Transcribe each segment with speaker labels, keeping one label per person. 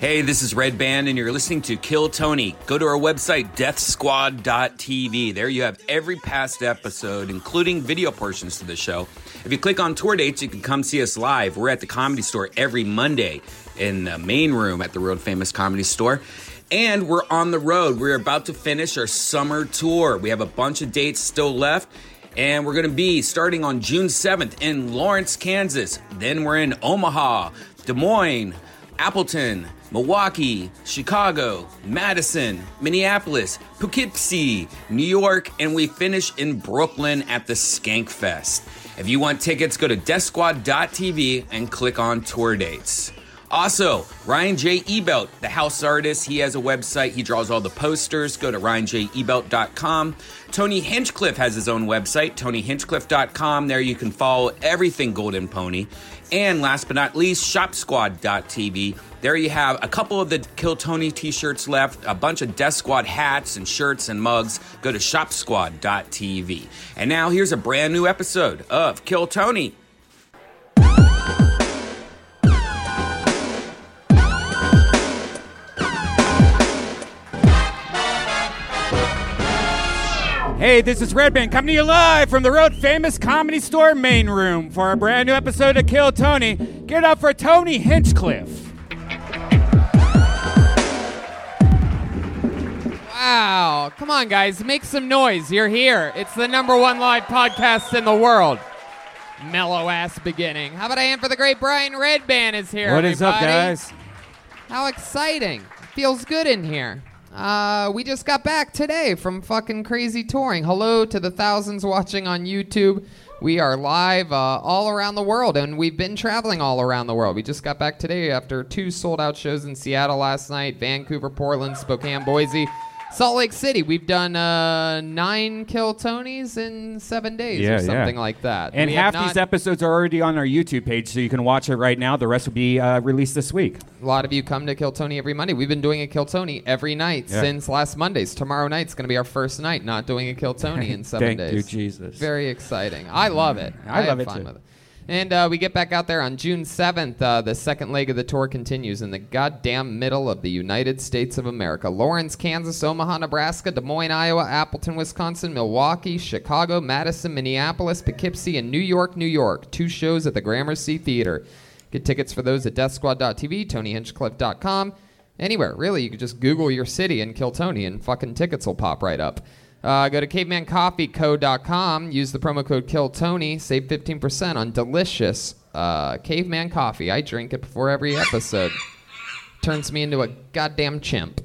Speaker 1: Hey, this is Red Band, and you're listening to Kill Tony. Go to our website, deathsquad.tv. There you have every past episode, including video portions to the show. If you click on tour dates, you can come see us live. We're at the comedy store every Monday in the main room at the world famous comedy store. And we're on the road. We're about to finish our summer tour. We have a bunch of dates still left. And we're going to be starting on June 7th in Lawrence, Kansas. Then we're in Omaha, Des Moines, Appleton, Milwaukee, Chicago, Madison, Minneapolis, Poughkeepsie, New York, and we finish in Brooklyn at the Skank Fest. If you want tickets, go to DeathSquad.tv and click on tour dates. Also, Ryan J. Ebelt, the house artist, he has a website. He draws all the posters. Go to ryanjebelt.com. Tony Hinchcliffe has his own website, tonyhinchcliffe.com. There you can follow everything Golden Pony. And last but not least, shopsquad.tv. There you have a couple of the Kill Tony t shirts left, a bunch of Death Squad hats and shirts and mugs. Go to shopsquad.tv. And now here's a brand new episode of Kill Tony.
Speaker 2: Hey, this is Red Band coming to you live from the Road Famous Comedy Store main room for a brand new episode of Kill Tony. Get it up for Tony Hinchcliffe.
Speaker 3: Wow. Come on, guys. Make some noise. You're here. It's the number one live podcast in the world. Mellow ass beginning. How about I hand for the great Brian Redband is here.
Speaker 2: What is up,
Speaker 3: everybody?
Speaker 2: guys?
Speaker 3: How exciting. Feels good in here. Uh, we just got back today from fucking crazy touring. Hello to the thousands watching on YouTube. We are live uh, all around the world, and we've been traveling all around the world. We just got back today after two sold out shows in Seattle last night Vancouver, Portland, Spokane, Boise, Salt Lake City. We've done uh, nine Kill Tonys in seven days or
Speaker 2: Yeah, yeah.
Speaker 3: something like that.
Speaker 2: And
Speaker 3: Uh, We
Speaker 2: half
Speaker 3: have
Speaker 2: these
Speaker 3: not-
Speaker 2: episodes are already on our YouTube page, so you can watch it right now. The rest will be uh, released this week.
Speaker 3: A lot of you come to Kill Tony every Monday. We've been doing a Kill Tony every night
Speaker 2: Yeah.
Speaker 3: since last Monday's. Tomorrow night's going to be our first night not doing a Kill Tony in seven
Speaker 2: Thank
Speaker 3: days.
Speaker 2: you, Jesus. Mm,
Speaker 3: Very exciting. I love it.
Speaker 2: I love
Speaker 3: have
Speaker 2: it
Speaker 3: fun
Speaker 2: too.
Speaker 3: With it. And uh, we get back out there on June 7th. Uh, the second leg of the tour continues in the goddamn middle of the United States of America. Lawrence, Kansas, Omaha, Nebraska, Des Moines, Iowa, Appleton, Wisconsin, Milwaukee, Chicago, Madison, Minneapolis, Poughkeepsie, and New York, New York. Two shows at the Gramercy Theater. Get tickets for those at deathsquad.tv, tonyhinchcliffe.com. Anywhere, really. You could just Google your city and kill Tony, and fucking tickets will pop right up. Uh, go to cavemancoffeeco.com. Use the promo code KillTony. Save 15% on delicious uh, caveman coffee. I drink it before every episode. Turns me into a goddamn chimp.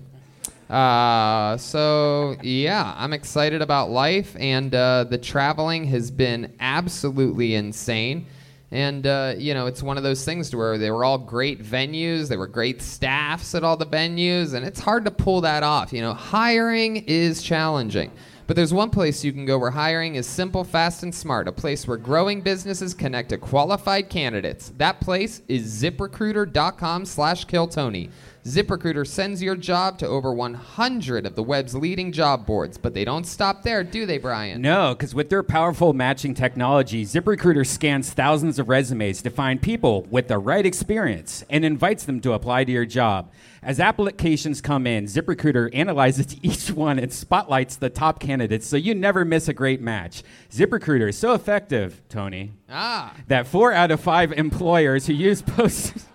Speaker 3: Uh, so yeah, I'm excited about life, and uh, the traveling has been absolutely insane. And uh, you know, it's one of those things to where they were all great venues, they were great staffs at all the venues, and it's hard to pull that off. You know, hiring is challenging. But there's one place you can go where hiring is simple, fast, and smart. A place where growing businesses connect to qualified candidates. That place is ziprecruiter.com slash killtony. ZipRecruiter sends your job to over 100 of the web's leading job boards, but they don't stop there, do they, Brian?
Speaker 2: No, because with their powerful matching technology, ZipRecruiter scans thousands of resumes to find people with the right experience and invites them to apply to your job. As applications come in, ZipRecruiter analyzes each one and spotlights the top candidates so you never miss a great match. ZipRecruiter is so effective, Tony,
Speaker 3: Ah,
Speaker 2: that four out of five employers who use posts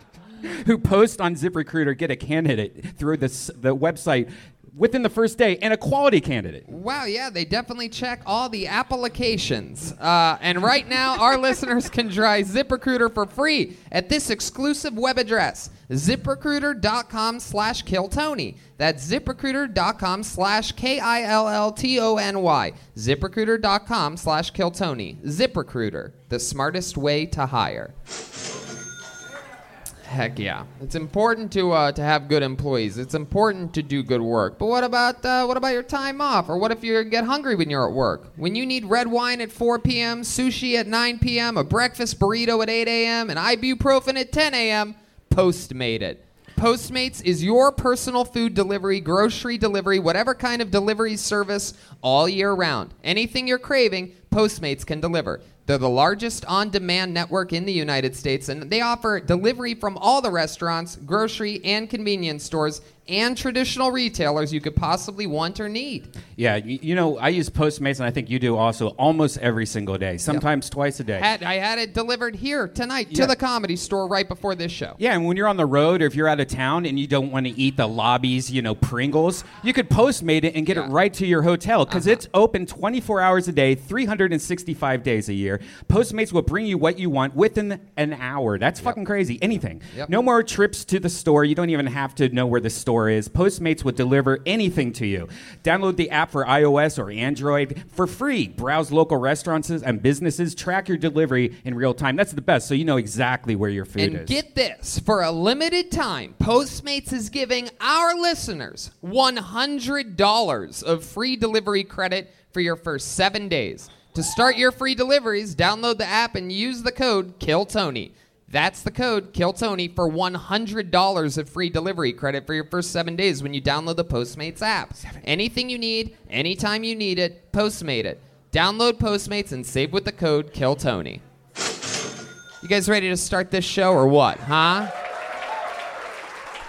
Speaker 2: who post on ZipRecruiter get a candidate through this, the website within the first day and a quality candidate.
Speaker 3: wow, yeah, they definitely check all the applications. Uh, and right now, our listeners can try ZipRecruiter for free at this exclusive web address, ziprecruiter.com slash killtony. That's ziprecruiter.com slash K-I-L-L-T-O-N-Y. ZipRecruiter.com slash killtony. ZipRecruiter, the smartest way to hire. Heck yeah! It's important to uh, to have good employees. It's important to do good work. But what about uh, what about your time off? Or what if you get hungry when you're at work? When you need red wine at 4 p.m., sushi at 9 p.m., a breakfast burrito at 8 a.m., and ibuprofen at 10 a.m. Postmate it. Postmates is your personal food delivery, grocery delivery, whatever kind of delivery service all year round. Anything you're craving, Postmates can deliver. They're the largest on demand network in the United States, and they offer delivery from all the restaurants, grocery, and convenience stores, and traditional retailers you could possibly want or need.
Speaker 2: Yeah, you, you know, I use Postmates, and I think you do also almost every single day, sometimes twice a day.
Speaker 3: Had, I had it delivered here tonight
Speaker 2: Yeah.
Speaker 3: to the comedy store right before this show.
Speaker 2: Yeah, and when you're on the road or if you're out of town and you don't want to eat the lobbies, you know, Pringles, you could Postmate it and get it right to your hotel because
Speaker 3: Uh-huh.
Speaker 2: it's open 24 hours a day, 365 days a year. Postmates will bring you what you want within an hour. That's fucking crazy. Anything.
Speaker 3: Yep.
Speaker 2: No more trips to the store. You don't even have to know where the store is. Postmates will deliver anything to you. Download the app for iOS or Android for free. Browse local restaurants and businesses. Track your delivery in real time. That's the best, so you know exactly where your food
Speaker 3: and
Speaker 2: is.
Speaker 3: get this for a limited time, Postmates is giving our listeners $100 of free delivery credit for your first seven days. To start your free deliveries, download the app and use the code KILLTONY. That's the code KILLTONY for $100 of free delivery credit for your first seven days when you download the Postmates app. Anything you need, anytime you need it, Postmate it. Download Postmates and save with the code KILLTONY. You guys ready to start this show or what, huh?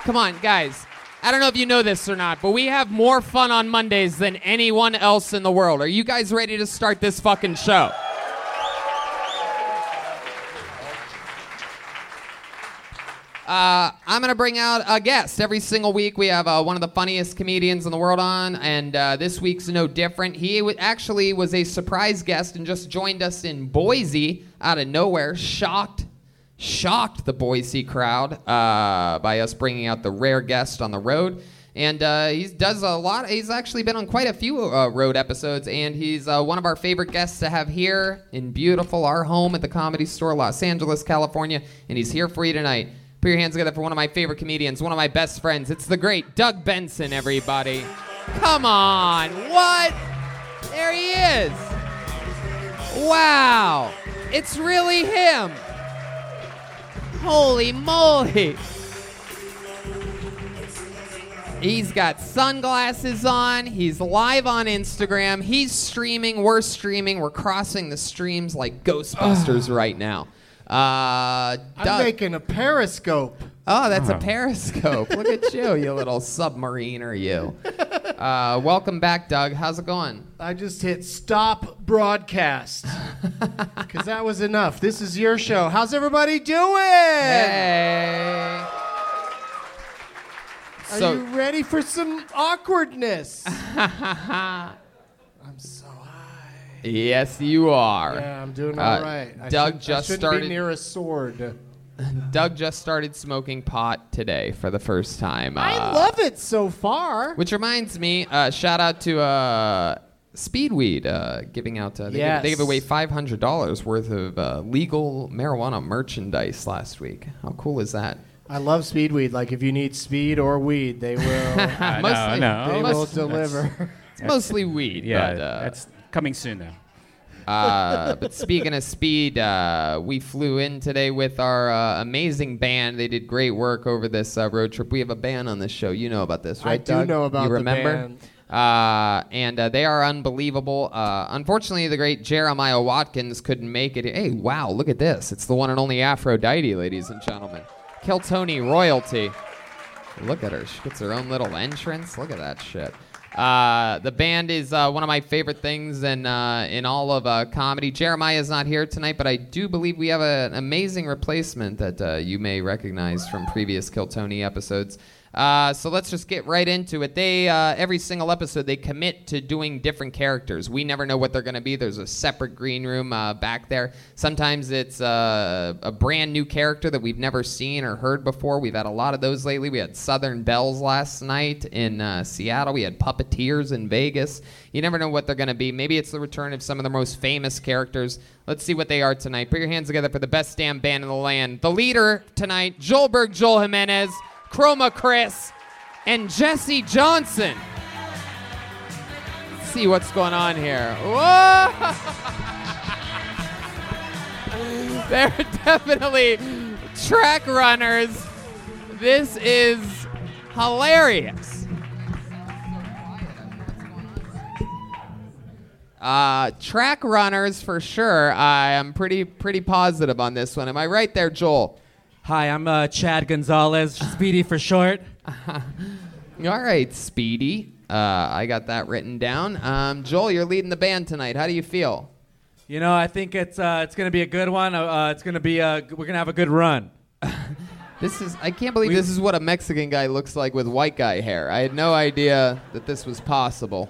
Speaker 3: Come on, guys. I don't know if you know this or not, but we have more fun on Mondays than anyone else in the world. Are you guys ready to start this fucking show? Uh, I'm going to bring out a guest every single week. We have uh, one of the funniest comedians in the world on, and uh, this week's no different. He w- actually was a surprise guest and just joined us in Boise out of nowhere, shocked, shocked the Boise crowd uh, by us bringing out the rare guest on the road. And uh, he does a lot. He's actually been on quite a few uh, road episodes, and he's uh, one of our favorite guests to have here in beautiful our home at the Comedy Store, Los Angeles, California. And he's here for you tonight. Put your hands together for one of my favorite comedians, one of my best friends. It's the great Doug Benson, everybody. Come on. What? There he is. Wow. It's really him. Holy moly. He's got sunglasses on. He's live on Instagram. He's streaming. We're streaming. We're crossing the streams like Ghostbusters right now. Uh,
Speaker 4: I'm
Speaker 3: Doug.
Speaker 4: making a periscope.
Speaker 3: Oh, that's a periscope. Look at you, you little submariner, you. Uh, welcome back, Doug. How's it going?
Speaker 4: I just hit stop broadcast because that was enough. This is your show. How's everybody doing?
Speaker 3: Hey.
Speaker 4: Are
Speaker 3: So,
Speaker 4: you ready for some awkwardness? I'm so high.
Speaker 3: yes, you are.
Speaker 4: Yeah, I'm doing
Speaker 3: Uh,
Speaker 4: all right. I
Speaker 3: Doug
Speaker 4: should- I
Speaker 3: just
Speaker 4: shouldn't
Speaker 3: started-
Speaker 4: be near a sword.
Speaker 3: Doug just started smoking pot today for the first time.
Speaker 4: I
Speaker 3: Uh,
Speaker 4: love it so far.
Speaker 3: Which reminds me, uh, shout out to uh, Speedweed uh, giving out. Uh, they, gave, they
Speaker 4: Yes.
Speaker 3: gave away five hundred dollars worth of uh, legal marijuana merchandise last week. How cool is that?
Speaker 4: I love speed weed. Like if you need speed or weed, they will.
Speaker 2: Uh,
Speaker 3: Mostly-
Speaker 2: no, no.
Speaker 4: they will
Speaker 3: Must-
Speaker 4: deliver.
Speaker 3: It's mostly weed.
Speaker 2: Yeah,
Speaker 3: but, uh,
Speaker 2: that's coming soon though.
Speaker 3: Uh, but speaking of speed, uh, we flew in today with our uh, amazing band. They did great work over this uh, road trip. We have a band on this show. You know about this,
Speaker 4: I
Speaker 3: right?
Speaker 4: do
Speaker 3: Doug?
Speaker 4: know about
Speaker 3: You
Speaker 4: the
Speaker 3: remember?
Speaker 4: band.
Speaker 3: Uh, and uh, they are unbelievable. Uh, unfortunately, the great Jeremiah Watkins couldn't make it. Hey, wow! Look at this. It's the one and only Aphrodite, ladies and gentlemen. Keltoni royalty. Look at her. She gets her own little entrance. Look at that shit. Uh, the band is uh, one of my favorite things in, uh, in all of uh, comedy. Jeremiah is not here tonight, but I do believe we have a- an amazing replacement that uh, you may recognize from previous Kill Tony episodes. Uh, so let's just get right into it. They uh, every single episode they commit to doing different characters. We never know what they're going to be. There's a separate green room uh, back there. Sometimes it's uh, a brand new character that we've never seen or heard before. We've had a lot of those lately. We had Southern Bells last night in uh, Seattle. We had Puppet. puppeteers in Vegas. You never know what they're going to be. Maybe it's the return of some of the most famous characters. Let's see what they are tonight. Put your hands together for the best damn band in the land. The leader tonight, Joelberg Joel Jimenez, Chroma Chris, and Jesse Johnson. Let's see what's going on here. Whoa! They're definitely track runners. This is hilarious. Uh, track runners for sure. I am pretty pretty positive on this one. Am I right there, Joel?
Speaker 5: Hi, I'm uh, Chad Gonzalez, Speedy for short.
Speaker 3: All right, Speedy. Uh, I got that written down. Um, Joel, you're leading the band tonight. How do you feel?
Speaker 5: You know, I think it's uh, it's gonna be a good one. Uh, uh, it's gonna be uh, we're gonna have a good run.
Speaker 3: This is I can't believe this is what a Mexican guy looks like with white guy hair. I had no idea that this was possible.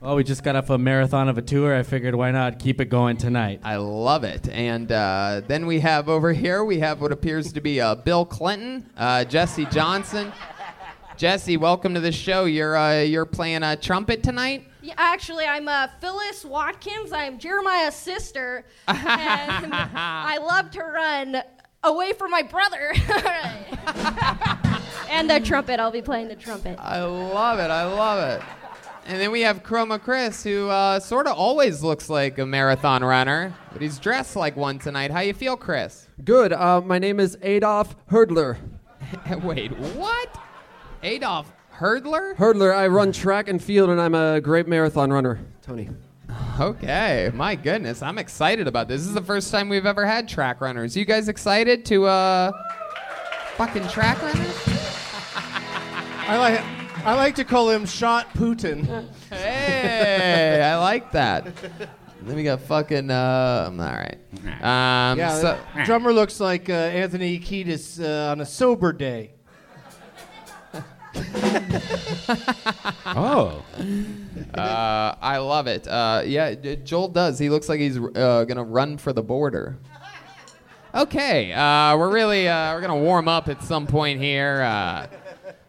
Speaker 5: Well, we just got off a marathon of a tour. I figured why not keep it going tonight.
Speaker 3: I love it. And uh, then we have over here, we have what appears to be uh, Bill Clinton, uh, Jesse Johnson. Jesse, welcome to the show. You're uh, you're playing uh, trumpet tonight.
Speaker 6: Yeah, actually, I'm uh, Phyllis Watkins. I'm Jeremiah's sister, and I love to run away from my brother. and the trumpet. I'll be playing the trumpet.
Speaker 3: I love it. I love it. And then we have Chroma Chris, who uh, sort of always looks like a marathon runner, but he's dressed like one tonight. How you feel, Chris?
Speaker 7: Good. Uh, my name is Adolf Hurdler.
Speaker 3: Wait, what? Adolf Hurdler?
Speaker 7: Hurdler, I run track and field, and I'm a great marathon runner. Tony.
Speaker 3: Okay, my goodness, I'm excited about this. This is the first time we've ever had track runners. You guys excited to uh fucking track runners?
Speaker 4: I like. I like to call him Shot Putin.
Speaker 3: Hey, I like that. Then we got fucking uh all right. Um
Speaker 4: Yeah,
Speaker 3: so,
Speaker 4: the drummer looks like uh, Anthony Kiedis uh, on a sober day.
Speaker 2: Oh.
Speaker 3: uh, I love it. Uh, yeah, J- Joel does. He looks like he's uh, gonna run for the border. Okay, uh, we're really uh, we're gonna warm up at some point here. Uh,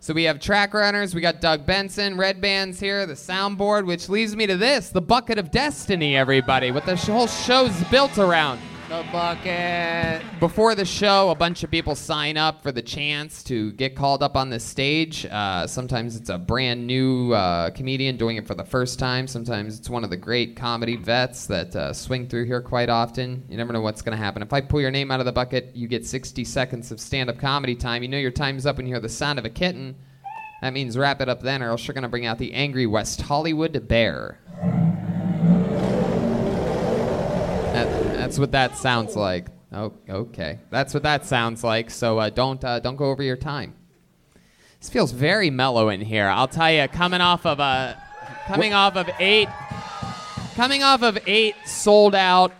Speaker 3: so we have track runners. We got Doug Benson, Red Bands here, the soundboard, which leads me to this: the bucket of destiny. Everybody, what the sh- whole show's built around. The bucket. Before the show, a bunch of people sign up for the chance to get called up on the stage. Uh, sometimes it's a brand new uh, comedian doing it for the first time. Sometimes it's one of the great comedy vets that uh, swing through here quite often. You never know what's going to happen. If I pull your name out of the bucket, you get 60 seconds of stand up comedy time. You know your time's up when you hear the sound of a kitten. That means wrap it up then, or else you're going to bring out the angry West Hollywood bear. That, that's what that sounds like. Oh, okay. That's what that sounds like. So uh, don't uh, don't go over your time. This feels very mellow in here. I'll tell you, coming off of a, coming off of eight, coming off of eight sold out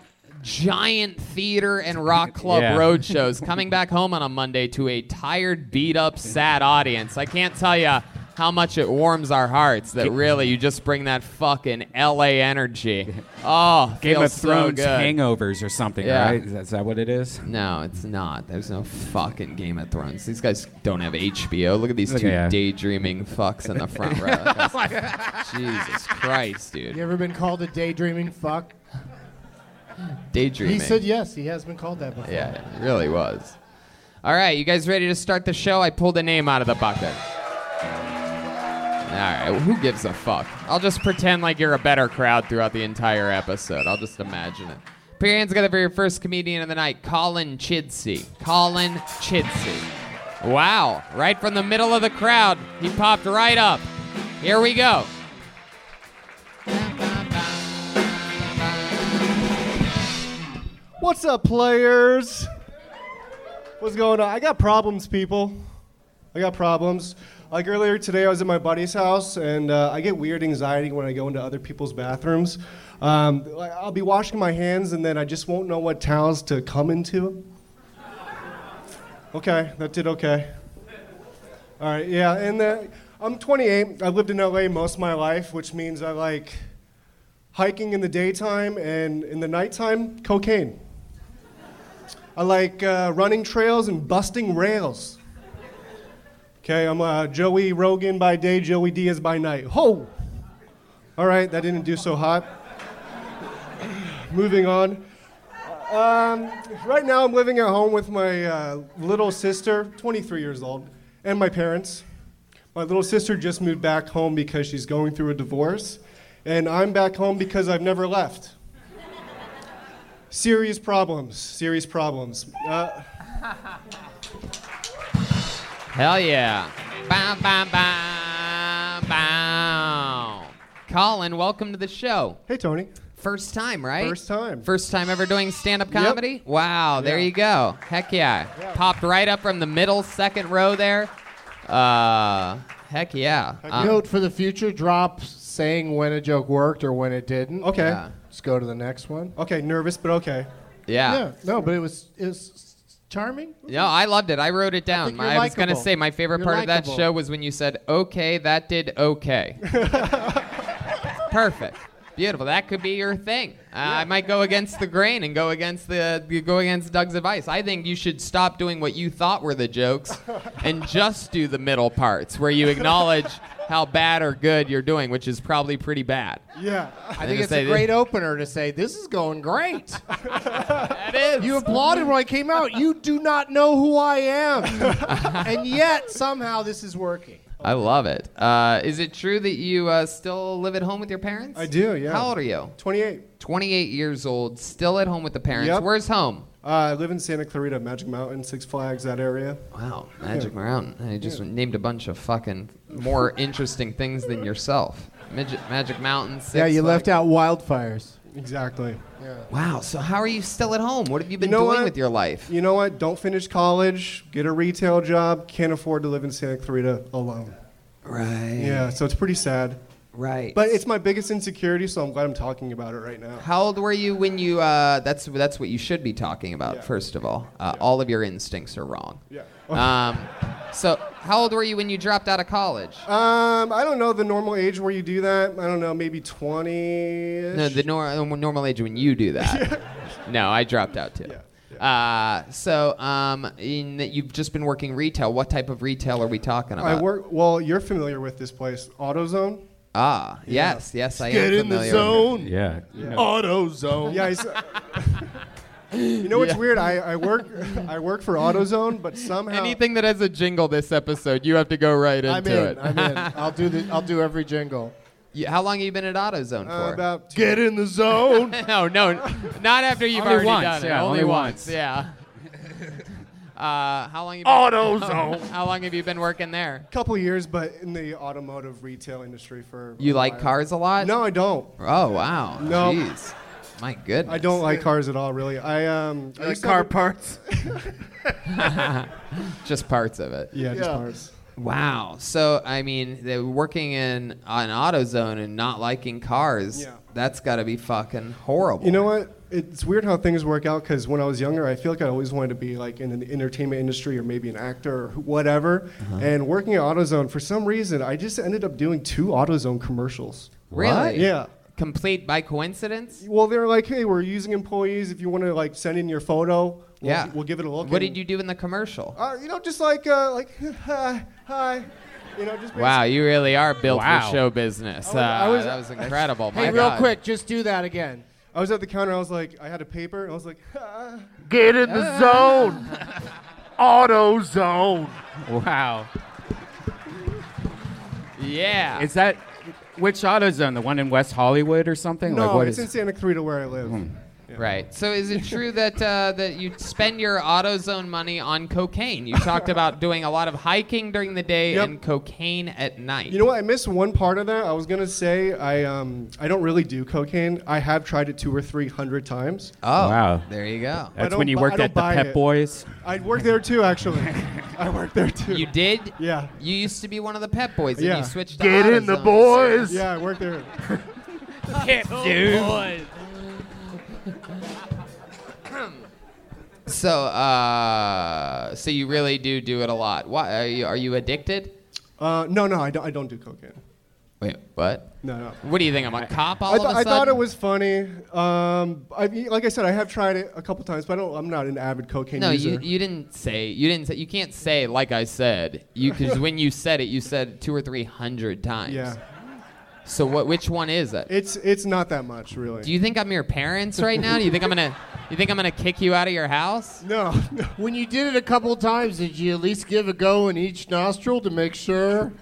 Speaker 3: giant theater and rock club
Speaker 2: Yeah.
Speaker 3: road shows, coming back home on a Monday to a tired, beat up, sad audience. I can't tell you how much it warms our hearts that really you just bring that fucking L.A. energy. Oh,
Speaker 2: Game of
Speaker 3: feels so
Speaker 2: Thrones
Speaker 3: good.
Speaker 2: hangovers or something,
Speaker 3: Yeah.
Speaker 2: right? Is that- is that what it is?
Speaker 3: No, it's not. There's no fucking Game of Thrones. These guys don't have HBO. Look at these
Speaker 2: Look
Speaker 3: two
Speaker 2: at ya.
Speaker 3: daydreaming fucks in the front row. That's- Jesus Christ,
Speaker 4: You
Speaker 3: dude.
Speaker 4: ever been called a daydreaming fuck?
Speaker 3: Daydreaming.
Speaker 4: He said yes. He has been called that before.
Speaker 3: yeah, it really was. All right, you guys ready to start the show? I pulled a name out of the bucket. All right, who gives a fuck? I'll just pretend like you're a better crowd throughout the entire episode. I'll just imagine it. Put your hands together for your first comedian of the night, Colin Chidsey. Colin Chidsey. Wow, right from the middle of the crowd, he popped right up. Here we go.
Speaker 8: What's up, players? What's going on? I got problems, people. I got problems. Like earlier today, I was at my buddy's house, and uh, I get weird anxiety when I go into other people's bathrooms. Um, like, I'll be washing my hands, and then I just won't know what towels to come into. Okay, that did okay. All right, yeah, and uh, I'm 28. I've lived in LA most of my life, which means I like hiking in the daytime and in the nighttime, cocaine. I like uh, running trails and busting rails. Okay, I'm uh, Joey Rogan by day, Joey Diaz by night. Ho! All right, that didn't do so hot. Moving on. Um, right now, I'm living at home with my uh, little sister, 23 years old, and my parents. My little sister just moved back home because she's going through a divorce, and I'm back home because I've never left. serious problems, serious problems. Uh,
Speaker 3: Hell yeah. Bow, bow, bow, bow. Colin, welcome to the show.
Speaker 8: hey, Tony.
Speaker 3: First time, right?
Speaker 8: First time.
Speaker 3: First time ever doing stand up comedy? Wow, there you go. Heck yeah. Popped right up from the middle, second row there. Uh, heck yeah. Um,
Speaker 4: Note for the future: drop saying when a joke worked or when it didn't.
Speaker 8: Okay.
Speaker 3: Yeah.
Speaker 4: Let's go to the next one.
Speaker 8: Okay, nervous, but okay.
Speaker 3: yeah.
Speaker 4: Yeah. No, but it was it was charming.
Speaker 3: No, I loved it. I wrote it down.
Speaker 4: Mm-hmm. think you're
Speaker 3: I, was going to
Speaker 4: likable.
Speaker 3: say my favorite
Speaker 4: You're
Speaker 3: part of that
Speaker 4: likable.
Speaker 3: show was when you said, okay, that did okay. Perfect. Beautiful. That could be your thing. Uh, I might go against the grain and go against the go against Doug's advice. I think you should stop doing what you thought were the jokes and just do the middle parts where you acknowledge how bad or good you're doing, which is probably pretty bad.
Speaker 8: Yeah.
Speaker 4: I think
Speaker 3: just
Speaker 4: it's
Speaker 3: say
Speaker 4: a
Speaker 3: this-
Speaker 4: great opener to say this is going great.
Speaker 3: That is.
Speaker 4: You applauded when I came out. You do not know who I am, and yet somehow this is working.
Speaker 3: I love it. Uh, is it true that you uh, still live at home with your parents?
Speaker 8: I do, yeah.
Speaker 3: How old are you?
Speaker 8: 28.
Speaker 3: 28 years old, still at home with the parents.
Speaker 8: Yep.
Speaker 3: Where's home?
Speaker 8: Uh, I live in Santa Clarita, Magic Mountain, Six Flags, that area.
Speaker 3: Wow, Magic Mountain. I just named a bunch of fucking more interesting things than yourself. Midget, Magic Mountain. Six
Speaker 4: yeah, you left
Speaker 3: Flags.
Speaker 4: out wildfires.
Speaker 8: Exactly.
Speaker 3: Wow. So how are you still at home? What have you been
Speaker 8: know
Speaker 3: doing
Speaker 8: what?
Speaker 3: with your life?
Speaker 8: You know what? Don't finish college, get a retail job, can't afford to live in Santa Clarita alone.
Speaker 3: Right.
Speaker 8: Yeah, so it's pretty sad.
Speaker 3: Right.
Speaker 8: But it's my biggest insecurity, so I'm glad I'm talking about it right now.
Speaker 3: how old were you when you? Uh, that's that's what you should be talking about.
Speaker 8: Yeah.
Speaker 3: First of all, uh, all of your instincts are wrong.
Speaker 8: Yeah.
Speaker 3: Um, so how old were you when you dropped out of college?
Speaker 8: Um, I don't know the normal age where you do that. I don't know, maybe 20 -ish.
Speaker 3: No, the nor- uh, normal age when you do that. no, I dropped out too.
Speaker 8: Yeah,
Speaker 3: Uh, so, um, in that you've just been working retail. What type of retail are we talking about?
Speaker 8: I work, well, you're familiar with this place, AutoZone?
Speaker 3: Ah, yes, yes, I
Speaker 4: Get
Speaker 3: am
Speaker 4: in
Speaker 3: familiar.
Speaker 4: the
Speaker 3: with it.
Speaker 4: zone.
Speaker 2: Yeah.
Speaker 4: Auto zone.
Speaker 8: Yeah. I s you know what's weird? I, I work I work for AutoZone, but somehow
Speaker 3: Anything that has a jingle this episode, you have to go right into
Speaker 4: I'm in.
Speaker 3: it.
Speaker 4: I'm in. I'll do the. I'll do every jingle.
Speaker 3: You- How long have you been at AutoZone
Speaker 8: uh,
Speaker 3: for?
Speaker 8: about two,
Speaker 4: Get in the zone.
Speaker 3: no, no, not after you've
Speaker 2: Only
Speaker 3: already
Speaker 2: once,
Speaker 3: done it.
Speaker 2: yeah,
Speaker 3: only,
Speaker 2: only
Speaker 3: once.
Speaker 2: once.
Speaker 3: Yeah. uh, how long? You been, AutoZone. how long have you been working there?
Speaker 8: couple years, but in the automotive retail industry for a
Speaker 3: You like
Speaker 8: while.
Speaker 3: cars a lot?
Speaker 8: No, I don't.
Speaker 3: Oh wow.
Speaker 8: No.
Speaker 3: Jeez. My goodness.
Speaker 8: I don't like cars at all, really. I um I used to have a-
Speaker 4: parts.
Speaker 3: just parts of it.
Speaker 8: Yeah, just
Speaker 4: Yeah.
Speaker 8: cars.
Speaker 3: Wow. So I mean, they working in an AutoZone and not liking cars.
Speaker 8: Yeah.
Speaker 3: That's got to be fucking horrible.
Speaker 8: You know what? It's weird how things work out because when I was younger, I feel like I always wanted to be like in the entertainment industry or maybe an actor or wh- whatever.
Speaker 2: Uh-huh.
Speaker 8: And working at AutoZone, for some reason, I just ended up doing two AutoZone commercials.
Speaker 3: Really?
Speaker 8: Yeah.
Speaker 3: Complete by coincidence.
Speaker 8: Well, they were like, "Hey, we're using employees. If you want to like send in your photo, we'll,
Speaker 3: yeah.
Speaker 8: we'll give it a look."
Speaker 3: What
Speaker 8: and-
Speaker 3: did you do in the commercial?
Speaker 8: Uh, you know, just like uh, like hi, hi, you know, just
Speaker 3: Wow, you really are built
Speaker 2: Wow.
Speaker 3: for show business. uh,
Speaker 8: I was-
Speaker 3: that was incredible.
Speaker 4: Hey,
Speaker 3: My
Speaker 4: real
Speaker 3: God.
Speaker 4: quick, just do that again.
Speaker 8: I was at the counter. I was like, I had a paper. And I was like, "Ah."
Speaker 4: Get in the zone. Auto zone.
Speaker 2: Wow.
Speaker 3: Yeah.
Speaker 2: Is that which AutoZone? The one in West Hollywood or something?
Speaker 8: no,
Speaker 2: like what
Speaker 8: it's
Speaker 2: is-
Speaker 8: in Santa Clarita where I live.
Speaker 3: Right. So is it true that uh, that you spend your AutoZone money on cocaine? You talked about doing a lot of hiking during the day
Speaker 8: Yep.
Speaker 3: and cocaine at night.
Speaker 8: You know what? I missed one part of that. I was gonna say I um I don't really do cocaine. I have tried it two or three hundred times.
Speaker 3: Oh,
Speaker 2: Wow.
Speaker 3: There you go.
Speaker 2: That's
Speaker 8: don't
Speaker 2: when you
Speaker 8: bu- I
Speaker 2: worked
Speaker 8: don't
Speaker 2: at the
Speaker 8: buy
Speaker 2: Pep
Speaker 8: it.
Speaker 2: Boys.
Speaker 8: I worked there too, actually. I worked there too.
Speaker 3: You did.
Speaker 8: Yeah.
Speaker 3: You used to be one of the Pep Boys, and
Speaker 8: Yeah.
Speaker 3: you switched. To
Speaker 4: Get in the
Speaker 3: AutoZone.
Speaker 4: boys.
Speaker 8: Yeah, I worked there.
Speaker 3: So, uh, so you really do do it a lot. Why are you are you addicted?
Speaker 8: Uh, no, no, I don't. I don't do cocaine.
Speaker 3: Wait, what?
Speaker 8: No, no.
Speaker 3: What do you think? I'm a cop all
Speaker 8: I,
Speaker 3: of
Speaker 8: th-
Speaker 3: a
Speaker 8: I
Speaker 3: sudden.
Speaker 8: thought it was funny. Um, I, like I said, I have tried it a couple times, but I don't, I'm not an avid cocaine
Speaker 3: No,
Speaker 8: user.
Speaker 3: you, you didn't say you didn't say you can't say like I said you because when you said it you said two or three hundred times.
Speaker 8: yeah.
Speaker 3: So what? Which one is it?
Speaker 8: It's it's not that much, really.
Speaker 3: Do you think I'm your parents right now? Do you think I'm gonna? You think I'm gonna kick you out of your house?
Speaker 8: No, no.
Speaker 4: When you did it a couple times, did you at least give a go in each nostril to make sure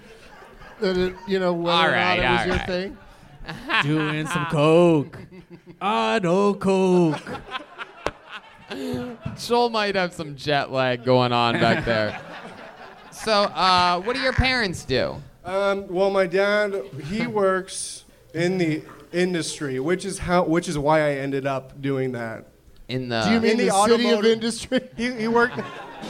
Speaker 4: that it, you know, whether
Speaker 3: All
Speaker 4: or
Speaker 3: right,
Speaker 4: not
Speaker 3: all
Speaker 4: it was
Speaker 3: right.
Speaker 4: your thing?
Speaker 5: Doing some coke. I know coke.
Speaker 3: Joel might have some jet lag going on back there. So, uh, what do your parents do?
Speaker 8: Um, well, my dad he works in the industry, which is how which is why I ended up doing that.
Speaker 3: In the
Speaker 4: Do you mean
Speaker 8: the
Speaker 4: the, city of
Speaker 8: automotive-
Speaker 4: industry?
Speaker 8: He he worked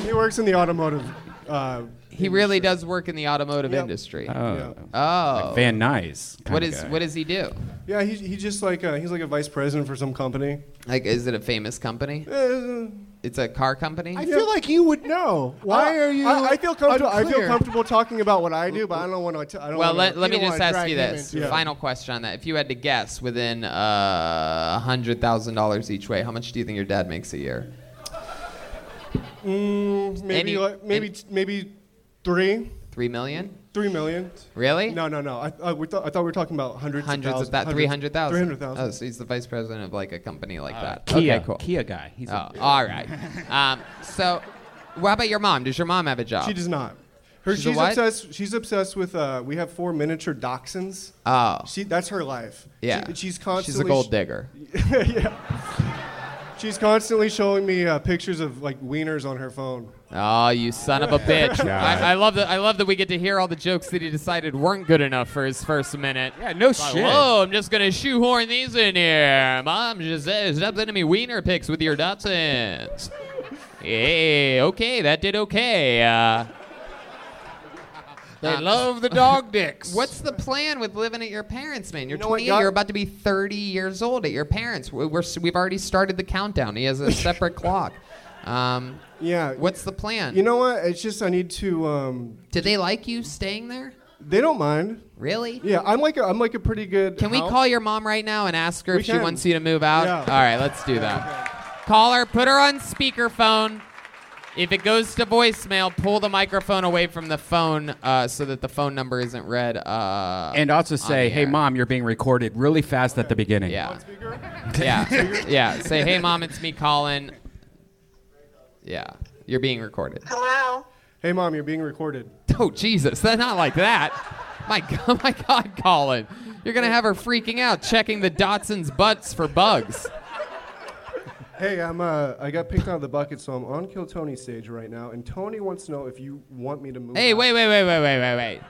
Speaker 8: he works in the automotive. Uh,
Speaker 3: he really does work in the automotive
Speaker 8: Yep.
Speaker 3: industry.
Speaker 2: Oh.
Speaker 8: yeah.
Speaker 3: oh,
Speaker 2: Van Nuys. kinda
Speaker 3: what is
Speaker 2: guy.
Speaker 3: what does he do?
Speaker 8: Yeah, he, he just like uh, he's like a vice president for some company.
Speaker 3: Like, is it a famous company?
Speaker 8: Uh,
Speaker 3: It's a car company.
Speaker 4: I feel like you would know. Why
Speaker 8: I-
Speaker 4: are you?
Speaker 8: I, I feel comfortable. I feel
Speaker 4: unclear?
Speaker 8: comfortable talking about what I do, but I don't want to. I don't
Speaker 3: well,
Speaker 8: wanna-
Speaker 3: let, let me
Speaker 4: don't
Speaker 3: just
Speaker 4: wanna
Speaker 3: ask
Speaker 4: drag
Speaker 3: you
Speaker 4: him
Speaker 3: this
Speaker 8: into it.
Speaker 3: final question on that. If you had to guess within uh, $100,000 each way, how much do you think your dad makes a year?
Speaker 8: Mm, maybe
Speaker 3: Any-
Speaker 8: like, maybe
Speaker 3: any-
Speaker 8: maybe three
Speaker 3: Three million?
Speaker 8: three million.
Speaker 3: Really?
Speaker 8: No, no, no. I, I, we thought I thought we were talking about hundreds,
Speaker 3: Hundreds of
Speaker 8: of thousands.
Speaker 3: that, 300,000?
Speaker 8: Three hundred thousand.
Speaker 3: Oh, so he's the vice president of like a company like that.
Speaker 2: Uh, Kia.
Speaker 3: Okay, cool.
Speaker 2: Kia guy. He's
Speaker 3: Oh,
Speaker 2: a,
Speaker 3: all right. Um, so, what about your mom? Does your mom have a job?
Speaker 8: She does not. Her,
Speaker 3: She's
Speaker 8: she's,
Speaker 3: a what?
Speaker 8: obsessed. She's obsessed with. Uh, we have four miniature dachshunds.
Speaker 3: Oh,
Speaker 8: She, that's her life.
Speaker 3: yeah.
Speaker 8: She- she's constantly.
Speaker 3: She's a gold digger.
Speaker 8: She's constantly showing me uh, pictures of like wieners on her phone.
Speaker 3: Oh, you son of a bitch!
Speaker 2: God.
Speaker 3: I, I love that. I love that we get to hear all the jokes that he decided weren't good enough for his first minute.
Speaker 2: Yeah, no
Speaker 3: Like,
Speaker 2: shit.
Speaker 3: Whoa, I'm just gonna shoehorn these in here. Mom just says, stop sending me wiener pics with your Datsuns. Hey, okay, that did okay. Uh,
Speaker 5: They
Speaker 3: Uh,
Speaker 5: love the dog dicks.
Speaker 3: what's the plan with living at your parents, man? You're
Speaker 8: You know what,
Speaker 3: 20.
Speaker 8: God-
Speaker 3: You're about to be 30 years old at your parents. We're, we're, we've already started the countdown. He has a separate clock. Um,
Speaker 8: Yeah.
Speaker 3: what's the plan?
Speaker 8: You know what? It's just I need to. Um,
Speaker 3: Did they like you staying there?
Speaker 8: they don't mind.
Speaker 3: Really?
Speaker 8: Yeah, I'm like a, I'm like a pretty good.
Speaker 3: Can we
Speaker 8: house-
Speaker 3: call your mom right now and ask her
Speaker 8: We
Speaker 3: if she
Speaker 8: can.
Speaker 3: wants you to move out?
Speaker 8: Yeah.
Speaker 3: All right, let's do that. Call her, put her on speakerphone. If it goes to voicemail, pull the microphone away from the phone uh, so that the phone number isn't read. Uh,
Speaker 2: and also
Speaker 3: on
Speaker 2: say,
Speaker 3: the
Speaker 2: hey,
Speaker 3: air."
Speaker 2: mom, you're being recorded really fast at the beginning.
Speaker 3: Yeah. Yeah. yeah. Say, hey, mom, it's me, Colin. Yeah. You're being recorded.
Speaker 9: Hello.
Speaker 8: Hey, mom, you're being recorded.
Speaker 3: Oh, Jesus. That's not like that. My God, my God, Colin. You're going to have her freaking out checking the Dotson's butts for bugs.
Speaker 8: Hey, I'm uh, I got picked out of the bucket, so I'm on Kill Tony stage right now, and Tony wants to know if you want me to move.
Speaker 3: Hey,
Speaker 8: out.
Speaker 3: wait, wait, wait, wait, wait, wait, wait.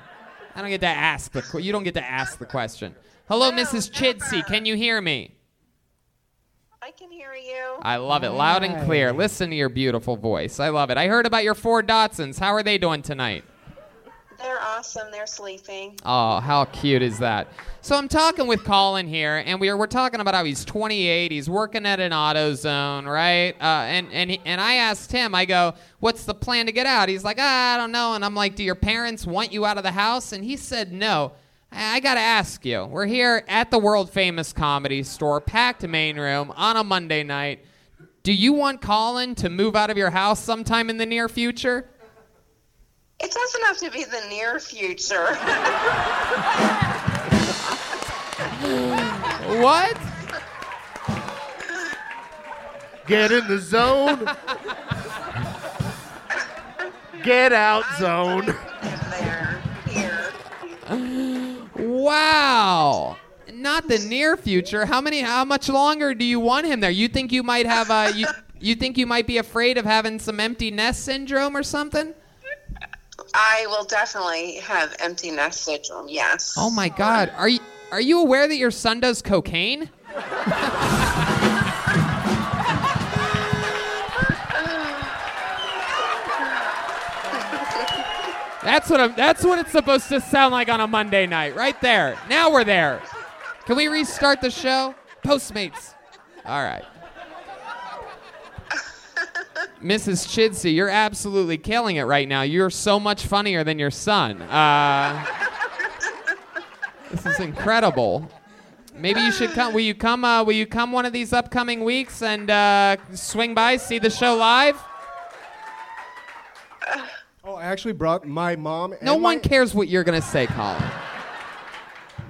Speaker 3: I don't get to ask the. que- You don't get to ask the question. Hello, Mrs. Chidsey. Can you hear me?
Speaker 9: I can hear you.
Speaker 3: I love it, loud and clear. Listen to your beautiful voice. I love it. I heard about your four Dotsons. How are they doing tonight?
Speaker 9: They're awesome. They're sleeping.
Speaker 3: Oh, how cute is that? So I'm talking with Colin here, and we're we're talking about how he's 28. He's working at an auto zone, right? Uh, and and he, and I asked him. I go, "What's the plan to get out?" He's like, ah, "I don't know." And I'm like, "Do your parents want you out of the house?" And he said, "No." I I gotta ask you. We're here at the world famous comedy store, packed main room on a Monday night. Do you want Colin to move out of your house sometime in the near future?
Speaker 9: It doesn't have to be the near future.
Speaker 3: What?
Speaker 4: Get in the zone. Get out zone.
Speaker 9: They're here.
Speaker 3: Wow. Not the near future. How many? How much longer do you want him there? You think you might have a you, you think you might be afraid of having some empty nest syndrome or something?
Speaker 9: I will definitely have empty nest syndrome. Yes.
Speaker 3: Oh my God. Are you are you aware that your son does cocaine? That's what I'm, that's what it's supposed to sound like on a Monday night, right there. Now we're there. Can we restart the show? Postmates. All right. Mrs. Chidsey, you're absolutely killing it right now. You're so much funnier than your son. Uh, this is incredible. Maybe you should come. Will you come? Uh, will you come one of these upcoming weeks and uh, swing by, see the show live?
Speaker 8: Oh, I actually brought my mom. And
Speaker 3: No
Speaker 8: my,
Speaker 3: one cares what you're gonna say, Colin.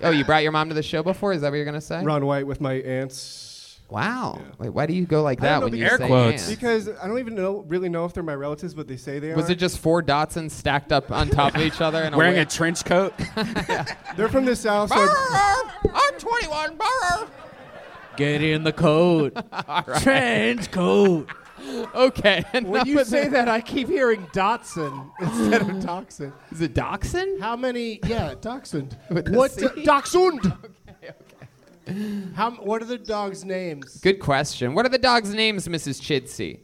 Speaker 3: Oh, you brought your mom to the show before? Is that what you're gonna say?
Speaker 8: Ron White with my aunts.
Speaker 3: Wow. Wait, why do you go like that when you say ants?
Speaker 8: Because I don't even know really know if they're my relatives, but they say they are.
Speaker 3: Was it just four Datsuns stacked up on top of each other and
Speaker 2: Wearing
Speaker 3: a,
Speaker 2: a trench coat?
Speaker 8: They're from the south. So
Speaker 3: I'm 21. Brr.
Speaker 5: Get in the coat. Trench coat.
Speaker 3: Okay.
Speaker 4: When you say that, I keep hearing Dotson instead of Dachshund.
Speaker 3: Is it Dachshund?
Speaker 4: How many? Yeah, Dachshund.
Speaker 3: With a
Speaker 4: What?
Speaker 3: C?
Speaker 4: Dachshund. How, what are the dogs' names?
Speaker 3: Good question. What are the dogs' names, Mrs. Chidsey?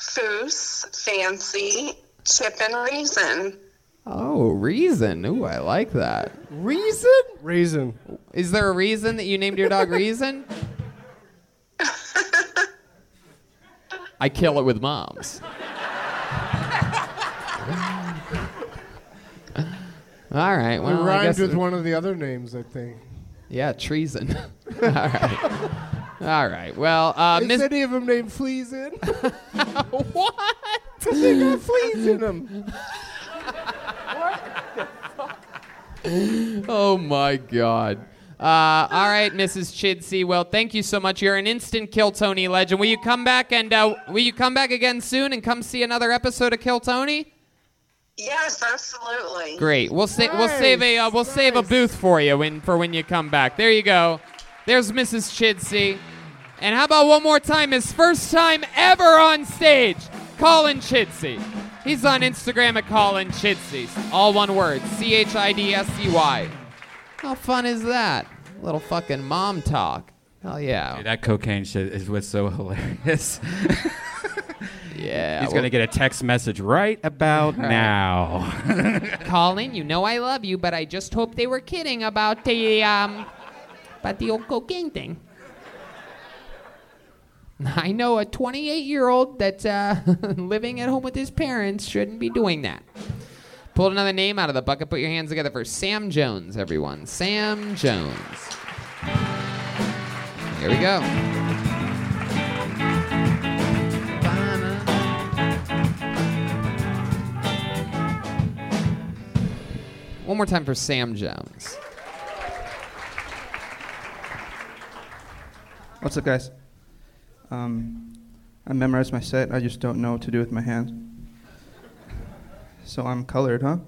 Speaker 9: Foose, Fancy, Chip, and Reason.
Speaker 3: Oh, reason. Ooh, I like that.
Speaker 4: Reason?
Speaker 8: Reason.
Speaker 3: Is there a reason that you named your dog Reason? I kill it with moms. All right. Well,
Speaker 4: it
Speaker 3: I
Speaker 4: rhymed
Speaker 3: guess
Speaker 4: with one of the other names, I think.
Speaker 3: Yeah, treason. All right. All right. Well, uh,
Speaker 4: Is
Speaker 3: Miss.
Speaker 4: any of them named Fleas in?
Speaker 3: what?
Speaker 4: they got fleas in them.
Speaker 3: Oh my God. Uh, all right, Mrs. Chidsey. Well, thank you so much. You're an instant Kill Tony legend. Will you come back and uh, will you come back again soon and come see another episode of Kill Tony?
Speaker 9: Yes, absolutely.
Speaker 3: Great. We'll sa- we'll save a uh, we'll save a booth for you when for when you come back. There you go. There's Mrs. Chidsey. And how about one more time? His first time ever on stage, Colin Chidsey. He's on Instagram at Colin Chidsey. All one word, C H I D S E Y. How fun is that? Little fucking mom talk. Hell yeah.
Speaker 2: that cocaine shit is what's so hilarious.
Speaker 3: Yeah.
Speaker 2: He's
Speaker 3: well-
Speaker 2: going to get a text message right about now.
Speaker 3: Colin, you know I love you, but I just hope they were kidding about the um, about the old cocaine thing. I know a 28-year-old that's uh, living at home with his parents shouldn't be doing that. Pulled another name out of the bucket. Put your hands together for Sam Jones, everyone. Sam Jones. Here we go. One more time for Sam Jones.
Speaker 10: What's up, guys? Um, I memorized my set. I just don't know what to do with my hands. So I'm colored, huh?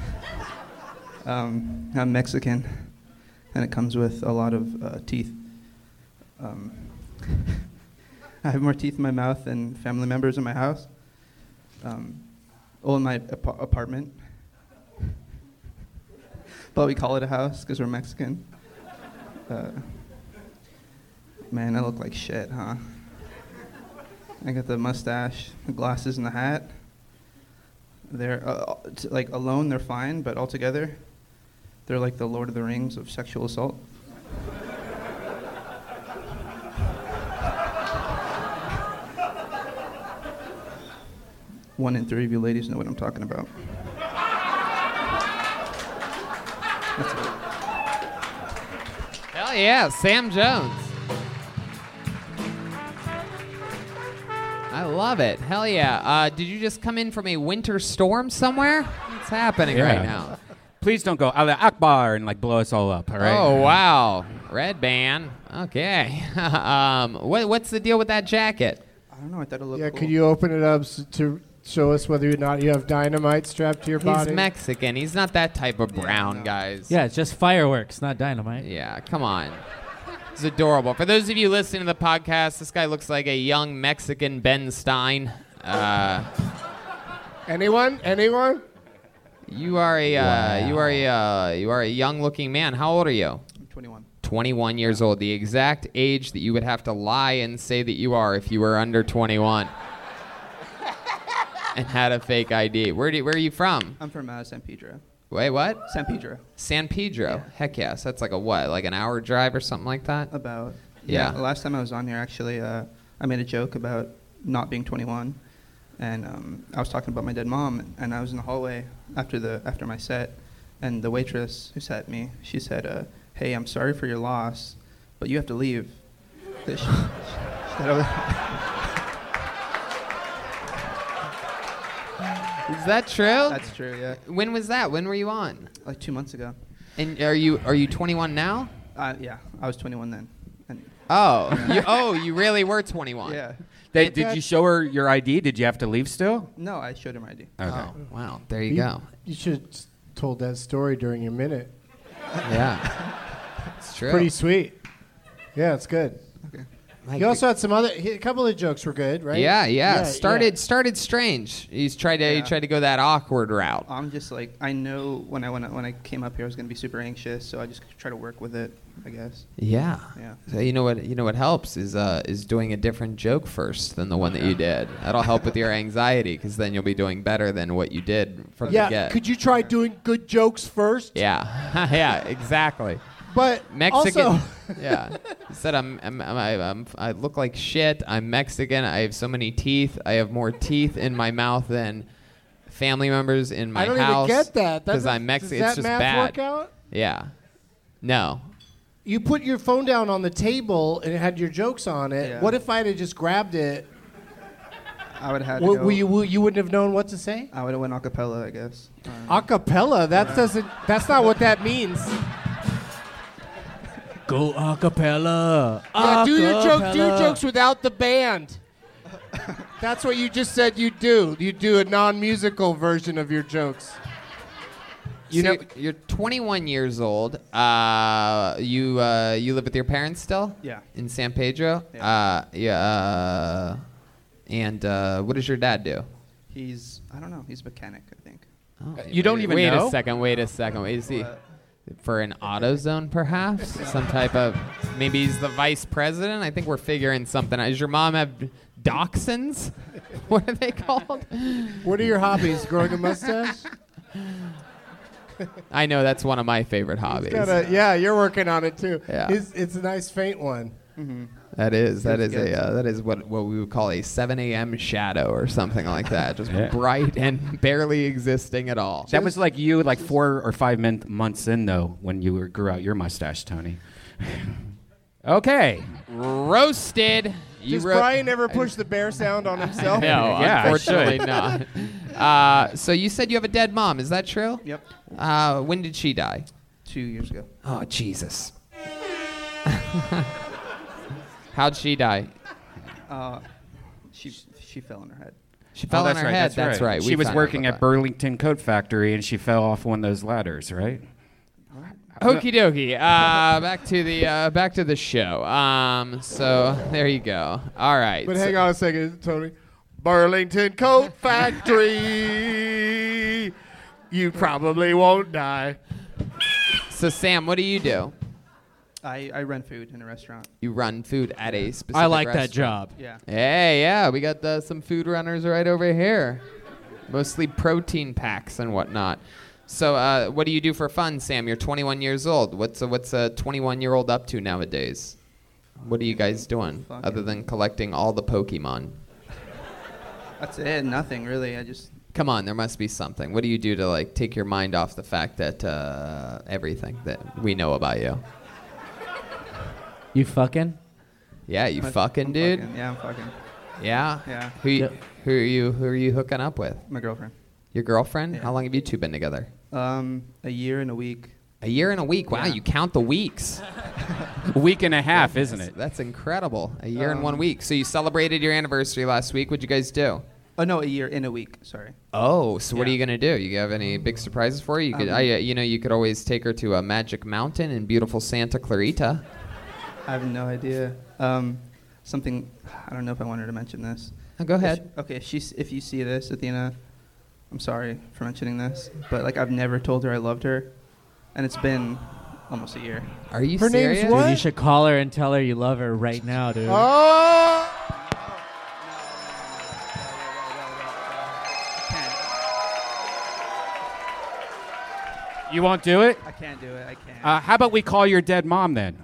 Speaker 10: um, I'm Mexican, and it comes with a lot of uh, teeth. Um, I have more teeth in my mouth than family members in my house. Um, well, in my apa- apartment. but we call it a house because we're Mexican. Uh, Man, I look like shit, huh? I got the mustache, the glasses, and the hat. They're uh, t- like alone, they're fine, but all together, they're like the Lord of the Rings of sexual assault. One in three of you ladies know what I'm talking about.
Speaker 3: Hell yeah, Sam Jones. I love it. Hell yeah. Uh, did you just come in from a winter storm somewhere? What's happening right
Speaker 2: Yeah.
Speaker 3: now?
Speaker 2: Please don't go Allah Akbar and like blow us all up, all right?
Speaker 3: Oh wow, red band. Okay. um, what, what's the deal with that jacket?
Speaker 10: I don't know, I thought it looked
Speaker 4: Yeah,
Speaker 10: cool.
Speaker 4: could you open it up s- to show us whether or not you have dynamite strapped to your
Speaker 3: He's
Speaker 4: body?
Speaker 3: Mexican. He's not that type of brown, guys.
Speaker 5: Yeah, it's just fireworks, not dynamite.
Speaker 3: Yeah, come on. It's adorable. For those of you listening to the podcast, this guy looks like a young Mexican Ben Stein. Uh,
Speaker 4: Anyone? Anyone?
Speaker 3: You are a uh, you are a uh, you are a young-looking man. How old are you?
Speaker 10: I'm 21.
Speaker 3: 21 years old, the exact age that you would have to lie and say that you are if you were under 21 and had a fake ID. Where do you, where are you from?
Speaker 10: I'm from uh, San Pedro.
Speaker 3: Wait, what?
Speaker 10: San Pedro.
Speaker 3: San Pedro. Heck yes, that's like a what? Like an hour drive or something like that.
Speaker 10: About
Speaker 3: Yeah.
Speaker 10: yeah. last time I was on here, actually, uh, I made a joke about not being 21, and um, I was talking about my dead mom, and I was in the hallway after the after my set, and the waitress who sat me, she said, uh, "Hey, I'm sorry for your loss, but you have to leave." She- she- she said I was-
Speaker 3: Is that true?
Speaker 10: That's true. Yeah,
Speaker 3: when was that? When were you on?
Speaker 10: like two months ago.
Speaker 3: And are you are you 21 now?
Speaker 10: Uh, yeah, I was 21 then. And
Speaker 3: Oh, you, oh, you really were 21.
Speaker 10: Yeah.
Speaker 2: They, did you show her your ID? Did you have to leave still?
Speaker 10: No, I showed him ID.
Speaker 2: Okay.
Speaker 3: Oh, wow. There you, go.
Speaker 11: You should have told that story during your minute.
Speaker 3: Yeah. it's true.
Speaker 11: Pretty sweet. Yeah, it's good. Okay.
Speaker 3: Like
Speaker 11: you also had some other, a couple of jokes were good, right?
Speaker 3: Yeah, yeah. started started strange. He's tried to he tried to go that awkward route.
Speaker 10: I'm just like I know when I when I, when I came up here I was gonna be super anxious, so I just try to work with it. I guess.
Speaker 3: Yeah.
Speaker 10: Yeah.
Speaker 3: So you know what you know what helps is uh, is doing a different joke first than the one that you did. That'll help with your anxiety because then you'll be doing better than what you did from the
Speaker 11: Yeah.
Speaker 3: get.
Speaker 11: Could you try doing good jokes first?
Speaker 3: yeah. yeah. Exactly.
Speaker 11: But
Speaker 3: Mexican.
Speaker 11: also-
Speaker 3: yeah. He said I'm, I'm, I'm, I- I'm I look like shit. I'm Mexican. I have so many teeth. I have more teeth in my mouth than family members in
Speaker 11: I
Speaker 3: my
Speaker 11: don't
Speaker 3: house.
Speaker 11: even get that. That
Speaker 3: Because
Speaker 11: doesn't-
Speaker 3: I'm Mexican.
Speaker 11: Does
Speaker 3: It's just
Speaker 11: that math
Speaker 3: bad.
Speaker 11: work out?
Speaker 3: Yeah. No.
Speaker 11: You put your phone down on the table and it had your jokes on it. What if I had just grabbed it?
Speaker 10: I would have had
Speaker 11: Wou-
Speaker 10: to go.
Speaker 11: wou- you, wou- you wouldn't have known what to say.
Speaker 10: I would have went acapella, I guess. Um,
Speaker 11: Acapella. That doesn't. That's not what that means.
Speaker 12: Go acapella.
Speaker 11: Yeah, Uh, do your joke. Do your
Speaker 12: Acapella.
Speaker 11: jokes without the band. That's what you just said you do. You do a non-musical version of your jokes.
Speaker 3: You know, you're 21 years old. Uh, you uh, you live with your parents still?
Speaker 10: Yeah.
Speaker 3: In San Pedro. Yeah. Uh, yeah. Uh, and uh, what does your dad do?
Speaker 10: he's I don't know. He's a mechanic, I think.
Speaker 3: Wait- wait a second. Wait a second. Wait, is he for an AutoZone perhaps? Some type of maybe he's the vice president. I think we're figuring something. out. Does your mom have dachshunds? What are they called?
Speaker 11: What are your hobbies? Growing a mustache?
Speaker 3: I know that's one of my favorite hobbies.
Speaker 11: Gotta- yeah, you're working on it too.
Speaker 3: Yeah.
Speaker 11: It's, it's a nice faint one.
Speaker 10: Mm-hmm.
Speaker 3: That is that
Speaker 11: It's
Speaker 3: is
Speaker 11: good.
Speaker 3: a uh, that is what what we would call a 7 a.m. shadow or something like that, just
Speaker 2: Yeah.
Speaker 3: bright and barely existing at all.
Speaker 2: That was like you, like four or five min- months in though, when you were, grew out your mustache, Tony. okay.
Speaker 3: roasted. You
Speaker 11: Does
Speaker 3: ro-
Speaker 11: Brian ever push the bear sound on himself?
Speaker 3: No,
Speaker 2: Yeah, I
Speaker 3: unfortunately
Speaker 2: should.
Speaker 3: not. Uh, so you said you have a dead mom. Is that true?
Speaker 10: Yep.
Speaker 3: Uh, when did she die?
Speaker 10: Two years ago.
Speaker 3: Oh Jesus. How'd she die?
Speaker 10: Uh, she she fell on her head.
Speaker 3: She fell
Speaker 2: Oh,
Speaker 3: on her head. That's, right. We
Speaker 2: She was
Speaker 3: found out
Speaker 2: working
Speaker 3: about
Speaker 2: at Burlington Coat Factory and she fell off one of those ladders, right?
Speaker 3: Okie dokie. Uh, back to the uh, back to the show. Um, so there you go. All right.
Speaker 11: But
Speaker 3: so-
Speaker 11: hang on a second, Tony. Burlington Coat Factory. You probably won't die.
Speaker 3: So Sam, what do you do?
Speaker 10: I, I run food in a restaurant.
Speaker 3: You run food at a specific.
Speaker 12: I like that
Speaker 3: restaurant.
Speaker 12: job.
Speaker 10: Yeah.
Speaker 3: Hey, yeah, we got uh, some food runners right over here. Mostly protein packs and whatnot. So, uh, what do you do for fun, Sam? You're 21 years old. What's a, what's a 21 year old up to nowadays? What are you
Speaker 10: Oh,
Speaker 3: guys doing
Speaker 10: Fucking-
Speaker 3: other than collecting all the Pokemon?
Speaker 10: That's it. Nothing really. I just
Speaker 3: Come on, there must be something. What do you do to like take your mind off the fact that uh, everything that we know about you?
Speaker 12: You fucking?
Speaker 3: Yeah, you fucking
Speaker 10: I'm
Speaker 3: dude.
Speaker 10: fucking- yeah, I'm fucking
Speaker 3: Yeah.
Speaker 10: Yeah.
Speaker 3: Who you, who are you who are you hooking up with?
Speaker 10: my girlfriend.
Speaker 3: Your girlfriend?
Speaker 10: Yeah.
Speaker 3: How long have you two been together?
Speaker 10: Um, a year and a week.
Speaker 3: A year and a week. Wow, you count the weeks.
Speaker 2: A week and a half, isn't
Speaker 3: That's,
Speaker 2: it?
Speaker 3: that's incredible. A year and one
Speaker 10: Um,
Speaker 3: week. So you celebrated your anniversary last week. What'd you guys do?
Speaker 10: Oh no, a year in a week. Sorry.
Speaker 3: Oh, so what are you gonna do? You have any big surprises for her? You could,
Speaker 10: Um,
Speaker 3: I, uh, you know, you could always take her to a Magic Mountain in beautiful Santa Clarita.
Speaker 10: I have no idea. Um, something. I don't know if I wanted to mention this.
Speaker 3: Oh, go
Speaker 10: If-
Speaker 3: ahead.
Speaker 10: okay, if she's if you see this, Athena, I'm sorry for mentioning this, but like I've never told her I loved her, and it's been almost a year.
Speaker 3: Are you
Speaker 11: Her name's
Speaker 3: serious?
Speaker 11: what?
Speaker 12: Dude, you should call her and tell her you love her right now, dude.
Speaker 11: Oh!
Speaker 2: You won't do it?
Speaker 10: I can't do it. I can't.
Speaker 2: Uh, how about we call your dead mom then?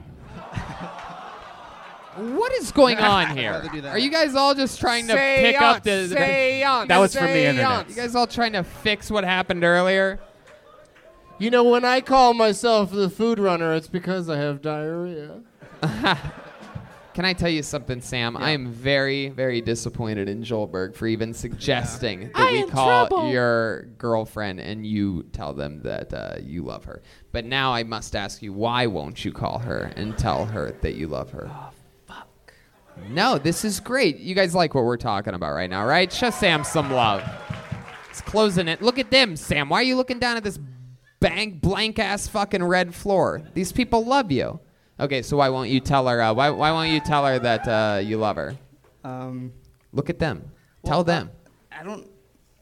Speaker 3: What is going on
Speaker 10: I'd
Speaker 3: here?
Speaker 10: rather do that.
Speaker 3: Are you guys all just trying to pick up the? the-
Speaker 11: Seance,
Speaker 2: That was from the internet.
Speaker 3: you guys all trying to fix what happened earlier?
Speaker 11: You know, when I call myself the food runner, it's because I have diarrhea.
Speaker 3: Can I tell you something, Sam? I am very, very disappointed in Joelberg for even suggesting that
Speaker 1: I
Speaker 3: we
Speaker 1: am
Speaker 3: call
Speaker 1: trouble.
Speaker 3: your girlfriend and you tell them that uh, you love her. But now I must ask you, why won't you call her and tell her that you love her?
Speaker 1: Oh,
Speaker 3: No, this is great. You guys like what we're talking about right now, right? Show Sam some love. It's closing it. Look at them, Sam. Why are you looking down at this bang blank ass fucking red floor? These people love you. Okay, so why won't you tell her? Uh, why why won't you tell her that uh, you love her?
Speaker 10: Um,
Speaker 3: Look at them. tell them.
Speaker 10: I don't.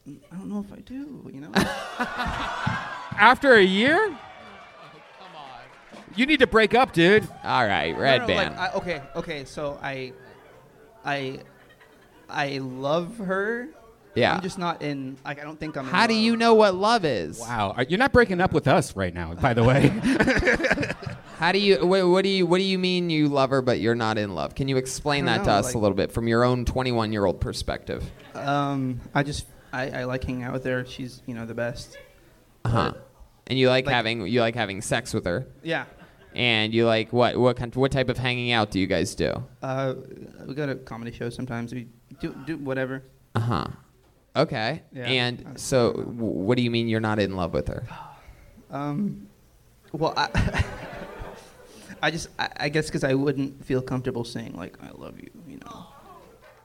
Speaker 10: I don't know if I do. You know.
Speaker 2: After a year? You need to break up, dude.
Speaker 3: All right,
Speaker 10: No, no, like, I- okay, okay. So I, I, I love her.
Speaker 3: Yeah.
Speaker 10: I'm just not in. Like I don't think I'm. in
Speaker 3: How do
Speaker 10: love.
Speaker 3: you know what love is?
Speaker 2: Wow, are- you're not breaking up with us right now, by the way.
Speaker 3: How do you wha- what do you what do you mean you love her but you're not in love? Can you explain
Speaker 10: I
Speaker 3: that
Speaker 10: don't
Speaker 3: to
Speaker 10: know,
Speaker 3: us
Speaker 10: like-
Speaker 3: a little bit from your own 21 year old perspective?
Speaker 10: Um, I just I, I like hanging out with her. She's you know the best.
Speaker 3: Uh huh. And you like,
Speaker 10: Like-
Speaker 3: having you like having sex with her.
Speaker 10: Yeah.
Speaker 3: And you like what what kind, what type of hanging out do you guys do?
Speaker 10: Uh, we go to comedy shows sometimes. We do do whatever.
Speaker 3: Uh huh. Okay.
Speaker 10: Yeah.
Speaker 3: And so w- what do you mean you're not in love with her?
Speaker 10: Um, well, I, I just I, I guess because I wouldn't feel comfortable saying like I love you, you know,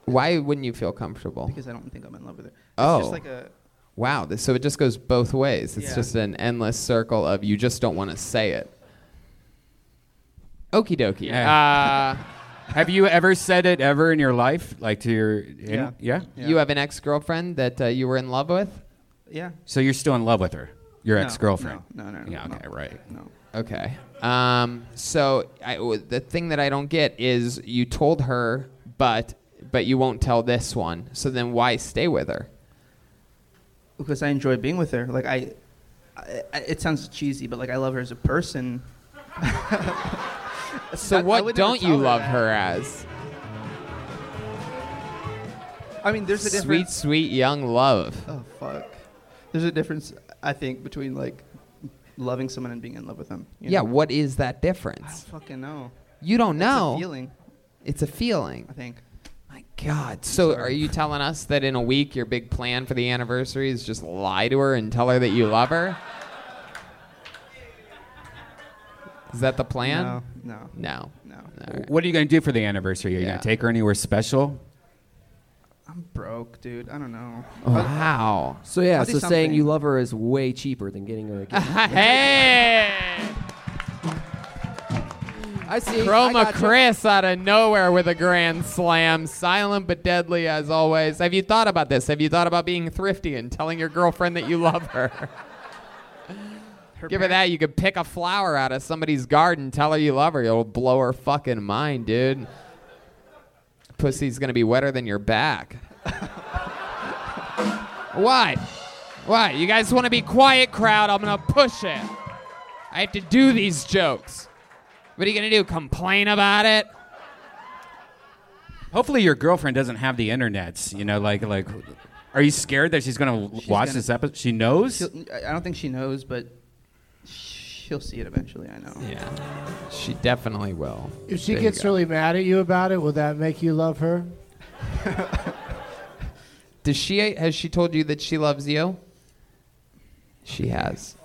Speaker 3: Why wouldn't you feel comfortable?
Speaker 10: because I don't think I'm in love with her. It's
Speaker 3: Oh.
Speaker 10: just like a
Speaker 3: Wow. th- So it just goes both ways. It's
Speaker 10: Yeah.
Speaker 3: just an endless circle of you just don't want to say it. Okie dokie. Uh,
Speaker 2: Yeah. Have you ever said it ever in your life, like to your yeah? yeah?
Speaker 3: You have an ex girlfriend that uh, you were in love with?
Speaker 10: yeah.
Speaker 2: So you're still in love with her, your
Speaker 3: No,
Speaker 2: ex-girlfriend?
Speaker 10: no, no, no,
Speaker 2: Yeah. Okay. Right.
Speaker 10: No.
Speaker 3: Okay. Um, so I w the thing that I don't get is you told her, but but you won't tell this one. So then why stay with her?
Speaker 10: because I enjoy being with her. Like I, I, I it sounds cheesy, but like I love her as a person.
Speaker 3: So
Speaker 10: I- I
Speaker 3: what
Speaker 10: would never
Speaker 3: don't
Speaker 10: tell
Speaker 3: you
Speaker 10: her
Speaker 3: love
Speaker 10: that.
Speaker 3: her as?
Speaker 10: I mean, there's a
Speaker 3: sweet,
Speaker 10: difference.
Speaker 3: sweet young love.
Speaker 10: Oh fuck. There's a difference, I think, between like loving someone and being in love with them. you
Speaker 3: yeah.
Speaker 10: know?
Speaker 3: What is that difference?
Speaker 10: Fucking no.
Speaker 3: You don't
Speaker 10: It's a
Speaker 3: know.
Speaker 10: feeling,
Speaker 3: It's a feeling.
Speaker 10: I think.
Speaker 3: God. So are you telling us that in a week your big plan for the anniversary is just lie to her and tell her that you love her? Is that the plan?
Speaker 10: No,
Speaker 3: No. No.
Speaker 2: What are you going to do for the anniversary? Are you going to take her anywhere special?
Speaker 10: I'm broke, dude. I don't know.
Speaker 3: Wow.
Speaker 1: So yeah,
Speaker 10: I'll do
Speaker 1: so saying
Speaker 10: something.
Speaker 1: you love her is way cheaper than getting her a gift.
Speaker 3: hey.
Speaker 1: I see. I
Speaker 3: Chroma
Speaker 1: gotcha.
Speaker 3: Chris out of nowhere with a grand slam, silent but deadly as always. Have you thought about this? Have you thought about being thrifty and telling your girlfriend that you love her? Give her that. You could pick a flower out of somebody's garden, tell her you love her. It'll blow her fucking mind, dude. Pussy's gonna be wetter than your back. what? What? You guys want to be quiet, crowd? I'm gonna push it. I have to do these jokes. What are you gonna do? Complain about it?
Speaker 2: Hopefully, your girlfriend doesn't have the internets. You know, like like. Are you scared that she's going to watch
Speaker 10: gonna-
Speaker 2: this episode? She knows.
Speaker 10: She'll- I I don't think she knows, but she'll see it eventually. I know.
Speaker 3: Yeah. She definitely will.
Speaker 4: If she
Speaker 3: There you
Speaker 4: gets
Speaker 3: go.
Speaker 4: really mad at you about it, will that make you love her?
Speaker 3: Does she has she told you that she loves you? She has.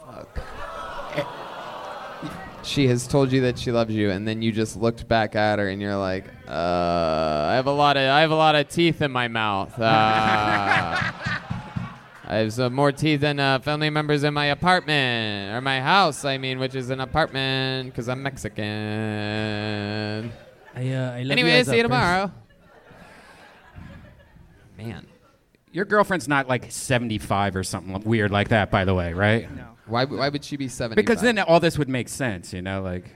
Speaker 3: She has told you that she loves you, and then you just looked back at her and you're like, uh, I have a lot of I have a lot of teeth in my mouth. Uh, I have some more teeth than uh, family members in my apartment or my house. I mean, which is an apartment because I'm Mexican.
Speaker 13: I, uh, I love you
Speaker 3: anyway,
Speaker 13: as a
Speaker 3: see you tomorrow. Man.
Speaker 2: Your girlfriend's not like 75 or something weird like that, by the way, right? No.
Speaker 3: Why, why would she be 75?
Speaker 2: Because then all this would make sense, you know? Like,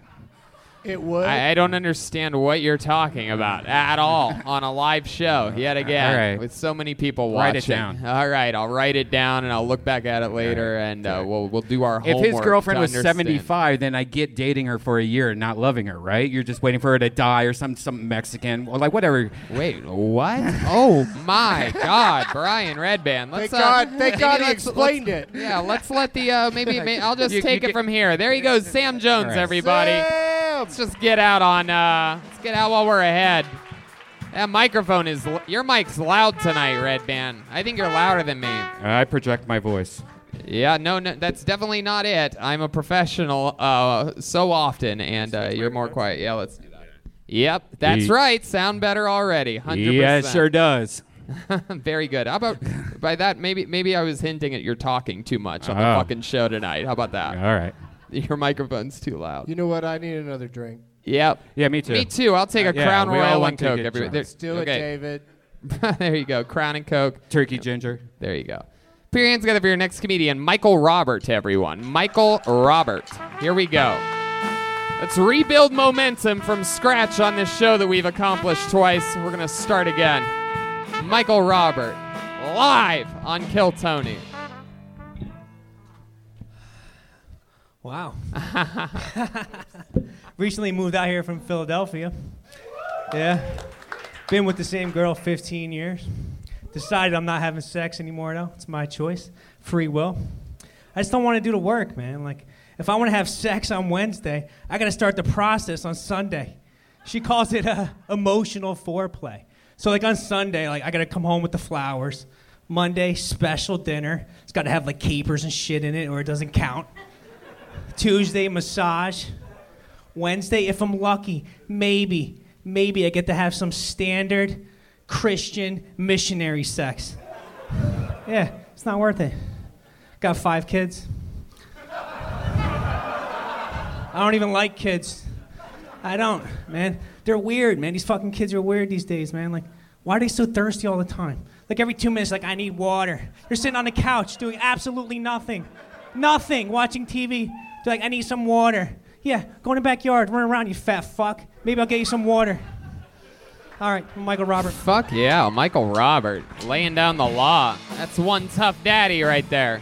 Speaker 4: It would.
Speaker 3: I, I don't understand what you're talking about at all on a live show yet again
Speaker 2: All right.
Speaker 3: with so many people watching.
Speaker 2: Write it down.
Speaker 3: All right, I'll write it down and I'll look back at it later and uh, we'll we'll do our
Speaker 2: if
Speaker 3: homework.
Speaker 2: his girlfriend
Speaker 3: to
Speaker 2: was
Speaker 3: understand.
Speaker 2: 75, then I get dating her for a year and not loving her, right? You're just waiting for her to die or some some Mexican or like whatever.
Speaker 3: Wait, what? oh my God, Brian Redband. Let's,
Speaker 4: Thank
Speaker 3: uh,
Speaker 4: God- thank
Speaker 3: maybe
Speaker 4: God he
Speaker 3: let's-
Speaker 4: explained
Speaker 3: let's-
Speaker 4: it.
Speaker 3: Yeah, let's let the uh, maybe, may I'll just
Speaker 4: You-
Speaker 3: take
Speaker 4: you
Speaker 3: it from here. There he goes, Sam Jones,
Speaker 4: All right.
Speaker 3: everybody.
Speaker 4: Sam!
Speaker 3: Let's just get out on. Uh, let's get out while we're ahead. That microphone is. l- Your mic's loud tonight, Red Band. I think you're louder than me.
Speaker 2: I project my voice.
Speaker 3: Yeah, no, no, that's definitely not it. I'm a professional uh, so often, and uh, you're more quiet. Yeah, let's do that. Yep, that's
Speaker 2: Ye-
Speaker 3: right. Sound better already. 100%.
Speaker 2: Yeah, it sure does.
Speaker 3: Very good. How about by that? Maybe maybe I was hinting at your talking too much on
Speaker 2: Oh.
Speaker 3: the fucking show tonight. How about that?
Speaker 2: All right.
Speaker 3: Your microphone's too loud.
Speaker 4: You know what? I need another drink.
Speaker 3: Yep.
Speaker 2: Yeah, me too.
Speaker 3: Me too. I'll take a
Speaker 2: Uh, yeah,
Speaker 3: Crown
Speaker 2: we all
Speaker 3: Royal
Speaker 2: want
Speaker 3: and
Speaker 2: to get
Speaker 3: Coke. Every,
Speaker 2: drunk.
Speaker 3: there-
Speaker 4: Let's do it,
Speaker 3: okay.
Speaker 4: David.
Speaker 3: there you go. Crown and Coke.
Speaker 2: Turkey ginger.
Speaker 3: There you go. Put your hands together for your next comedian, Michael Robert, everyone. Michael Robert. Here we go. Let's rebuild momentum from scratch on this show that we've accomplished twice. We're going to start again. Michael Robert, live on Kill Tony.
Speaker 13: Wow. Recently moved out here from Philadelphia. Yeah. Been with the same girl 15 years. Decided I'm not having sex anymore, though. It's my choice. Free will. I just don't want to do the work, man. Like, if I want to have sex on Wednesday, I got to start the process on Sunday. She calls it uh, emotional foreplay. So, like, on Sunday, like, I got to come home with the flowers. Monday, special dinner. It's got to have, like, capers and shit in it, or it doesn't count. Tuesday, massage. Wednesday, if I'm lucky, maybe, maybe I get to have some standard Christian missionary sex. yeah, it's not worth it. Got five kids. I don't even like kids. I don't, man. They're weird, man. These fucking kids are weird these days, man. Like, why are they so thirsty all the time? Like, every two minutes, like, I need water. They're sitting on the couch doing absolutely nothing. Nothing. Watching TV. They're like, I need some water. Yeah, go in the backyard, run around, you fat fuck. Maybe I'll get you some water. All right, Michael Robert.
Speaker 3: Fuck yeah, Michael Robert, laying down the law. That's one tough daddy right there.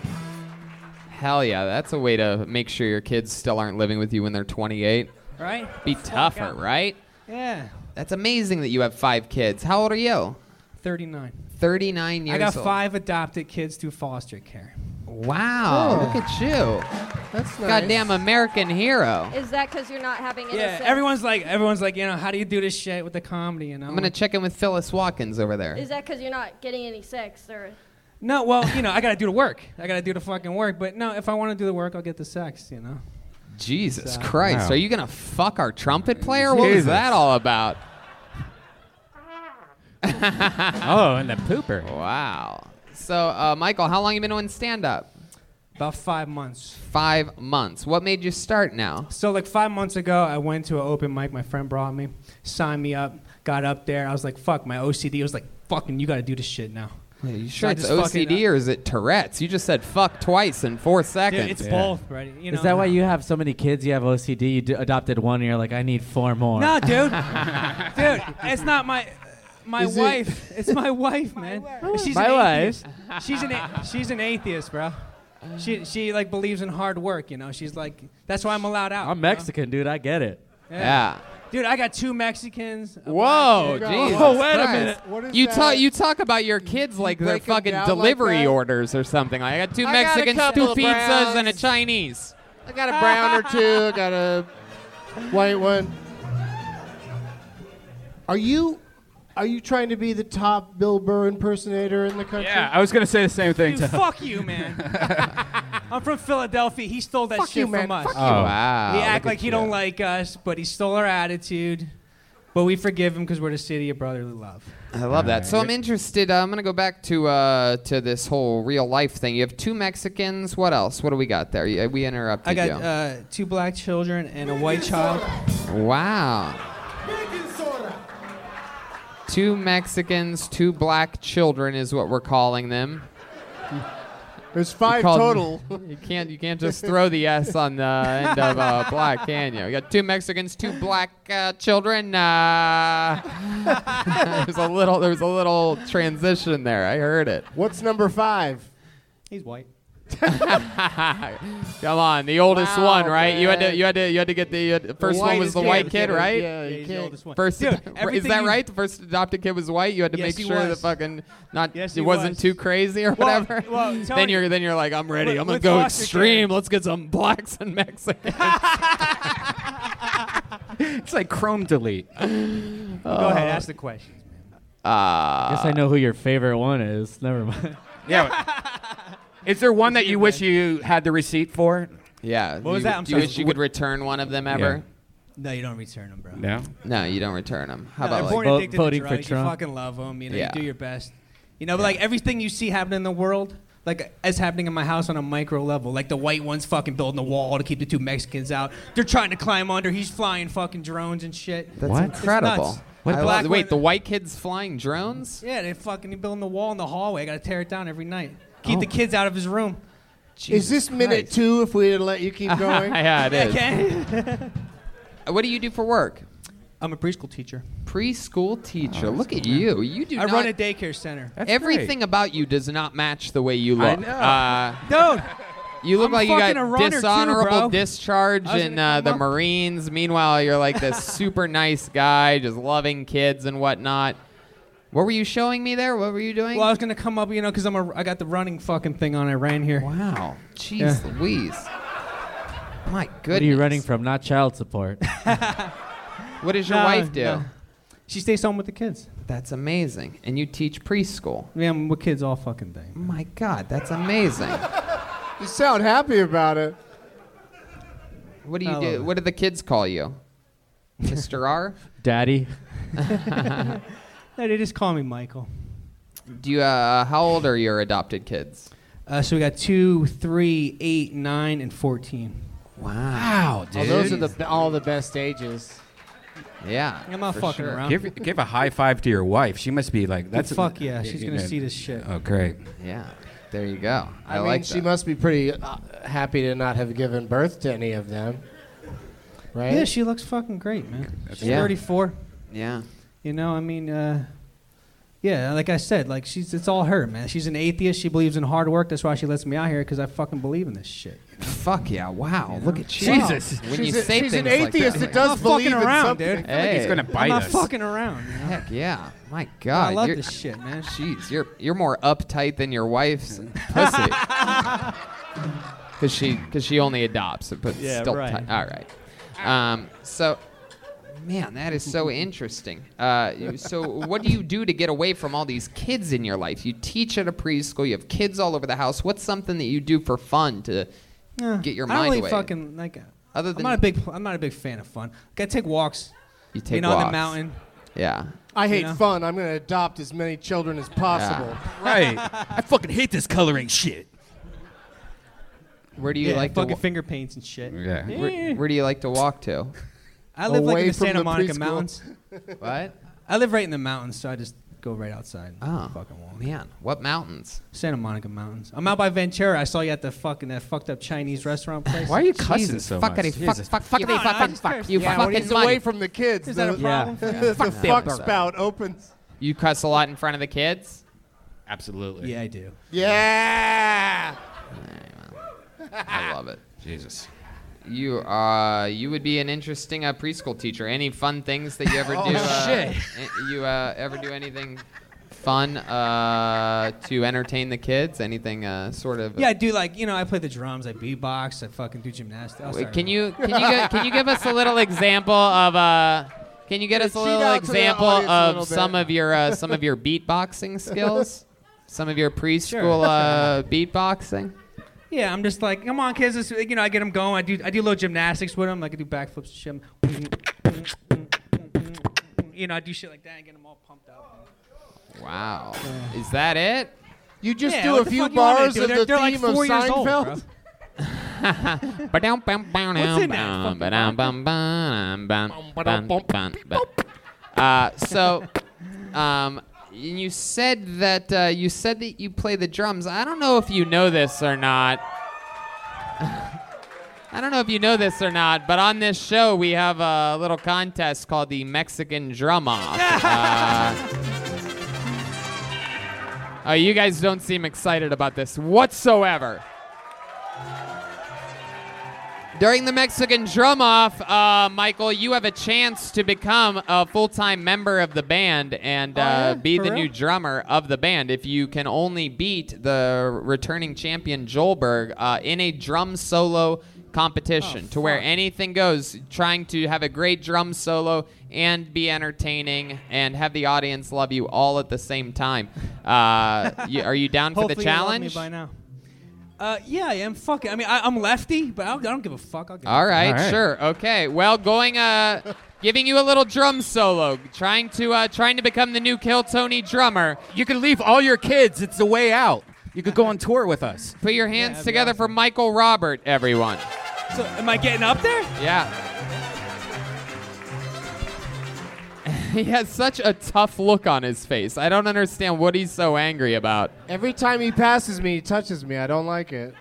Speaker 3: Hell yeah, that's a way to make sure your kids still aren't living with you when they're 28.
Speaker 13: Right?
Speaker 3: Be tougher, right?
Speaker 13: Yeah.
Speaker 3: That's amazing that you have five kids. How old are you?
Speaker 13: 39.
Speaker 3: 39 years
Speaker 13: I got
Speaker 3: old.
Speaker 13: five adopted kids through foster care.
Speaker 3: Wow, look at you.
Speaker 13: Oh. That's
Speaker 3: Goddamn American hero.
Speaker 6: Is that because you're not having any
Speaker 13: Yeah,
Speaker 6: sex?
Speaker 13: everyone's like, everyone's like, you know, how do you do this shit with the comedy? And
Speaker 3: I'm going to check in with Phyllis Watkins over there.
Speaker 6: Is that because you're not getting any sex or?
Speaker 13: No, well, you know, I gotta do the work. I gotta do the fucking work. But no, if I want to do the work, I'll get the sex. You know.
Speaker 3: Jesus
Speaker 13: So-
Speaker 3: Christ,
Speaker 13: Wow.
Speaker 3: are you going to fuck our trumpet player? What was
Speaker 13: Jesus.
Speaker 3: that all about?
Speaker 2: oh, and the pooper.
Speaker 3: Wow. So, uh, Michael, how long you been doing stand up?
Speaker 13: About five months.
Speaker 3: Five months. What made you start now?
Speaker 13: So like five months ago, I went to an open mic. My friend brought me, signed me up, got up there. I was like, fuck, my OCD was like, fucking, you gotta do this shit now.
Speaker 3: you
Speaker 13: So
Speaker 3: sure
Speaker 13: I
Speaker 3: it's
Speaker 13: just fucking- uh,
Speaker 3: OCD or is it Tourette's? You just said fuck twice in four seconds.
Speaker 13: it's Yeah. both, right? You know.
Speaker 12: Is that why you have so many kids? You have OCD. You d- adopted one, and you're like, I need four more.
Speaker 13: No, dude, dude, it's not my. My
Speaker 12: Is it-
Speaker 13: wife, it's my wife, man. She's
Speaker 12: My
Speaker 13: an
Speaker 12: wife.
Speaker 13: atheist. She's an a- she's an atheist, bro. She she like believes in hard work, you know. She's like that's why I'm allowed out.
Speaker 12: I'm Mexican, dude. I get it.
Speaker 3: Yeah.
Speaker 13: Dude, I got two Mexicans. a black
Speaker 3: Whoa,
Speaker 13: kid.
Speaker 3: Jesus
Speaker 13: Oh,
Speaker 3: Christ. you talk you talk about your kids like they're
Speaker 13: break 'em
Speaker 3: fucking
Speaker 13: down like
Speaker 3: delivery
Speaker 13: that?
Speaker 3: orders or something. Like, I got two
Speaker 13: I got a
Speaker 3: Mexicans,
Speaker 13: couple
Speaker 3: two
Speaker 13: of
Speaker 3: pizzas,
Speaker 13: browns.
Speaker 3: and a Chinese.
Speaker 4: I got a brown or two. I got a white one. Are you are you trying to be the top Bill Burr impersonator in the country?
Speaker 2: Yeah, I was gonna say the same thing.
Speaker 13: Dude,
Speaker 2: to
Speaker 13: fuck you, man. I'm from Philadelphia. He stole that
Speaker 4: Fuck
Speaker 13: shit
Speaker 4: you, man.
Speaker 13: from us.
Speaker 4: Fuck you. Oh. Wow,
Speaker 13: He
Speaker 4: look
Speaker 13: act like
Speaker 4: at
Speaker 13: he
Speaker 4: you.
Speaker 13: don't like us, but he stole our attitude. But we forgive him because we're the city of brotherly love.
Speaker 3: I love that. So I'm interested. Uh, I'm gonna go back to uh, to this whole real life thing. You have two Mexicans. What else? What do we got there? You- We interrupted
Speaker 13: I got
Speaker 3: you.
Speaker 13: uh, two black children and a white child.
Speaker 3: wow. Two Mexicans, two black children is what we're calling them.
Speaker 4: There's five total.
Speaker 3: You can't you can't just throw the S on the end of uh, black, can you? We got two Mexicans, two black uh, children. Uh, there's a little there's a little transition there. I heard it.
Speaker 4: What's number five?
Speaker 13: He's white.
Speaker 3: Come on, the oldest
Speaker 4: Wow,
Speaker 3: one, right? You had to
Speaker 4: man.
Speaker 3: you had to you had to get the, you had, the first one
Speaker 4: whitest
Speaker 3: was the
Speaker 4: kid.
Speaker 3: white kid,
Speaker 4: Yeah,
Speaker 3: right?
Speaker 4: yeah, you Yeah, he's the can't- oldest one.
Speaker 3: First,
Speaker 4: Dude,
Speaker 3: is
Speaker 4: everything
Speaker 3: that
Speaker 4: you-
Speaker 3: right? The first adopted kid was white. You had to
Speaker 4: Yes,
Speaker 3: make
Speaker 4: he
Speaker 3: sure the
Speaker 4: was.
Speaker 3: fucking not
Speaker 4: Yes, he
Speaker 3: it wasn't
Speaker 4: was.
Speaker 3: too crazy or
Speaker 4: Well,
Speaker 3: whatever.
Speaker 4: well,
Speaker 3: then
Speaker 4: Tony-
Speaker 3: you're then you're like, I'm ready.
Speaker 4: With-
Speaker 3: I'm gonna
Speaker 4: with
Speaker 3: go
Speaker 4: foster care.
Speaker 3: extreme. Let's get some blacks and Mexicans.
Speaker 2: it's like Chrome delete.
Speaker 14: Go ahead, ask the questions.
Speaker 3: Uh,
Speaker 12: Guess I know who your favorite one is. Never mind.
Speaker 2: Yeah. Is there one that you wish you had the receipt for?
Speaker 3: Yeah.
Speaker 12: What was
Speaker 3: You-
Speaker 12: that? I'm
Speaker 3: do you
Speaker 12: sorry.
Speaker 3: wish you could return one of them ever?
Speaker 13: No, you don't return them, bro.
Speaker 2: No.
Speaker 3: No, you don't return them. How
Speaker 13: No,
Speaker 3: about
Speaker 13: they're
Speaker 3: like,
Speaker 13: born addicted to drugs. You fucking love them. You know,
Speaker 3: Yeah.
Speaker 13: you do your best. You know, but like everything you see happening in the world, like as happening in my house on a micro level. Like the white one's fucking building a wall to keep the two Mexicans out. They're trying to climb under. He's flying fucking drones and shit.
Speaker 3: That's
Speaker 13: It's
Speaker 3: incredible.
Speaker 13: nuts.
Speaker 3: What
Speaker 13: The
Speaker 3: I
Speaker 13: black
Speaker 3: love-
Speaker 13: one-
Speaker 3: wait, the white kids flying drones?
Speaker 13: Yeah, they fucking they're building the wall in the hallway. I gotta tear it down every night. Keep the
Speaker 3: Oh.
Speaker 13: kids out of his room.
Speaker 11: is this minute two if we had let you keep going?
Speaker 3: yeah, it is.
Speaker 13: Okay.
Speaker 3: Uh, what do you do for work?
Speaker 13: I'm a preschool teacher.
Speaker 3: Preschool teacher.
Speaker 13: Oh,
Speaker 3: Look
Speaker 13: that's
Speaker 3: at
Speaker 13: cool.
Speaker 3: you. You do
Speaker 13: I
Speaker 3: not.
Speaker 13: run a daycare center.
Speaker 3: everything about you does not match the way you
Speaker 13: I
Speaker 3: look.
Speaker 13: know.
Speaker 3: Uh,
Speaker 13: Dude,
Speaker 3: You look
Speaker 13: I'm
Speaker 3: like you
Speaker 13: fucking a
Speaker 3: got
Speaker 13: runner too,
Speaker 3: dishonorable
Speaker 13: bro.
Speaker 3: discharge
Speaker 13: I was
Speaker 3: in
Speaker 13: gonna
Speaker 3: uh,
Speaker 13: come
Speaker 3: the
Speaker 13: up-
Speaker 3: Marines. Meanwhile, you're like this super nice guy, just loving kids and whatnot. What were you showing me there? What were you doing?
Speaker 13: Well, I was gonna come up, you know, because I'm a, I got the running fucking thing on. I ran here.
Speaker 3: Wow, jeez Louise. My goodness.
Speaker 12: What are you running from? Not child support.
Speaker 3: What does your
Speaker 13: No,
Speaker 3: wife do?
Speaker 13: no. She stays home with the kids.
Speaker 3: That's amazing. And you teach preschool.
Speaker 13: Yeah, I'm with kids all fucking day.
Speaker 3: My God, that's amazing.
Speaker 11: You sound happy about it.
Speaker 3: What do you
Speaker 11: I love
Speaker 3: do?
Speaker 13: Oh.
Speaker 11: it.
Speaker 3: What do the kids call you? Mr. R?
Speaker 12: Daddy.
Speaker 3: do
Speaker 13: No, they just call me Michael.
Speaker 3: you? Uh, how old are your adopted kids?
Speaker 13: Uh, so we got two, three, eight, nine, and fourteen.
Speaker 3: Wow.
Speaker 4: Oh, those are the all the best ages.
Speaker 3: Yeah.
Speaker 13: I'm not
Speaker 2: for
Speaker 13: fucking
Speaker 2: sure.
Speaker 13: around.
Speaker 2: Give, give a high five to your wife. She must be like, that's a-
Speaker 13: fuck yeah, she's gonna
Speaker 2: know.
Speaker 13: see this shit.
Speaker 2: Oh, great.
Speaker 3: Yeah. There you go.
Speaker 4: I,
Speaker 3: I,
Speaker 4: mean,
Speaker 3: like
Speaker 4: she
Speaker 3: that.
Speaker 4: must be pretty uh, happy to not have given birth to any of them, right?
Speaker 13: Yeah, she looks fucking great, man.
Speaker 4: That's
Speaker 13: she's
Speaker 4: Yeah.
Speaker 13: 34.
Speaker 3: Yeah.
Speaker 13: You know, I mean, uh, yeah, like I said, like she's it's all her, man. She's an atheist. She believes in hard work. That's why she lets me out here because I fucking believe in this shit.
Speaker 3: Fuck yeah! Wow, look at
Speaker 13: you. know?
Speaker 3: Jesus. When you say
Speaker 11: she's an
Speaker 3: things like
Speaker 11: atheist
Speaker 3: that,
Speaker 11: that does
Speaker 13: I'm not
Speaker 11: believe
Speaker 13: fucking
Speaker 11: in
Speaker 13: around,
Speaker 11: something.
Speaker 13: dude.
Speaker 3: I feel like he's Hey. gonna bite
Speaker 13: I'm not
Speaker 3: us.
Speaker 13: fucking around. You know?
Speaker 3: Heck yeah! My God,
Speaker 13: love
Speaker 3: you're-
Speaker 13: this shit, man.
Speaker 3: Jeez, you're you're more uptight than your wife's pussy. Cause she cause she only adopts, but it's
Speaker 4: Yeah,
Speaker 3: still
Speaker 4: right.
Speaker 3: tight. All right. Um, so, man, that is so interesting. Uh, you- so, what do you do to get away from all these kids in your life? You teach at a preschool. You have kids all over the house. What's something that you do for fun to
Speaker 13: Yeah.
Speaker 3: get your
Speaker 13: I don't
Speaker 3: mind
Speaker 13: really
Speaker 3: away?
Speaker 13: fucking like.
Speaker 3: Other than-
Speaker 13: I'm not a big I'm not a big fan of fun. Like, I take walks.
Speaker 3: you take
Speaker 13: you know, on
Speaker 3: walks.
Speaker 13: the mountain.
Speaker 3: Yeah.
Speaker 11: I
Speaker 13: You
Speaker 11: hate
Speaker 13: know?
Speaker 11: fun. I'm going to adopt as many children as possible.
Speaker 3: Right.
Speaker 13: I
Speaker 4: fucking hate this coloring shit.
Speaker 3: Where do you
Speaker 13: Yeah,
Speaker 3: like
Speaker 13: fucking
Speaker 3: to wa-
Speaker 13: finger paints and shit?
Speaker 3: Yeah.
Speaker 13: Eh.
Speaker 3: Where, where do you like to walk to?
Speaker 13: I live like
Speaker 3: Away
Speaker 13: in the
Speaker 3: from
Speaker 13: Santa
Speaker 3: the
Speaker 13: Monica
Speaker 3: preschool.
Speaker 13: mountains.
Speaker 3: What?
Speaker 13: I live right in the mountains, so I just go right outside. And
Speaker 3: Oh,
Speaker 13: fucking walk.
Speaker 3: man, what mountains?
Speaker 13: Santa Monica mountains. I'm out by Ventura. I saw you at the fucking that fucked up Chinese restaurant place.
Speaker 2: Why are you cussing so much?
Speaker 3: fuckity, fuck,
Speaker 2: Jesus.
Speaker 3: fuck, fuck,
Speaker 13: No, no,
Speaker 3: fuck,
Speaker 13: I
Speaker 3: fuck,
Speaker 13: just
Speaker 3: fuck,
Speaker 13: cursed.
Speaker 3: you
Speaker 13: Yeah,
Speaker 11: when
Speaker 3: fucking
Speaker 11: he's
Speaker 3: money.
Speaker 11: away from the kids,
Speaker 13: Is that a
Speaker 11: the-
Speaker 13: problem?
Speaker 11: the
Speaker 3: Fuck them.
Speaker 11: fuck spout opens.
Speaker 3: You cuss a lot in front of the kids? Absolutely.
Speaker 13: Yeah, I do.
Speaker 11: Yeah.
Speaker 3: I love it.
Speaker 2: Jesus.
Speaker 3: You uh, you would be an interesting uh, preschool teacher. Any fun things that you ever
Speaker 2: Oh,
Speaker 3: do? Uh,
Speaker 2: shit.
Speaker 3: a- You uh, ever do anything fun uh, to entertain the kids? Anything uh, sort of?
Speaker 13: Yeah, I do. Like you know, I play the drums. I beatbox. I fucking do gymnastics. Oh, sorry,
Speaker 3: Wait, can
Speaker 13: Rob.
Speaker 3: you can you get, can you give us a little example of uh? Can you get us a
Speaker 13: Cheat
Speaker 3: little
Speaker 13: out to the
Speaker 3: example
Speaker 13: audience a little
Speaker 3: of
Speaker 13: bit.
Speaker 3: some of your uh, some of your beatboxing skills? Some of your preschool uh, beatboxing?
Speaker 13: Yeah, I'm just like, come on, kids. This, you know, I get them going. I do, I do little gymnastics with them. Like I do backflips and shit. You know, I do shit like that and get them all pumped up.
Speaker 3: Wow. Is that it?
Speaker 11: You just
Speaker 13: Yeah,
Speaker 11: do
Speaker 13: what
Speaker 11: a
Speaker 13: the
Speaker 11: few
Speaker 13: fuck you want me to
Speaker 11: bars
Speaker 13: do?
Speaker 11: of
Speaker 13: They're-
Speaker 11: the
Speaker 13: they're like
Speaker 11: theme
Speaker 13: four
Speaker 11: of
Speaker 13: years old,
Speaker 11: Seinfeld.
Speaker 13: bro.
Speaker 3: Ba-dum, bum, bum,
Speaker 13: What's in that
Speaker 3: bum,
Speaker 13: fucking
Speaker 3: ba-dum, bum, bum, bum, bum, bum, bum. Uh, so, um, and you said that uh, you said that you play the drums. I don't know if you know this or not. I don't know if you know this or not, but on this show we have a little contest called the Mexican Drum Off. Uh, oh, you guys don't seem excited about this whatsoever. During the Mexican Drum Off, uh, Michael, you have a chance to become a full time member of the band and uh, be
Speaker 13: For
Speaker 3: the
Speaker 13: real?
Speaker 3: new drummer of the band if you can only beat the returning champion Joelberg uh, in a drum solo competition
Speaker 15: Oh,
Speaker 3: to where anything goes, trying to have a great drum solo and be entertaining and have the audience love you all at the same time. Uh, you, are you down for the
Speaker 15: Hopefully you'll love me
Speaker 3: challenge?
Speaker 15: by now. Uh, yeah, I am. Fuck it. I mean, I, I'm lefty, but I'll, I don't give a fuck. I'll give
Speaker 3: All
Speaker 15: a
Speaker 3: right,
Speaker 15: fuck.
Speaker 3: sure. Okay. Well, going uh giving you a little drum solo, trying to uh trying to become the new Kill Tony drummer.
Speaker 2: You can leave all your kids. It's a way out. You could go on tour with us.
Speaker 3: Put your hands together for Michael Robert, everyone.
Speaker 15: So, am I getting up there?
Speaker 3: Yeah. he has such a tough look on his face. I don't understand what he's so angry about.
Speaker 11: Every time he passes me, he touches me. I don't like it.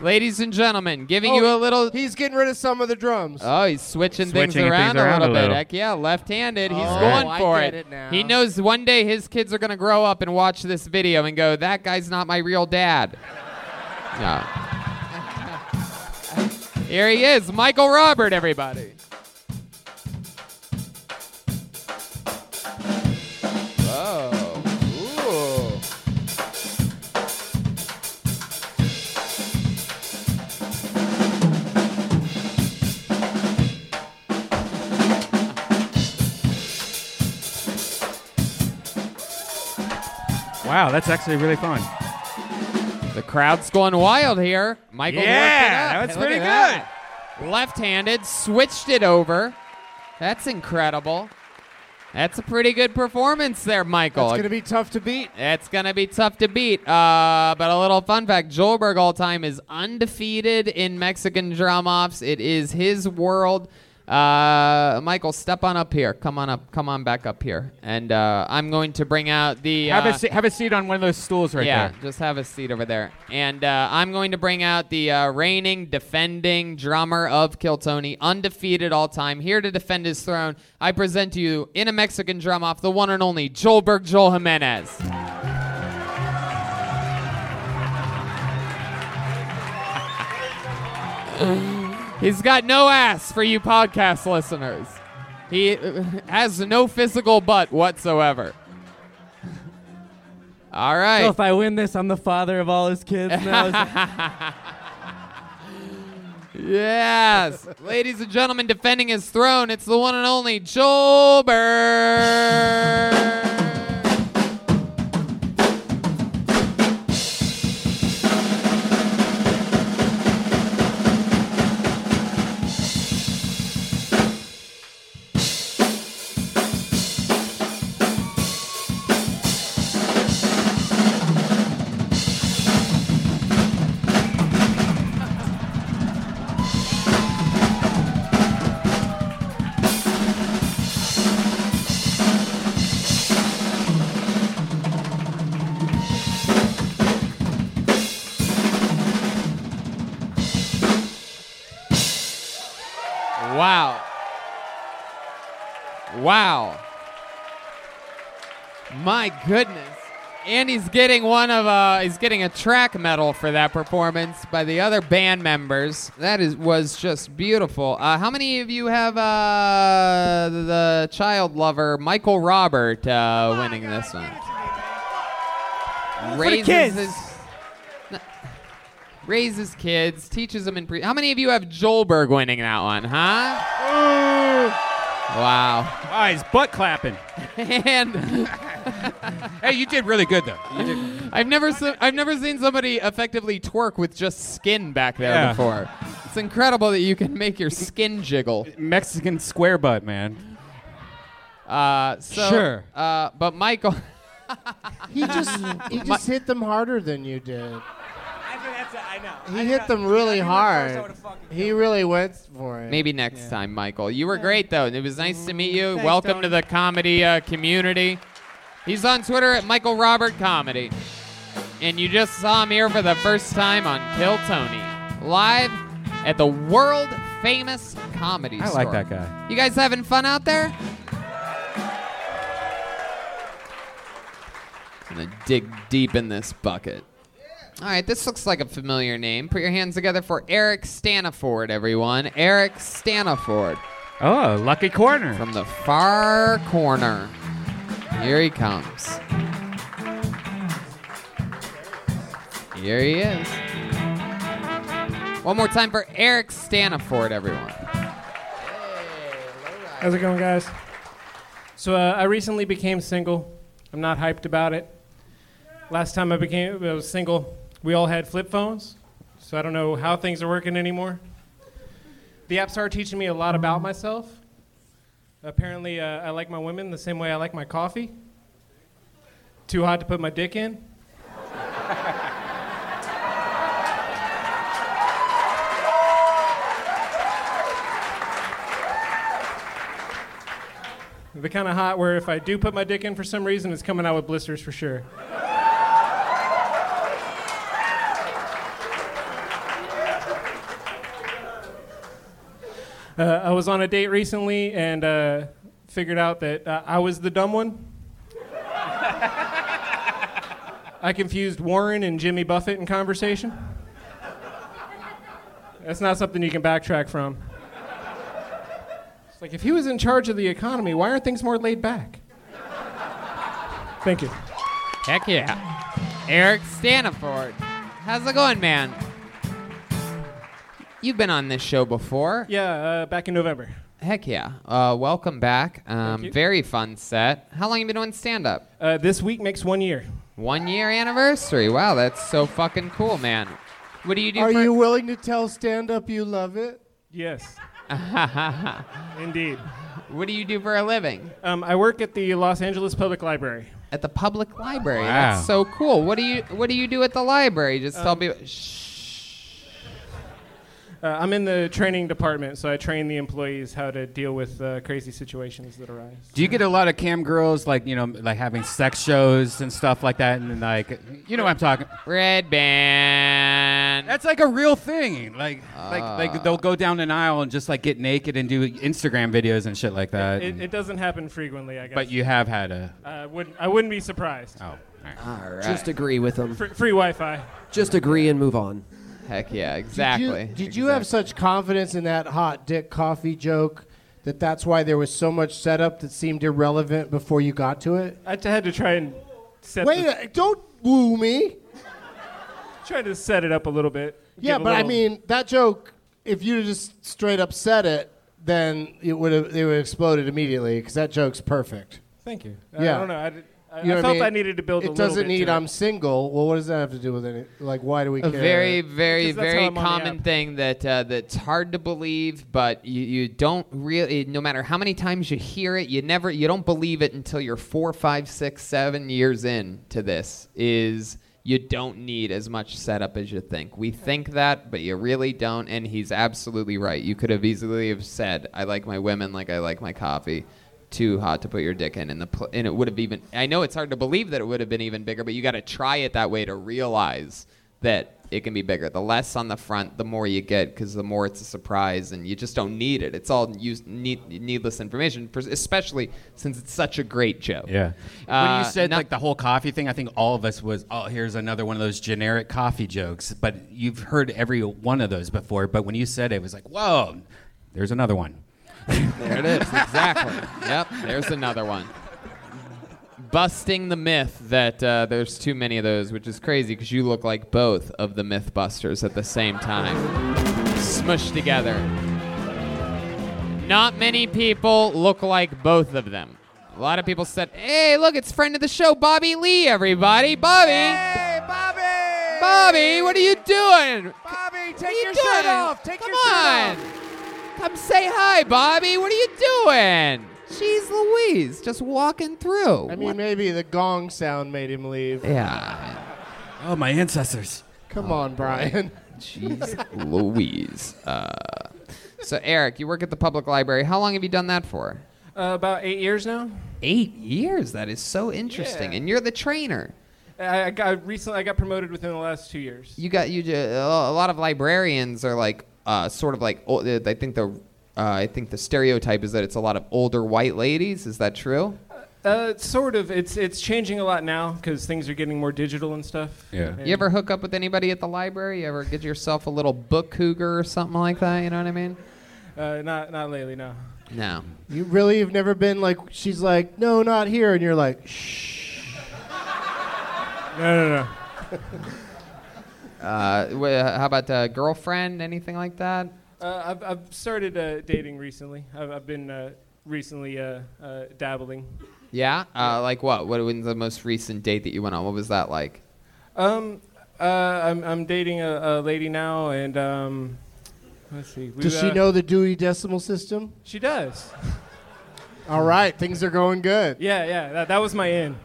Speaker 3: Ladies and gentlemen, giving
Speaker 2: Oh,
Speaker 3: you a little.
Speaker 11: Oh, He's getting rid of some of the drums.
Speaker 3: Oh, he's switching, things,
Speaker 11: Switching
Speaker 3: around
Speaker 11: things around a
Speaker 3: a little bit.
Speaker 11: little.
Speaker 3: Heck yeah, left-handed. He's
Speaker 11: Oh,
Speaker 3: going
Speaker 11: I
Speaker 3: for
Speaker 11: get
Speaker 3: it.
Speaker 11: it now.
Speaker 3: He knows one day his kids are gonna grow up and watch this video and go, "That guy's not my real dad." No. Here he is, Michael Robert, everybody. Oh, ooh.
Speaker 2: Wow, that's actually really fun.
Speaker 3: The crowd's going wild here. Michael
Speaker 2: Yeah,
Speaker 3: worked it up.
Speaker 2: that's
Speaker 3: Hey, look
Speaker 2: pretty
Speaker 3: at that. Left-handed, switched it over. That's incredible. That's a pretty good performance there, Michael.
Speaker 11: It's gonna be tough to beat.
Speaker 3: It's gonna be tough to beat. Uh, but a little fun fact: Joel Berg all time is undefeated in Mexican drum offs. It is his world. Uh, Michael, step on up here. Come on up. Come on back up here. And uh, I'm going to bring out the.
Speaker 2: Have
Speaker 3: uh,
Speaker 2: a se- have a seat on one of those stools right
Speaker 3: yeah,
Speaker 2: there.
Speaker 3: just have a seat over there. And uh, I'm going to bring out the uh, reigning, defending drummer of Kill Tony, undefeated all time, here to defend his throne. I present to you, in a Mexican drum off, the one and only Joel Berg Joel Jimenez. He's got no ass for you podcast listeners. He uh, has no physical butt whatsoever. All right.
Speaker 12: So if I win this, I'm the father of all his kids. Now.
Speaker 3: Yes, ladies and gentlemen, defending his throne, it's the one and only Joel Berg. Wow. Wow. My goodness. And he's getting one of uh he's getting a track medal for that performance by the other band members. That is was just beautiful. Uh, how many of you have uh the child lover Michael Robert uh, winning this one?
Speaker 15: for the kids.
Speaker 3: his raises kids, teaches them in pre How many of you have Joelberg winning that one, huh? Wow.
Speaker 2: Wow, he's butt clapping.
Speaker 3: and
Speaker 2: hey, you did really good though.
Speaker 3: I've never se- I've never seen somebody effectively twerk with just skin back there
Speaker 2: Yeah.
Speaker 3: before. It's incredible that you can make your skin jiggle.
Speaker 2: Mexican square butt, man.
Speaker 3: Uh, so,
Speaker 2: Sure.
Speaker 3: Uh, but Michael,
Speaker 11: He just he just hit them harder than you did. He hit them really hard. He really went for it. Mm-hmm.
Speaker 3: maybe next time, Michael. You were great though. It was nice to meet you. Welcome to the comedy uh, community. He's on Twitter at Michael Robert Comedy, and you just saw him here for the first time on Kill Tony live at the world famous comedy
Speaker 2: I
Speaker 3: store.
Speaker 2: like that guy.
Speaker 3: You guys having fun out there? I'm gonna dig deep in this bucket. All right, this looks like a familiar name. Put your hands together for Eric Staniford, everyone. Eric Staniford.
Speaker 2: Oh, lucky corner.
Speaker 3: From the far corner. Here he comes. Here he is. One more time for Eric Staniford, everyone.
Speaker 16: How's it going, guys? So uh, I recently became single. I'm not hyped about it. Last time I became I was single, we all had flip phones, so I don't know how things are working anymore. The apps are teaching me a lot about myself. Apparently, uh, I like my women the same way I like my coffee. Too hot to put my dick in. They're kind of hot where if I do put my dick in for some reason, it's coming out with blisters for sure. Uh, I was on a date recently and uh, figured out that uh, I was the dumb one. I confused Warren and Jimmy Buffett in conversation. That's not something you can backtrack from. It's like, if he was in charge of the economy, why aren't things more laid back? Thank you.
Speaker 3: Heck yeah. Eric Staniford. How's it going, man? You've been on this show before.
Speaker 16: Yeah, uh, back in November.
Speaker 3: Heck yeah. Uh, welcome back. Um,
Speaker 16: you.
Speaker 3: very fun set. How long you been doing stand up?
Speaker 16: Uh, this week makes one year.
Speaker 3: One year anniversary. Wow, that's so fucking cool, man. What do you do?
Speaker 11: Are
Speaker 3: for-
Speaker 11: you willing to tell stand up you love it?
Speaker 16: Yes.
Speaker 3: Indeed. What do you do for a living?
Speaker 16: Um, I work at the Los Angeles Public Library.
Speaker 3: At the public library.
Speaker 16: Wow.
Speaker 3: That's so cool. What do you What do you do at the library? Just tell
Speaker 16: Um,
Speaker 3: me.
Speaker 16: Uh, I'm in the training department, so I train the employees how to deal with uh, crazy situations that arise.
Speaker 2: Do you get a lot of cam girls like you know like having sex shows and stuff like that and like you know what I'm talking
Speaker 3: red band
Speaker 2: that's like a real thing like like
Speaker 4: Uh.
Speaker 2: like they'll go down an aisle and just like get naked and do Instagram videos and shit like that
Speaker 16: It,
Speaker 2: and-
Speaker 16: it doesn't happen frequently, I guess.
Speaker 2: but you have had a
Speaker 16: Uh, I wouldn't. I wouldn't be surprised.
Speaker 2: Oh, all
Speaker 16: right.
Speaker 1: Just agree with them.
Speaker 16: Free, free Wi-Fi.
Speaker 1: Just agree and move on.
Speaker 3: Heck yeah,
Speaker 11: Did you, did you have such confidence in that hot dick coffee joke that that's why there was so much setup that seemed irrelevant before you got to it?
Speaker 16: I t- had to try and set.
Speaker 11: Wait,
Speaker 16: the,
Speaker 11: uh, don't woo me.
Speaker 16: try to set it up a little bit.
Speaker 11: Yeah,
Speaker 16: Give a
Speaker 11: but I
Speaker 16: little-
Speaker 11: mean that joke. If you just straight up said it, then it would have it would have exploded immediately because that joke's perfect.
Speaker 16: Thank you.
Speaker 11: Yeah.
Speaker 16: I don't know. I, did- I,
Speaker 11: You know
Speaker 16: I
Speaker 11: what
Speaker 16: felt
Speaker 11: mean?
Speaker 16: I needed to build.
Speaker 11: It
Speaker 16: a little
Speaker 11: doesn't
Speaker 16: bit
Speaker 11: need
Speaker 16: to it.
Speaker 11: I'm single. Well, what does that have to do with any? Like, why do we
Speaker 3: a
Speaker 11: care?
Speaker 3: very, very,
Speaker 11: Because that's how
Speaker 3: very
Speaker 11: I'm on the
Speaker 3: common thing that uh, that's hard to believe, but you, you don't really. No matter how many times you hear it, you never, you don't believe it until you're four, five, six, seven years in to this. Is you don't need as much setup as you think. We think that, but you really don't. And he's absolutely right. You could have easily have said, "I like my women like I like my coffee." Too hot to put your dick in, and the pl- and it would have even. I know it's hard to believe that it would have been even bigger, but you got to try it that way to realize that it can be bigger. The less on the front, the more you get, because the more it's a surprise, and you just don't need it. It's all use, need, needless information, pers- especially since it's such a great joke.
Speaker 2: Yeah.
Speaker 3: Uh,
Speaker 2: when you said
Speaker 3: not-
Speaker 2: like the whole coffee thing, I think all of us was, oh, here's another one of those generic coffee jokes. But you've heard every one of those before. But when you said it, it was like, whoa, there's another one.
Speaker 3: There it is, exactly. Yep, there's another one. Busting the myth that uh, there's too many of those, which is crazy because you look like both of the Mythbusters at the same time, smushed together. Not many people look like both of them. A lot of people said, "Hey, look, it's friend of the show, Bobby Lee, everybody, Bobby." Hey, Bobby! Bobby, what are you doing?
Speaker 17: Bobby,
Speaker 3: What are
Speaker 17: take
Speaker 3: you
Speaker 17: your shirt
Speaker 3: doing?
Speaker 17: off. Take
Speaker 3: Come
Speaker 17: your shirt
Speaker 3: on.
Speaker 17: off.
Speaker 3: Come say hi, Bobby. What are you doing? She's Louise, just walking through.
Speaker 11: I mean, maybe the gong sound made him leave.
Speaker 3: Yeah. Oh,
Speaker 2: Oh, my ancestors.
Speaker 11: Come on, Brian.
Speaker 3: Jeez. Louise. Uh, so, Eric, you work at the public library. How long have you done that for?
Speaker 16: Uh, about eight years now.
Speaker 3: Eight years. That is so interesting. And you're the trainer.
Speaker 16: I, I got recently. I got promoted within the last two years.
Speaker 3: You got you. ju- A lot of librarians are like, uh, sort of like. o- I think the, uh, I think the stereotype is that it's a lot of older white ladies. Is that true?
Speaker 16: Uh, it's sort of. It's it's changing a lot now because things are getting more digital and stuff.
Speaker 2: Yeah.
Speaker 16: And
Speaker 3: You ever hook up with anybody at the library? You ever get yourself a little book cougar or something like that? You know what I mean?
Speaker 16: Uh, not not lately. No.
Speaker 3: No.
Speaker 11: You really have never been like she's like no not here and you're like shh.
Speaker 16: Uh, No no no.
Speaker 3: Uh, wh- how about uh, girlfriend? Anything like that?
Speaker 16: Uh, I've, I've started uh, dating recently. I've, I've been uh, recently uh, uh, dabbling.
Speaker 3: Yeah. Uh, like what? What was the most recent date that you went on? What was that like?
Speaker 16: Um, uh, I'm, I'm dating a, a lady now, and um, let's see. we,
Speaker 11: Does she
Speaker 16: uh,
Speaker 11: know the Dewey Decimal System?
Speaker 16: She does.
Speaker 11: All right, things are going good.
Speaker 16: Yeah, yeah. That, that was my in.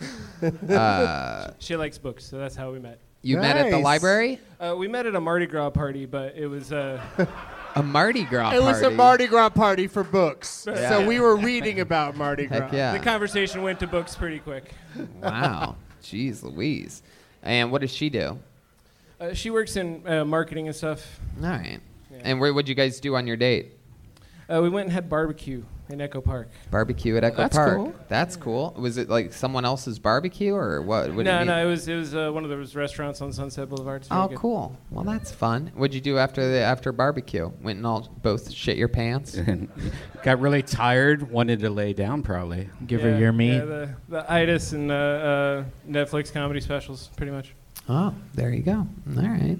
Speaker 3: Uh,
Speaker 16: she likes books, so that's how we met.
Speaker 3: You met at the Nice. library?
Speaker 16: Uh, we met at a Mardi Gras party, but it was. Uh,
Speaker 3: A Mardi Gras
Speaker 11: It
Speaker 3: party.
Speaker 11: was a Mardi Gras party for books.
Speaker 16: Yeah.
Speaker 11: So we were reading about Mardi Gras.
Speaker 3: Heck yeah.
Speaker 16: The conversation went to books pretty quick.
Speaker 3: wow. Jeez Louise. And what does she do?
Speaker 16: Uh, she works in uh, marketing and stuff.
Speaker 3: All right. And where, what'd you guys do on your date?
Speaker 16: Uh, we went and had barbecue in Echo Park.
Speaker 3: Barbecue at Echo
Speaker 16: That's
Speaker 3: Park.
Speaker 16: cool.
Speaker 3: That's cool. Was it like someone else's barbecue or what? What do you
Speaker 16: no,
Speaker 3: mean?
Speaker 16: no, it was it was uh, one of those restaurants on Sunset Boulevard. It's very
Speaker 3: Oh,
Speaker 16: good.
Speaker 3: cool. Well, that's fun. What'd you do after the after barbecue? Went and all both shit your pants.
Speaker 2: Got really tired, wanted to lay down probably.
Speaker 16: Yeah, Yeah, the, the itis and uh, uh, Netflix comedy specials, pretty much.
Speaker 3: Oh, there you go. All right.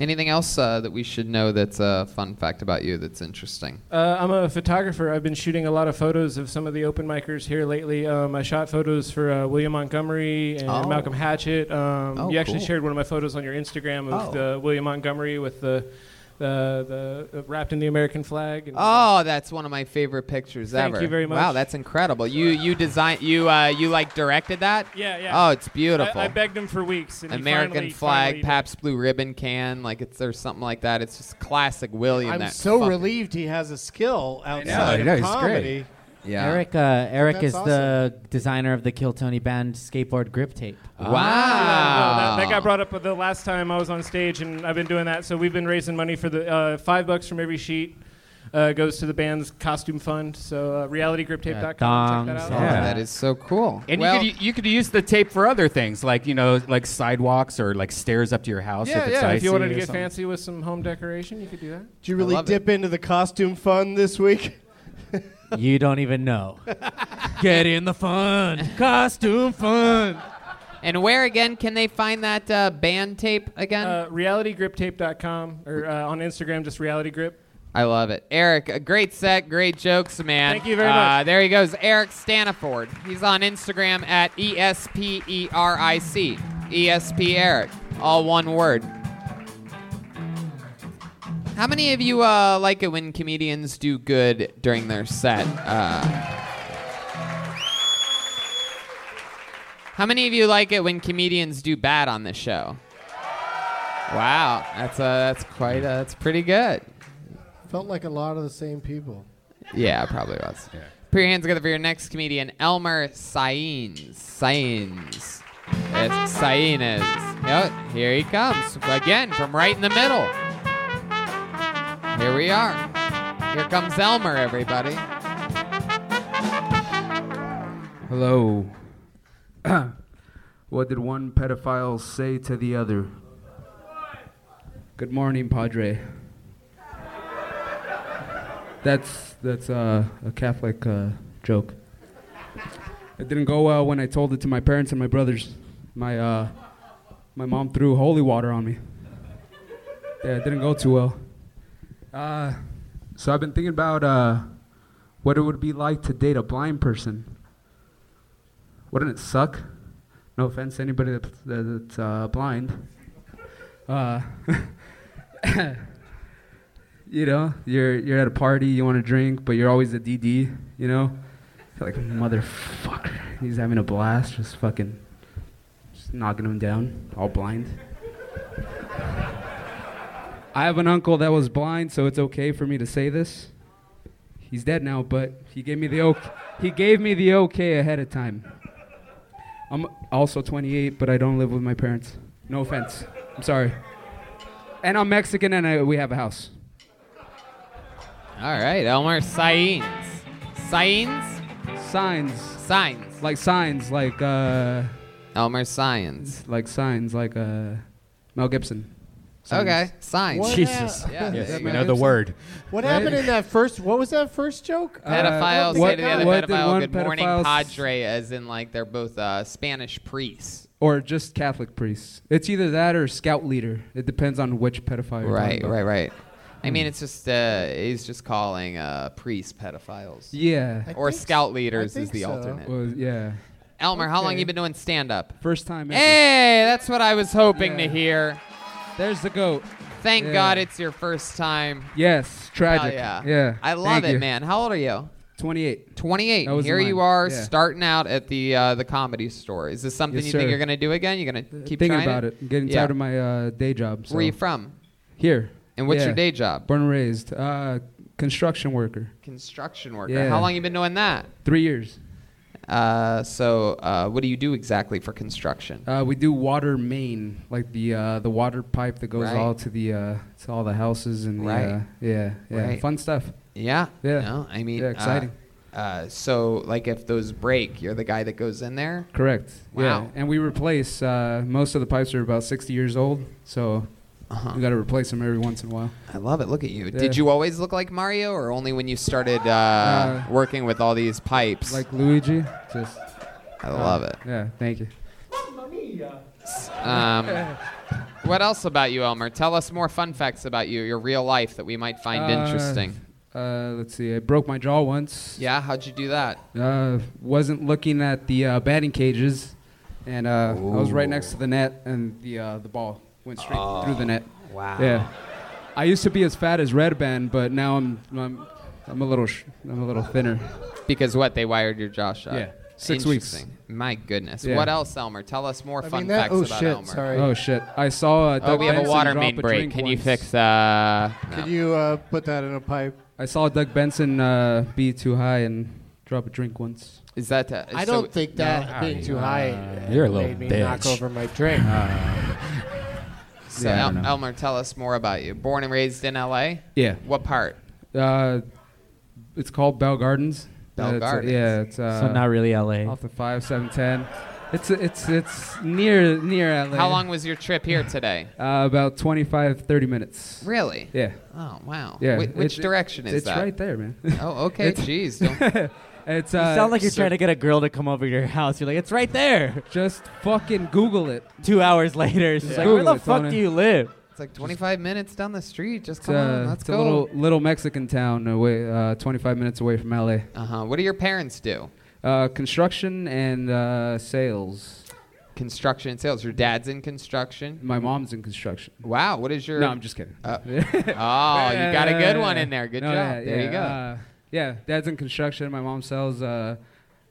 Speaker 3: Anything else uh, that we should know that's a fun fact about you that's interesting?
Speaker 16: Uh, I'm a photographer. I've been shooting a lot of photos of some of the open micers here lately. Um, I shot photos for uh, William Montgomery and
Speaker 3: Oh.
Speaker 16: Malcolm Hatchett. Um,
Speaker 3: Oh,
Speaker 16: you actually
Speaker 3: cool.
Speaker 16: shared one of my photos on your Instagram of
Speaker 3: Oh.
Speaker 16: the William Montgomery with the the, the uh, wrapped in the American flag. And
Speaker 3: Oh, that's one of my favorite pictures
Speaker 16: Thank
Speaker 3: ever.
Speaker 16: you very
Speaker 3: Wow,
Speaker 16: much.
Speaker 3: that's incredible. You you design you uh, you like directed that?
Speaker 16: Yeah, yeah.
Speaker 3: Oh, it's beautiful.
Speaker 16: I, I begged him for weeks. And he
Speaker 3: American
Speaker 16: finally-
Speaker 3: flag,
Speaker 16: finally-
Speaker 3: Pabst Blue Ribbon can, like it's there's something like that. It's just classic William.
Speaker 11: I'm
Speaker 3: that
Speaker 11: so
Speaker 3: fucking-
Speaker 11: relieved he has a skill
Speaker 3: know,
Speaker 12: Oh,
Speaker 11: outside
Speaker 3: I know,
Speaker 11: of
Speaker 3: he's great.
Speaker 11: comedy.
Speaker 3: Yeah.
Speaker 12: Eric, uh, Eric
Speaker 11: That's
Speaker 12: is the designer of the Kill Tony band skateboard grip tape.
Speaker 3: Wow.
Speaker 16: Well, that, that got brought up the last time I was on stage, and I've been doing that. So we've been raising money for the uh, five bucks from every sheet uh, goes to the band's costume fund. So uh, realitygriptape.com. Check that out.
Speaker 3: Yeah. That is so cool.
Speaker 2: And
Speaker 3: Well-
Speaker 2: you could you could use the tape for other things, like you know, like sidewalks or like stairs up to your house.
Speaker 16: Yeah,
Speaker 2: if it's
Speaker 16: yeah.
Speaker 2: icy
Speaker 16: If you wanted to
Speaker 2: or
Speaker 16: get
Speaker 2: something.
Speaker 16: fancy with some home decoration, you could do that.
Speaker 11: Did you really dip into the costume fund this week?
Speaker 12: You don't even know.
Speaker 15: Get in the fun. Costume fun.
Speaker 3: And where again can they find that uh, band tape again?
Speaker 16: Uh, realitygriptape.com or uh, on Instagram, just realitygrip.
Speaker 3: I love it. Eric, a great set, great jokes, man.
Speaker 16: Thank you very
Speaker 3: Uh,
Speaker 16: much.
Speaker 3: There he goes, Eric Staniford. He's on Instagram at E S P E R I C. ESP Eric. All one word. How many of you uh, like it when comedians do good during their set? Uh, how many of you like it when comedians do bad on the show? Wow, that's uh, that's quite uh, that's pretty good.
Speaker 11: Felt like a lot of the same people.
Speaker 3: Yeah, probably was. Put your hands together for your next comedian, Elmer Sainz. Sainz. It's Sainz. Yep, here he comes. Again, from right in the middle. Here we are. Here comes Elmer, everybody.
Speaker 17: Hello. what did one pedophile say to the other? Good morning, Padre. That's that's uh, a Catholic uh, joke. It didn't go well when I told it to my parents and my brothers. My uh, my mom threw holy water on me. Yeah, it didn't go too well. Uh, so I've been thinking about uh, what it would be like to date a blind person wouldn't it suck? No offense to anybody that, that, that's uh, blind. Uh, you know, you're you're at a party, you want to drink, but you're always the DD. You know, you're like motherfucker, he's having a blast, just fucking, just knocking him down, all blind. I have an uncle that was blind, so it's okay for me to say this. He's dead now, but he gave me the okay. He gave me the okay ahead of time. I'm also 28, but I don't live with my parents. No offense. I'm sorry. And I'm Mexican, and I, we have a house.
Speaker 3: All right, Elmer Sainz. Sainz?
Speaker 17: Signs.
Speaker 3: Signs.
Speaker 17: Like signs, like uh.
Speaker 3: Elmer Signs.
Speaker 17: Like signs, like uh, Mel Gibson.
Speaker 3: Okay, signs.
Speaker 11: What
Speaker 2: Jesus.
Speaker 11: hap-
Speaker 2: Yeah. Yes,
Speaker 11: That
Speaker 2: we
Speaker 11: makes
Speaker 2: know the
Speaker 11: sense.
Speaker 2: word.
Speaker 11: What
Speaker 3: Right?
Speaker 11: happened in that first? What was that first joke? Uh,
Speaker 3: Pedophile, say to the other
Speaker 17: Uh, what did
Speaker 3: pedophile,
Speaker 17: one
Speaker 3: good morning,
Speaker 17: pedophile s-
Speaker 3: padre, as in like they're both uh, Spanish priests.
Speaker 17: Or just Catholic priests. It's either that or scout leader. It depends on which pedophile. You're
Speaker 3: Right,
Speaker 17: talking about.
Speaker 3: right, right. I
Speaker 17: Hmm.
Speaker 3: mean, it's just uh, he's just calling uh, priests pedophiles.
Speaker 17: Yeah. I
Speaker 3: or
Speaker 17: think
Speaker 3: scout
Speaker 17: s-
Speaker 3: leaders
Speaker 17: I
Speaker 3: is
Speaker 17: think
Speaker 3: the
Speaker 17: so.
Speaker 3: alternate.
Speaker 17: Well, yeah.
Speaker 3: Elmer, how long
Speaker 17: Okay.
Speaker 3: you been doing stand up?
Speaker 17: First time. ever.
Speaker 3: Hey, that's what I was hoping to
Speaker 17: Yeah.
Speaker 3: hear.
Speaker 17: There's the goat.
Speaker 3: Thank
Speaker 17: Yeah.
Speaker 3: God it's your first time.
Speaker 17: Yes, tragic.
Speaker 3: Hell yeah.
Speaker 17: Yeah,
Speaker 3: I love
Speaker 17: thank
Speaker 3: it,
Speaker 17: you.
Speaker 3: man. How old are you?
Speaker 17: 28.
Speaker 3: 28.
Speaker 17: That was
Speaker 3: Here
Speaker 17: mine.
Speaker 3: you are
Speaker 17: Yeah.
Speaker 3: starting out at the uh, the comedy store. Is this something
Speaker 17: Yes,
Speaker 3: you think
Speaker 17: sir. Uh,
Speaker 3: you're going to do again? You're going to keep
Speaker 17: Thinking
Speaker 3: trying
Speaker 17: about it. I'm getting
Speaker 3: Yeah.
Speaker 17: tired of my uh, day job.
Speaker 3: Where are you
Speaker 17: so-
Speaker 3: from?
Speaker 17: Here.
Speaker 3: And what's your day job?
Speaker 17: Born and raised. Uh, construction worker.
Speaker 3: Construction worker.
Speaker 17: Yeah.
Speaker 3: How long you been doing that?
Speaker 17: Three years.
Speaker 3: Uh, so, uh, what do you do exactly for construction?
Speaker 17: Uh, we do water main, like the uh, the water pipe that goes
Speaker 3: Right.
Speaker 17: all to the uh, to all the houses and the
Speaker 3: Right.
Speaker 17: uh, yeah yeah
Speaker 3: Right.
Speaker 17: fun stuff.
Speaker 3: Yeah.
Speaker 17: Yeah.
Speaker 3: No, I mean,
Speaker 17: Yeah,
Speaker 3: uh,
Speaker 17: exciting.
Speaker 3: uh, so, like, if those break, you're the guy that goes in there.
Speaker 17: Correct. Yeah.
Speaker 3: Wow.
Speaker 17: And we replace uh, most of the pipes are about 60 years old, so we got to replace them every once in a while.
Speaker 3: Uh-huh. I love it. Look at you.
Speaker 17: Yeah.
Speaker 3: Did you always look like Mario, or only when you started uh,
Speaker 17: Uh,
Speaker 3: working with all these pipes?
Speaker 17: Like Luigi, just.
Speaker 3: I love it.
Speaker 17: Yeah. Thank you.
Speaker 3: Um, what else about you, Elmer? Tell us more fun facts about you, your real life that we might find
Speaker 17: Uh,
Speaker 3: interesting.
Speaker 17: Uh, let's see. I broke my jaw once.
Speaker 3: Yeah, how'd you do that?
Speaker 17: Uh, wasn't looking at the uh, batting cages, and uh, I was right next to the net, and the uh, the ball went straight
Speaker 12: Oh.
Speaker 17: through the net.
Speaker 3: Oh, Wow.
Speaker 17: Yeah. I used to be as fat as Red Band, but now I'm I'm, I'm a little sh- I'm a little thinner.
Speaker 3: Because what they wired your jaw shut.
Speaker 17: Yeah. Six weeks.
Speaker 3: Interesting. My goodness.
Speaker 17: Yeah.
Speaker 3: What else, Elmer? Tell us more fun
Speaker 11: mean, that-
Speaker 3: facts
Speaker 11: oh,
Speaker 3: about
Speaker 11: shit,
Speaker 3: Elmer.
Speaker 11: sorry.
Speaker 17: Oh shit! I saw. Uh,
Speaker 3: Oh,
Speaker 17: Doug
Speaker 3: we have a
Speaker 17: Benson
Speaker 3: water
Speaker 17: drop
Speaker 3: main
Speaker 17: a
Speaker 3: break.
Speaker 17: drink
Speaker 3: Can you
Speaker 17: once.
Speaker 3: fix? Uh, no.
Speaker 11: Could you uh, put that in a pipe?
Speaker 17: I saw Doug Benson uh, be too high and drop a drink once.
Speaker 3: Is that? Uh,
Speaker 11: I
Speaker 3: so- Ah,
Speaker 11: don't think that being too high uh,
Speaker 17: you're a little
Speaker 11: made me knock
Speaker 17: bitch.
Speaker 11: over my drink.
Speaker 3: So
Speaker 17: Yeah, I
Speaker 3: El-
Speaker 17: don't know.
Speaker 3: Elmer, tell us more about you. Born and raised in L.A.
Speaker 17: Yeah.
Speaker 3: What part?
Speaker 17: Uh, it's called Bell Gardens.
Speaker 3: Bell
Speaker 17: Uh, it's, uh,
Speaker 3: Gardens.
Speaker 17: yeah, it's uh,
Speaker 12: So not really LA.
Speaker 17: Off the five seven ten. It's it's it's near near LA.
Speaker 3: How long was your trip here today?
Speaker 17: Uh, about 25, 30 minutes.
Speaker 3: Really?
Speaker 17: Yeah.
Speaker 3: Oh wow.
Speaker 17: Yeah.
Speaker 3: Whi- which
Speaker 17: It-
Speaker 3: direction is
Speaker 17: it's
Speaker 3: that?
Speaker 17: It's right there, man.
Speaker 3: Oh, okay.
Speaker 17: It's-
Speaker 3: Jeez. don't-
Speaker 17: it's
Speaker 12: you
Speaker 17: uh,
Speaker 12: sound like you're
Speaker 17: so-
Speaker 12: trying to get a girl to come over to your house. You're like, it's right there.
Speaker 17: Just fucking Google it.
Speaker 12: Two hours later, she's
Speaker 17: Just
Speaker 12: like, where
Speaker 17: Google
Speaker 12: the
Speaker 17: it,
Speaker 12: fuck
Speaker 17: Tony.
Speaker 12: do you live?
Speaker 3: It's like 25 minutes down the street. Just
Speaker 17: It's,
Speaker 3: come
Speaker 17: uh,
Speaker 3: on. Let's
Speaker 17: it's
Speaker 3: go.
Speaker 17: a little little Mexican town away, uh, 25 minutes away from LA.
Speaker 3: Uh huh. What do your parents do?
Speaker 17: Uh, construction and uh, sales.
Speaker 3: Construction and sales. Your dad's in construction.
Speaker 17: My mom's in construction.
Speaker 3: Wow. What is your?
Speaker 17: No, I'm just kidding.
Speaker 3: Uh, oh, you got a good one in there. Good
Speaker 17: No,
Speaker 3: job.
Speaker 17: yeah,
Speaker 3: there
Speaker 17: yeah,
Speaker 3: you go.
Speaker 17: Uh, yeah, dad's in construction. My mom sells. Uh,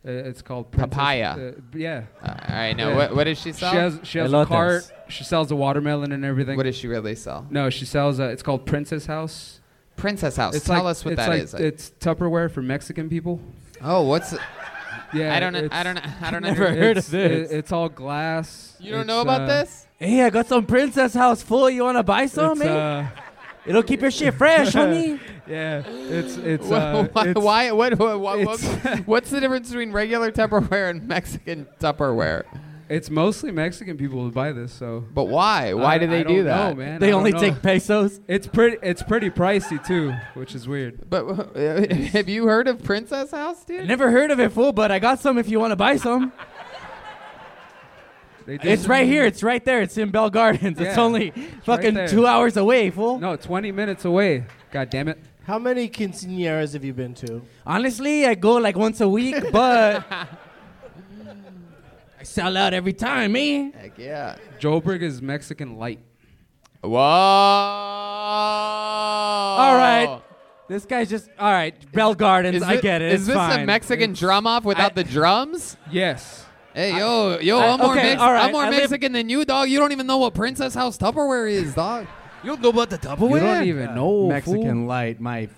Speaker 17: uh, it's called Princess-
Speaker 3: Papaya.
Speaker 17: uh, yeah.
Speaker 3: All right. Now,
Speaker 17: Yeah.
Speaker 3: what, what does she sell?
Speaker 17: She has, she has a cart. She sells a watermelon and everything.
Speaker 3: What does she really sell?
Speaker 17: No, she sells. Uh, it's called Princess House.
Speaker 3: Princess House. Tell us what
Speaker 17: it's
Speaker 3: that
Speaker 17: like-
Speaker 3: is.
Speaker 17: It's Tupperware for Mexican people.
Speaker 3: Oh, what's?
Speaker 17: Yeah,
Speaker 3: I don't know- I
Speaker 17: it's-
Speaker 3: don't know- I don't
Speaker 12: Never under- heard of
Speaker 17: it's-
Speaker 12: this.
Speaker 17: it- it's all glass.
Speaker 3: You don't
Speaker 17: It's,
Speaker 3: know about
Speaker 17: uh,
Speaker 3: this?
Speaker 12: Hey, I got some Princess House full. You wanna buy some,
Speaker 17: It's,
Speaker 12: man?
Speaker 17: uh,
Speaker 12: It'll keep your shit fresh, homie.
Speaker 17: Yeah, it's it's.
Speaker 3: Wha-
Speaker 17: Uh,
Speaker 3: why,
Speaker 17: it's-
Speaker 3: why? What? what, what-
Speaker 17: it's-
Speaker 3: what- what's the difference between regular Tupperware and Mexican Tupperware?
Speaker 17: It's mostly Mexican people who buy this, so.
Speaker 3: But why? Why do they
Speaker 17: I
Speaker 3: do
Speaker 17: don't
Speaker 3: that?
Speaker 17: know, man.
Speaker 12: They
Speaker 17: I don't
Speaker 12: only
Speaker 17: know.
Speaker 12: take pesos?
Speaker 17: It's pretty. It's pretty pricey too, which is weird.
Speaker 3: But uh, have you heard of Princess House, dude?
Speaker 12: Never heard of it, fool, but I got some if you wanna buy some.
Speaker 17: They
Speaker 12: It's right here. It's right there. It's in Bell Gardens. It's
Speaker 17: Yeah.
Speaker 12: only
Speaker 17: It's right
Speaker 12: fucking
Speaker 17: there.
Speaker 12: two hours away, fool.
Speaker 17: No, 20 minutes away. God damn it.
Speaker 11: How many quinceañeras have you been to?
Speaker 12: Honestly, I go like once a week, but I sell out every time, man.
Speaker 3: Heck yeah.
Speaker 17: Joburg is Mexican light.
Speaker 3: Whoa! All
Speaker 12: All right. This guy's just all right. Bell Gardens, I get it.
Speaker 3: Oh. Is
Speaker 12: it's
Speaker 3: this
Speaker 12: fine.
Speaker 3: a Mexican drum off without the drums?
Speaker 17: Yes.
Speaker 3: Hey yo yo!
Speaker 12: I-
Speaker 3: I, am more
Speaker 12: okay,
Speaker 3: Mex-
Speaker 12: all right,
Speaker 3: I'm more
Speaker 12: I live-
Speaker 3: Mexican than you, dog. You don't even know what Princess House Tupperware is, dog. You don't know about the Tupperware.
Speaker 12: You don't even know,
Speaker 1: Mexican
Speaker 12: fool.
Speaker 1: light, my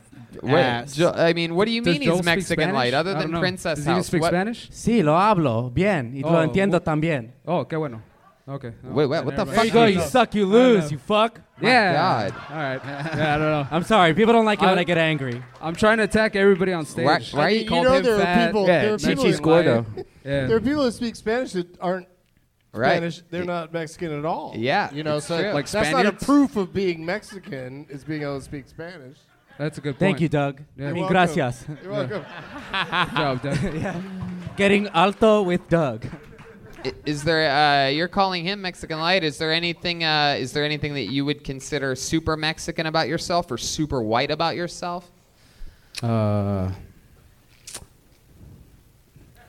Speaker 3: Wait,
Speaker 1: ass.
Speaker 3: Jo- I mean, what do you
Speaker 1: Does
Speaker 3: mean
Speaker 1: Joel
Speaker 3: he's
Speaker 1: speak
Speaker 3: Mexican
Speaker 1: Spanish?
Speaker 3: light, other
Speaker 1: I
Speaker 3: than
Speaker 1: don't know.
Speaker 3: Princess
Speaker 1: Does he
Speaker 3: House?
Speaker 1: even speak
Speaker 3: What-
Speaker 17: Spanish?
Speaker 12: Sí, lo hablo bien y lo
Speaker 17: Oh,
Speaker 12: entiendo
Speaker 17: wh-
Speaker 12: también.
Speaker 17: Oh, qué bueno. Okay. Oh,
Speaker 3: Wait, wait,
Speaker 17: yeah,
Speaker 3: Uh, what the
Speaker 17: never
Speaker 12: There
Speaker 17: mind.
Speaker 12: you go. You suck. You lose. You fuck.
Speaker 3: My
Speaker 17: Yeah.
Speaker 3: God.
Speaker 17: All right. Yeah, I don't know.
Speaker 12: I'm sorry. People don't like it when
Speaker 17: I-
Speaker 12: I get angry.
Speaker 17: I'm trying to attack everybody on stage.
Speaker 3: Right- right?
Speaker 11: You know there are people.
Speaker 17: Yeah,
Speaker 11: there are people
Speaker 17: Mexican
Speaker 11: that-
Speaker 17: light. Yeah.
Speaker 11: There are people that speak Spanish that aren't
Speaker 3: Right.
Speaker 11: Spanish, they're not Mexican at all.
Speaker 3: Yeah,
Speaker 11: you know,
Speaker 3: it's
Speaker 11: so
Speaker 3: true. Like
Speaker 11: that's not
Speaker 3: Spaniards?
Speaker 11: a proof of being Mexican is being able to speak Spanish.
Speaker 17: That's a good point.
Speaker 12: Thank you, Doug.
Speaker 17: Yeah.
Speaker 12: I
Speaker 17: You're
Speaker 12: mean,
Speaker 17: welcome.
Speaker 12: gracias.
Speaker 11: You're welcome.
Speaker 17: Good job, Doug.
Speaker 12: yeah. Getting alto with Doug.
Speaker 3: I- Is there? Uh, you're calling him Mexican light. Is there anything? Uh, is there anything that you would consider super Mexican about yourself or super white about yourself?
Speaker 17: Uh,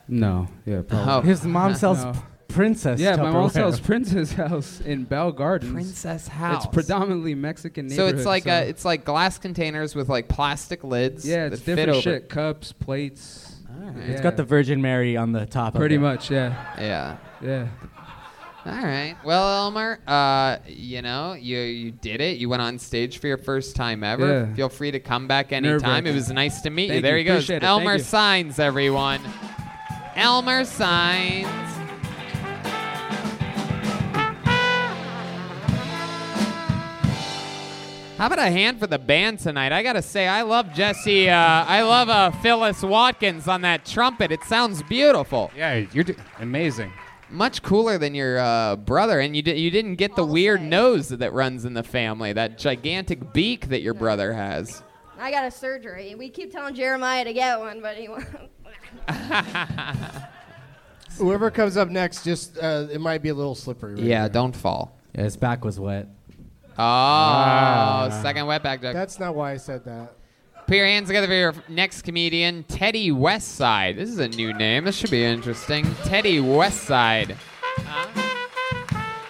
Speaker 17: no. Yeah.
Speaker 3: Oh.
Speaker 17: Probably.
Speaker 12: His mom sells
Speaker 17: No.
Speaker 12: p- princess.
Speaker 17: Yeah, my mom
Speaker 12: Tupperware.
Speaker 17: sells Princess House in Bell Gardens.
Speaker 3: Princess
Speaker 12: House.
Speaker 17: It's predominantly Mexican
Speaker 3: So
Speaker 17: neighborhood.
Speaker 3: it's like
Speaker 17: so-
Speaker 3: Uh, it's like glass containers with like plastic lids.
Speaker 17: yeah, it's
Speaker 3: that fit
Speaker 17: different
Speaker 3: over.
Speaker 17: shit. Cups, plates.
Speaker 12: It's
Speaker 17: Yeah.
Speaker 12: got the Virgin Mary on the top.
Speaker 17: Pretty
Speaker 12: of it.
Speaker 17: much, yeah.
Speaker 3: Yeah.
Speaker 17: Yeah.
Speaker 3: All right. Well, Elmer, uh, you know, you you did it. You went on stage for your first time ever.
Speaker 17: Yeah.
Speaker 3: Feel free to come back anytime. It was nice to meet you.
Speaker 17: Thank
Speaker 3: There
Speaker 17: you.
Speaker 3: he goes.
Speaker 17: Appreciate it. Thank
Speaker 3: Elmer
Speaker 17: you.
Speaker 3: Signs, everyone. Elmer Signs. How about a hand for the band tonight? I gotta say, I love Jesse. Uh, I love uh, Phyllis Watkins on that trumpet. It sounds beautiful.
Speaker 2: Yeah, you're d- amazing.
Speaker 3: Much cooler than your uh, brother, and you di- you didn't get the weird nose that runs in the family. That gigantic beak that your brother has.
Speaker 6: I got a surgery. and We keep telling Jeremiah to get one, but he won't.
Speaker 11: Whoever comes up next, just uh, it might be a little slippery. Right
Speaker 3: Yeah, don't fall.
Speaker 12: Yeah, his back was wet. Ah.
Speaker 3: Oh,
Speaker 2: Ah.
Speaker 3: second wetback joke.
Speaker 11: That's not why I said that.
Speaker 3: Put your hands together for your next comedian, Teddy Westside. This is a new name. This should be interesting. Teddy Westside. Uh-huh.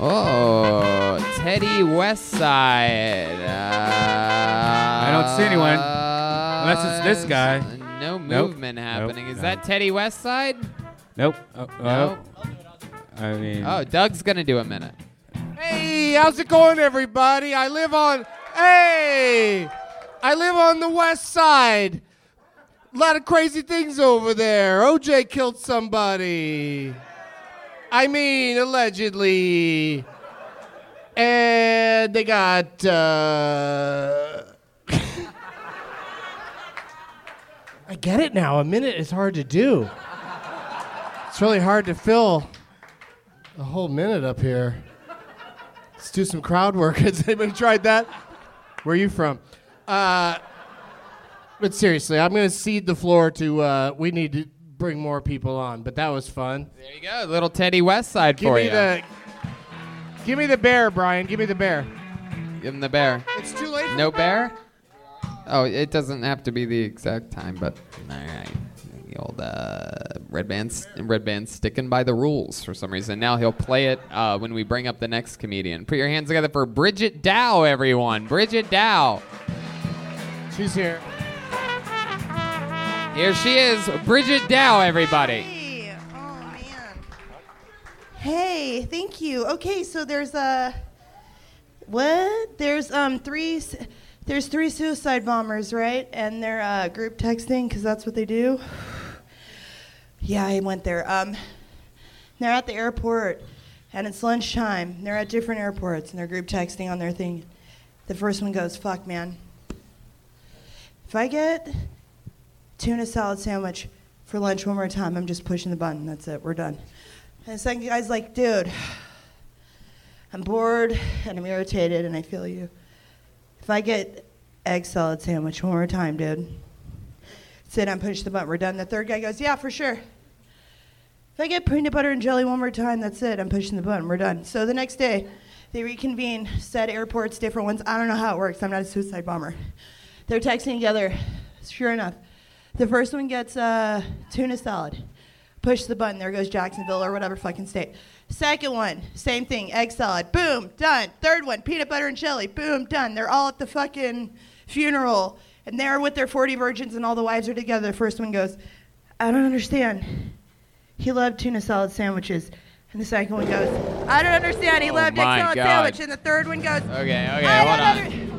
Speaker 3: Oh, Teddy Westside. Uh,
Speaker 2: I don't see anyone.
Speaker 3: Unless
Speaker 2: Unless it's this guy.
Speaker 3: uh, No
Speaker 2: Nope.
Speaker 3: movement
Speaker 2: Nope.
Speaker 3: happening. Is
Speaker 2: No.
Speaker 3: that Teddy Westside?
Speaker 2: Nope. Oh,
Speaker 3: No.
Speaker 2: I mean.
Speaker 3: Oh, Doug's going to do a minute.
Speaker 11: Hey, how's it going, everybody? I live on. Hey, I live on the west side. A lot of crazy things over there. OJ killed somebody. I mean, allegedly. And they got. Uh... I get it now. A minute is hard to do. It's really hard to fill a whole minute up here. Let's do some crowd work. Has anybody tried that? Where are you from? Uh, but seriously, I'm going to cede the floor to. Uh, we need to bring more people on. But that was fun.
Speaker 3: There you go. Little Teddy Westside
Speaker 11: Give
Speaker 3: for
Speaker 11: me
Speaker 3: you.
Speaker 11: the. Give me the bear, Brian. Give me the bear.
Speaker 3: Give him the bear.
Speaker 11: It's too late.
Speaker 3: No bear? Oh, it doesn't have to be the exact time, but all right. The old uh, red band's red band sticking by the rules for some reason. Now he'll play it uh, when we bring up the next comedian. Put your hands together for Bridget Dow, everyone. Bridget Dow.
Speaker 11: She's here.
Speaker 3: Here she is, Bridget Dow, everybody.
Speaker 18: Hey, oh man. Hey, thank you. Okay, so there's a what? There's um three s- there's three suicide bombers, right? And they're uh, group texting because that's what they do. Yeah, I went there. Um, they're at the airport, and it's lunchtime. They're at different airports, and they're group texting on their thing. The first one goes, "Fuck, man. If I get tuna salad sandwich for lunch one more time. I'm just pushing the button. That's it. We're done. And the second guy's like, dude, I'm bored and I'm irritated and I feel you. If I get egg salad sandwich one more time, dude, sit down, push the button. We're done. The third guy goes, yeah, for sure. If I get peanut butter and jelly one more time, that's it. I'm pushing the button. We're done. So the next day, they reconvene, said airports, different ones. I don't know how it works. I'm not a suicide bomber. They're texting together. Sure enough, the first one gets uh, tuna salad. Push the button. There goes Jacksonville or whatever fucking state. Second one, same thing. Egg salad. Boom, done. Third one, peanut butter and jelly. Boom, done. They're all at the fucking funeral. And they're with their 40 virgins and all the wives are together. The first one goes, I don't understand. He loved tuna salad sandwiches. And the second one goes, I don't understand. He
Speaker 3: Oh
Speaker 18: loved egg
Speaker 3: my
Speaker 18: salad
Speaker 3: God.
Speaker 18: sandwich. And the third one goes,
Speaker 3: Okay, okay,
Speaker 18: I
Speaker 3: hold
Speaker 18: don't
Speaker 3: on.
Speaker 18: under-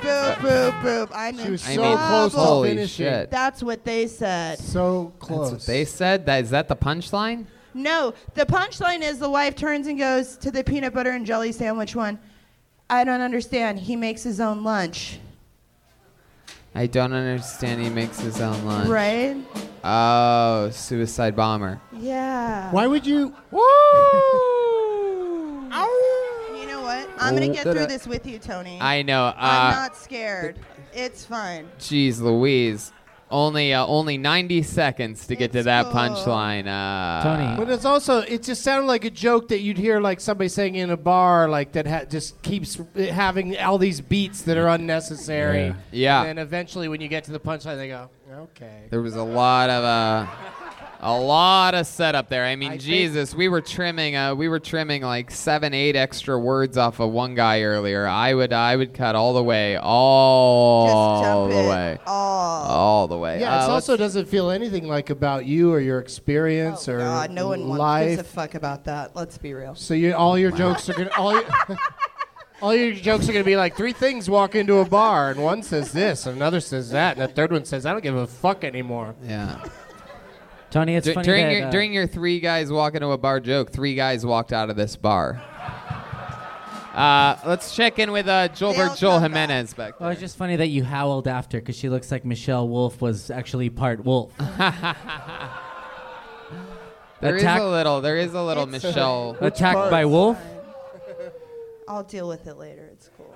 Speaker 18: Boop, boop, boop. I'm
Speaker 11: She
Speaker 18: in
Speaker 11: was so
Speaker 18: trouble.
Speaker 11: close to
Speaker 3: Holy
Speaker 11: finishing.
Speaker 3: shit.
Speaker 18: That's what they said.
Speaker 11: So close.
Speaker 3: That's what they said. That is that the punchline?
Speaker 18: No, the punchline is the wife turns and goes to the peanut butter and jelly sandwich one. I don't understand. He makes his own lunch,
Speaker 3: I don't understand. He makes his own lunch.
Speaker 18: right?
Speaker 3: Oh, suicide bomber.
Speaker 18: Yeah.
Speaker 11: Why would you?
Speaker 18: You know what? I'm gonna get through this with you, Tony.
Speaker 3: I know. Uh,
Speaker 18: I'm not scared. It's fine.
Speaker 3: Jeez Louise. Only uh, only 90 seconds to get to that punchline. Uh,
Speaker 11: But it's also it just sounded like a joke that you'd hear like somebody saying in a bar like that ha- just keeps having all these beats that are unnecessary.
Speaker 3: Yeah. Yeah.
Speaker 11: And then eventually when you get to the punchline they go, "Okay."
Speaker 3: There was a lot of uh, a lot of setup there. I mean,
Speaker 11: I think-
Speaker 3: Jesus, we were trimming uh, we were trimming like seven, eight extra words off of one guy earlier. I would I would cut all the way, all the way, all, the way.
Speaker 11: Yeah, it
Speaker 3: Uh,
Speaker 11: also doesn't feel anything like about you or your experience or
Speaker 18: Oh, God, no one wants,
Speaker 11: life.
Speaker 18: gives a fuck about that. Let's be real.
Speaker 11: So you all your jokes are gonna all your, all your jokes are gonna be like three things walk into a bar and one says this and another says that and the third one says I don't give a fuck anymore.
Speaker 3: Yeah.
Speaker 12: Tony, it's
Speaker 3: Dur-
Speaker 12: funny
Speaker 3: during
Speaker 12: that,
Speaker 3: your
Speaker 12: uh,
Speaker 3: during your three guys walk into a bar joke, three guys walked out of this bar. Uh, let's check in with uh, Joelberg Joel Jimenez back.
Speaker 12: Well, it's just funny that you howled after because she looks like Michelle Wolf was actually part wolf.
Speaker 3: There is
Speaker 12: Attack-
Speaker 3: a little, there is a little Michelle.
Speaker 12: Attacked by wolf.
Speaker 18: I'll deal with it later. It's cool.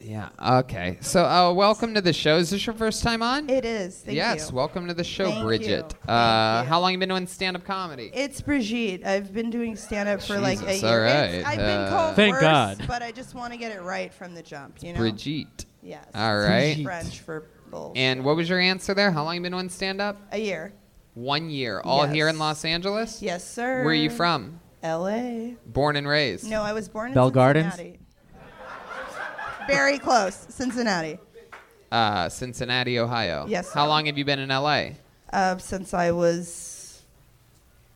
Speaker 3: Yeah. Okay. So, uh, welcome to the show. Is this your first time on?
Speaker 18: It is. Thank
Speaker 3: yes.
Speaker 18: you.
Speaker 3: Welcome to the show,
Speaker 18: Thank
Speaker 3: Bridget.
Speaker 18: you.
Speaker 3: Uh, How long you been doing stand-up comedy?
Speaker 18: It's Brigitte. I've been doing stand up for like a
Speaker 3: Jesus,
Speaker 18: year.
Speaker 3: all
Speaker 18: It's-
Speaker 3: right.
Speaker 18: I've
Speaker 3: Uh,
Speaker 18: been called
Speaker 3: Thank
Speaker 18: worse,
Speaker 3: God.
Speaker 18: but I just want to get it right from the jump, you know?
Speaker 3: Brigitte.
Speaker 18: Yes.
Speaker 3: All right.
Speaker 18: French for bull.
Speaker 3: And what was your answer there? How long you been doing stand-up?
Speaker 18: A year.
Speaker 3: One year. All
Speaker 18: Yes.
Speaker 3: here in Los Angeles.
Speaker 18: Yes, sir.
Speaker 3: Where are you from?
Speaker 18: L.A.
Speaker 3: Born and raised.
Speaker 18: No, I was born in
Speaker 3: Bell Gardens?
Speaker 18: Cincinnati. Very close. Cincinnati.
Speaker 3: Uh, Cincinnati, Ohio.
Speaker 18: Yes,
Speaker 3: How long have you been in LA?
Speaker 18: Uh, since I was,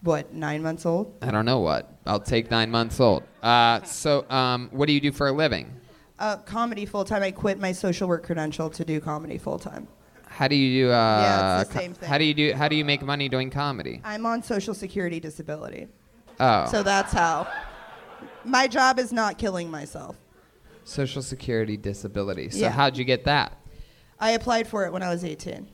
Speaker 18: what, nine months old?
Speaker 3: I don't know what. I'll take nine months old. Uh, so, um, what do you do for a living?
Speaker 18: Uh, comedy full time. I quit my social work credential to do comedy full time.
Speaker 3: How do you do? Uh,
Speaker 18: Yeah, it's the
Speaker 3: co-
Speaker 18: same thing.
Speaker 3: How do you do? How do you make money doing comedy?
Speaker 18: I'm on Social Security disability.
Speaker 3: Oh,
Speaker 18: So that's how. My job is not killing myself.
Speaker 3: Social Security disability. So
Speaker 18: Yeah.
Speaker 3: how'd you get that?
Speaker 18: I applied for it when I was 18.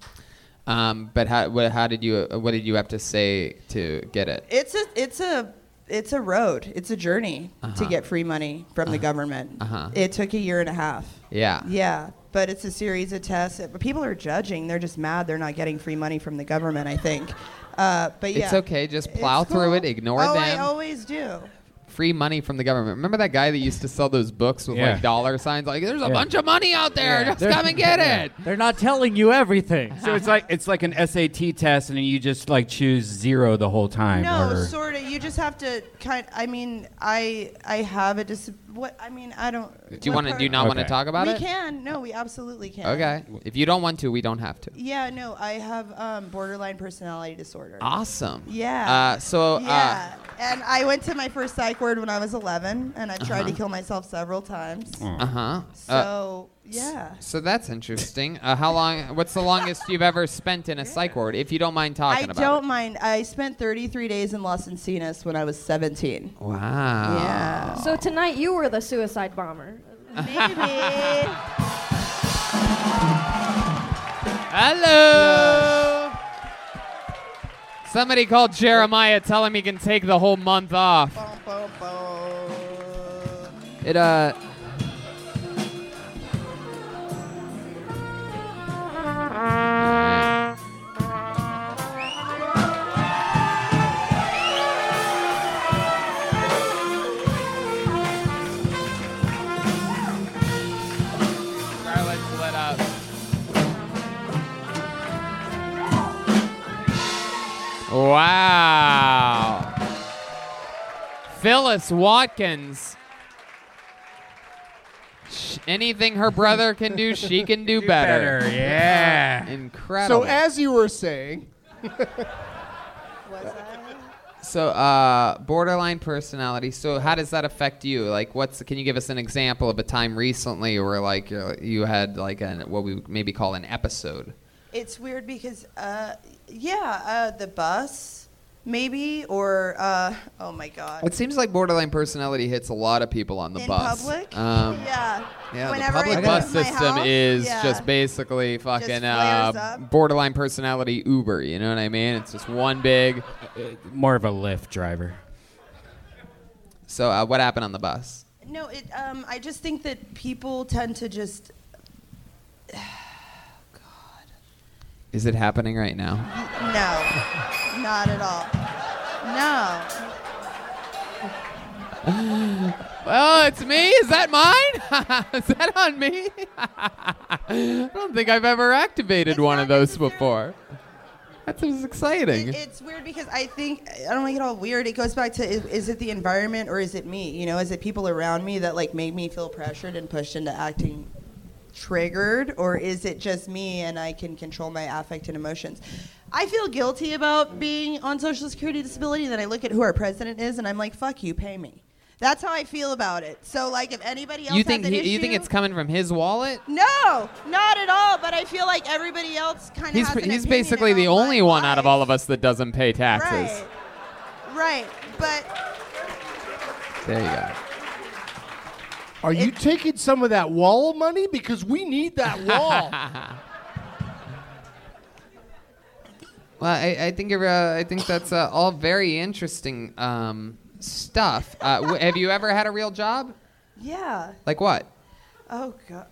Speaker 3: Um, but how? What, how did you? What did you have to say to get it?
Speaker 18: It's a it's a it's a road. It's a journey
Speaker 3: Uh-huh.
Speaker 18: to get free money from the government.
Speaker 3: Uh-huh.
Speaker 18: It took a year and a half.
Speaker 3: Yeah.
Speaker 18: Yeah, but it's a series of tests. It- but people are judging. They're just mad they're not getting free money from the government. I think. Uh, but yeah,
Speaker 3: It's okay. Just plow
Speaker 18: It's
Speaker 3: through
Speaker 18: cool.
Speaker 3: it. Ignore
Speaker 18: oh, I
Speaker 3: them.
Speaker 18: always do.
Speaker 3: Free money from the government. Remember that guy that used to sell those books with
Speaker 12: Yeah.
Speaker 3: like dollar signs? Like, there's a
Speaker 12: Yeah.
Speaker 3: bunch of money out there. Just
Speaker 12: They're-
Speaker 3: come and get
Speaker 12: yeah.
Speaker 3: it.
Speaker 12: They're not telling you everything.
Speaker 2: So it's like it's like an SAT test, and you just like choose zero the whole time.
Speaker 18: No,
Speaker 2: or-
Speaker 18: sort of. You just have to kind. I mean, I I have a dis. What I mean, I don't.
Speaker 3: Do you
Speaker 18: what
Speaker 3: wanna-
Speaker 18: part-
Speaker 3: do you not wanna Okay. talk about it?
Speaker 18: We can. No, we absolutely can.
Speaker 3: Okay. If you don't want to, we don't have to.
Speaker 18: Yeah, no, I have um, borderline personality disorder.
Speaker 3: Awesome.
Speaker 18: Yeah.
Speaker 3: Uh, so,
Speaker 18: yeah. and I went to my first psych ward when I was 11, and I tried to
Speaker 3: Uh-huh.
Speaker 18: kill myself several times.
Speaker 3: uh, uh-huh. uh
Speaker 18: So, yeah.
Speaker 3: So that's interesting. Uh, how long? What's the longest you've ever spent in a psych ward? If you don't mind talking
Speaker 18: I
Speaker 3: about
Speaker 18: don't mind. I spent 33 days in Los Encinas when I was 17.
Speaker 3: it. Wow.
Speaker 18: Yeah.
Speaker 6: So tonight you were the suicide bomber.
Speaker 18: Maybe.
Speaker 3: Hello. Somebody called Jeremiah. Tell him he can take the whole month off. It uh. Scarlett's lit up. Wow. Phyllis Watkins. Sh- Anything her brother can do, she can do, better.
Speaker 2: better, yeah.
Speaker 3: Incredible.
Speaker 11: So as you were saying,
Speaker 3: So, uh, borderline personality. So, how does that affect you? Like, what's? Can you give us an example of a time recently where, like, you're, you had like an what we would maybe call an episode?
Speaker 18: It's weird because, uh, yeah, uh, the bus. maybe, or uh, oh my god.
Speaker 3: It seems like borderline personality hits a lot of people on the
Speaker 18: In
Speaker 3: bus.
Speaker 18: public?
Speaker 3: Um,
Speaker 18: Yeah.
Speaker 3: Yeah,
Speaker 18: Whenever
Speaker 3: the
Speaker 18: I
Speaker 3: public
Speaker 18: go
Speaker 3: bus
Speaker 18: to my
Speaker 3: system
Speaker 18: house,
Speaker 3: is
Speaker 18: yeah.
Speaker 3: just basically fucking
Speaker 18: flares
Speaker 3: uh, borderline personality Uber. You know what I mean? It's just one big.
Speaker 2: Uh, More of a Lyft driver.
Speaker 3: So, uh, what happened on the bus?
Speaker 18: No, it. Um, I just think that people tend to just
Speaker 3: Is it happening right now?
Speaker 18: no, not at all. No.
Speaker 3: well, it's me. Is that mine? is that on me? I don't think I've ever activated one of those before. That's it's exciting.
Speaker 18: It's weird because I think I don't want to get all weird. It goes back to is, is it the environment or is it me? You know, is it people around me that like make me feel pressured and pushed into acting triggered, or is it just me and I can control my affect and emotions? I feel guilty about being on Social Security disability. Then I look at who our president is and I'm like, fuck you, pay me. That's how I feel about it. So like, if anybody else
Speaker 3: you think
Speaker 18: has an
Speaker 3: he, you think
Speaker 18: issue-
Speaker 3: it's coming from his wallet?
Speaker 18: No, not at all. But I feel like everybody else kind of
Speaker 3: He's
Speaker 18: has an
Speaker 3: he's
Speaker 18: opinion
Speaker 3: basically the only one out of all of us that doesn't pay taxes.
Speaker 18: Right. Right. But
Speaker 3: There you go.
Speaker 11: Are you taking some of that wall money? Because we need that wall.
Speaker 3: Well, I, I think you're, uh, I think that's uh, all very interesting um, stuff. Uh, w- have you ever had a real job?
Speaker 18: yeah.
Speaker 3: Like what?
Speaker 18: Oh god.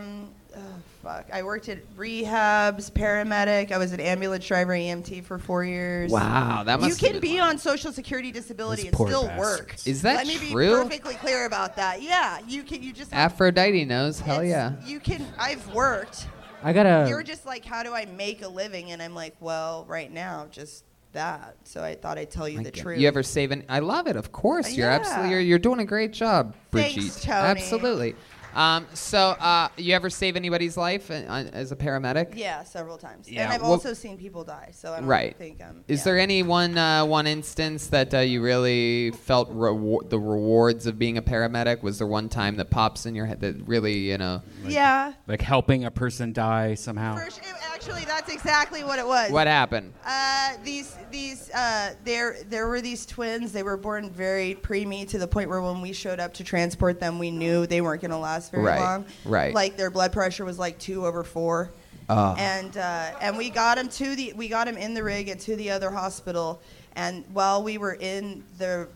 Speaker 18: Um. Oh fuck. I worked at rehabs, paramedic. I was an ambulance driver, EMT for four years.
Speaker 3: Wow, that must
Speaker 18: You
Speaker 3: have
Speaker 18: can
Speaker 3: been
Speaker 18: be on social security disability and
Speaker 3: poor
Speaker 18: still work.
Speaker 3: bastards. Is that
Speaker 18: Let me
Speaker 3: true?
Speaker 18: be perfectly clear about that. Yeah. You can. You just.
Speaker 3: Aphrodite knows. Hell yeah.
Speaker 18: You can. I've worked.
Speaker 3: I gotta-
Speaker 18: You're just like, how do I make a living? And I'm like, well, right now, just that. So I thought I'd tell you the truth.
Speaker 3: You ever save an? I love it. Of course, you're absolutely. You're, you're doing a great job,
Speaker 18: Thanks,
Speaker 3: Brigitte.
Speaker 18: Tony.
Speaker 3: Absolutely. Um, so, uh, you ever save anybody's life uh, uh, as a paramedic?
Speaker 18: Yeah, several times.
Speaker 3: Yeah,
Speaker 18: And I've
Speaker 3: well-
Speaker 18: also seen people die. So I don't
Speaker 3: right.
Speaker 18: think um, I'm.
Speaker 3: Is there any one uh, one instance that uh, you really felt rewar- the rewards of being a paramedic? Was there one time that pops in your head that really you know?
Speaker 18: yeah.
Speaker 2: Like helping a person die somehow.
Speaker 18: For sh- actually, that's exactly what it was.
Speaker 3: What happened?
Speaker 18: Uh, these these uh, there there were these twins. They were born very preemie to the point where when we showed up to transport them, we knew they weren't going to last very
Speaker 3: Right,
Speaker 18: long.
Speaker 3: right.
Speaker 18: Like their blood pressure was like two over four.
Speaker 3: Ah.
Speaker 18: And uh, and we got them to the we got them in the rig and to the other hospital. And while we were in the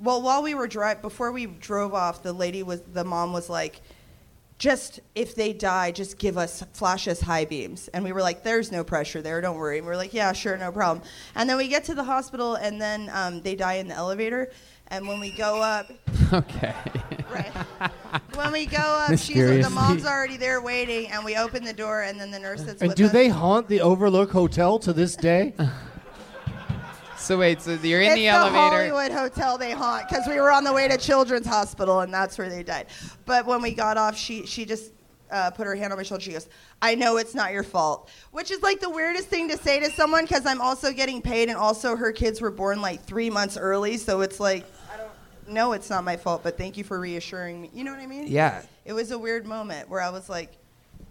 Speaker 18: well, while we were drive before we drove off, the lady was the mom was like, just if they die, just give us flash us high beams. And we were like, there's no pressure there, don't worry. And we were like, yeah, sure, no problem. And then we get to the hospital, and then um, they die in the elevator. And when we go up,
Speaker 3: Okay.
Speaker 18: when we go up, she's the
Speaker 11: Mysteriously.
Speaker 18: mom's already there waiting, and we open the door, and then the nurse that's
Speaker 11: and
Speaker 18: with
Speaker 11: do
Speaker 18: us.
Speaker 11: they haunt the Overlook Hotel to this day?
Speaker 3: So wait, so you're in
Speaker 18: it's
Speaker 3: the,
Speaker 18: the
Speaker 3: elevator.
Speaker 18: Hollywood hotel they haunt because we were on the way to Children's Hospital and that's where they died. But when we got off, she she just uh, put her hand on my shoulder. She goes, "I know it's not your fault," which is like the weirdest thing to say to someone because I'm also getting paid and also her kids were born like three months early, so it's like I don't know it's not my fault, but thank you for reassuring me. You know what I mean?
Speaker 3: Yeah.
Speaker 18: It was a weird moment where I was like,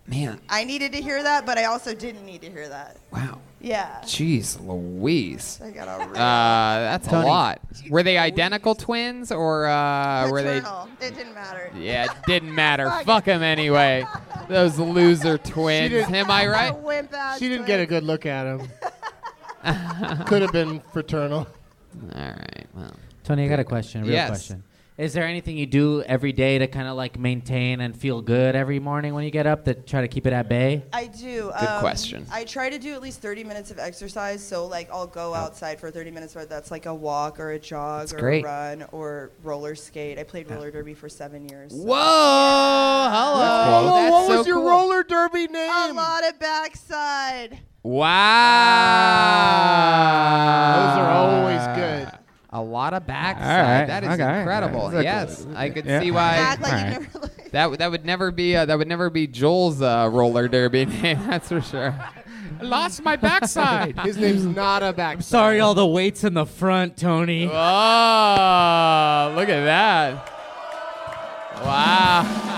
Speaker 3: Man,
Speaker 18: I needed to hear that, but I also didn't need to hear that.
Speaker 3: Wow.
Speaker 18: Yeah.
Speaker 3: Jeez, Louise.
Speaker 18: I got
Speaker 3: uh,
Speaker 18: all red.
Speaker 3: that's
Speaker 18: Tony.
Speaker 3: a lot. Were they identical twins or uh, were they?
Speaker 18: Paternal. It didn't matter.
Speaker 3: Yeah, it didn't matter. Fuck them anyway. Those loser twins.
Speaker 11: didn't-
Speaker 3: Am I right?
Speaker 18: Wimp ass
Speaker 11: she didn't get a good look at him. Could have been fraternal.
Speaker 3: All right. Well.
Speaker 12: Tony, I got a question. A real
Speaker 3: Yes.
Speaker 12: question. Is there anything you do every day to kind of like maintain and feel good every morning when you get up to try to keep it at bay?
Speaker 18: I do. um,
Speaker 12: Good question.
Speaker 18: I try to do at least 30 minutes of exercise. So, like, I'll go outside for 30 minutes, whether that's like a walk or a jog or
Speaker 3: great.
Speaker 18: a run or roller skate. I played roller derby for seven years. so-
Speaker 3: Whoa!
Speaker 11: Oh,
Speaker 3: Hello.
Speaker 18: Whoa,
Speaker 3: That's
Speaker 11: what
Speaker 3: so
Speaker 11: was your
Speaker 3: cool.
Speaker 11: roller derby name?
Speaker 18: A lot of backside.
Speaker 3: Wow.
Speaker 11: Those are always good.
Speaker 3: A lot of backside.
Speaker 2: Ah. All right,
Speaker 3: That is
Speaker 2: okay, all right,
Speaker 3: incredible.
Speaker 2: that's okay.
Speaker 3: Yes, I could
Speaker 2: Yeah.
Speaker 3: see why.
Speaker 2: Act like you All
Speaker 3: that would- that would never be uh, that would never be Joel's uh, roller derby name. That's for sure. Lost my backside.
Speaker 11: His name's not a backside.
Speaker 12: Sorry, all the weights in the front, Tony.
Speaker 3: Oh, look at that. Wow.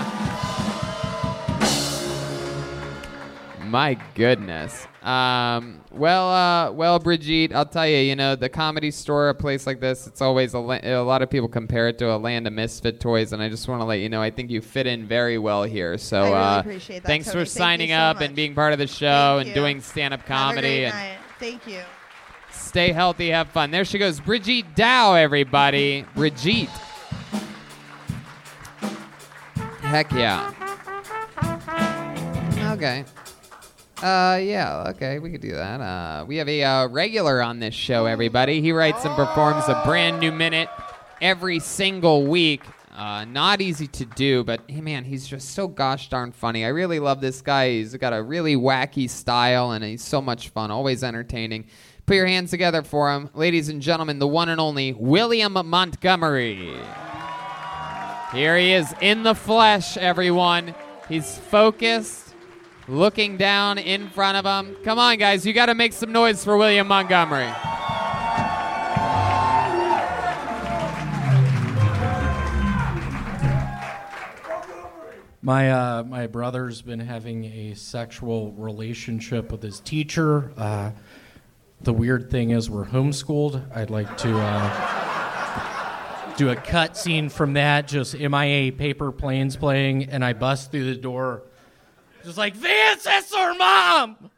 Speaker 3: My goodness. Um, well, uh, well, Brigitte, I'll tell you, you know, the comedy store, a place like this, it's always a, la- a lot of people compare it to a land of misfit toys, and I just want to let you know, I think you fit in very well here.
Speaker 18: I
Speaker 3: So,
Speaker 18: really
Speaker 3: uh,
Speaker 18: appreciate that,
Speaker 3: thanks
Speaker 18: Tony.
Speaker 3: for
Speaker 18: Thank you
Speaker 3: signing
Speaker 18: so
Speaker 3: up
Speaker 18: much.
Speaker 3: and being part of the show and
Speaker 18: you.
Speaker 3: doing stand-up comedy.
Speaker 18: Have a great
Speaker 3: and
Speaker 18: night. Thank you.
Speaker 3: stay healthy, have fun. There she goes, Brigitte Dow, everybody, Brigitte. Heck yeah. Okay. Uh, yeah, okay, we could do that. Uh, we have a uh, regular on this show, everybody. He writes and performs a brand new minute every single week. Uh, not easy to do, but hey, man, he's just so gosh darn funny. I really love this guy. He's got a really wacky style, and he's so much fun, always entertaining. Put your hands together for him, ladies and gentlemen, the one and only William Montgomery. Here he is in the flesh, everyone. He's focused, looking down in front of him. Come on, guys, you got to make some noise for William Montgomery.
Speaker 19: My uh, my brother's been having a sexual relationship with his teacher. Uh, the weird thing is we're homeschooled. I'd like to uh, do a cut scene from that. Just MIA paper planes playing, and I bust through the door. Just like Vance, that's our mom.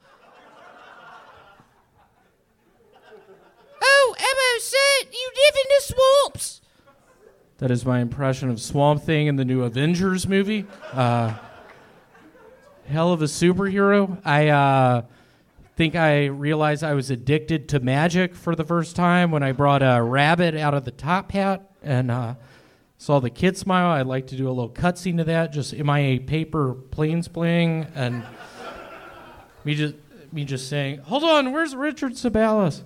Speaker 20: Oh, Emma said you live in the swamps.
Speaker 19: That is my impression of Swamp Thing in the new Avengers movie. Uh, hell of a superhero. I uh, think I realized I was addicted to magic for the first time when I brought a rabbit out of the top hat and uh, saw the kid smile. I'd like to do a little cutscene to that. Just MIA paper planes playing and me just me just saying, "Hold on, where's Richard Sabalas?"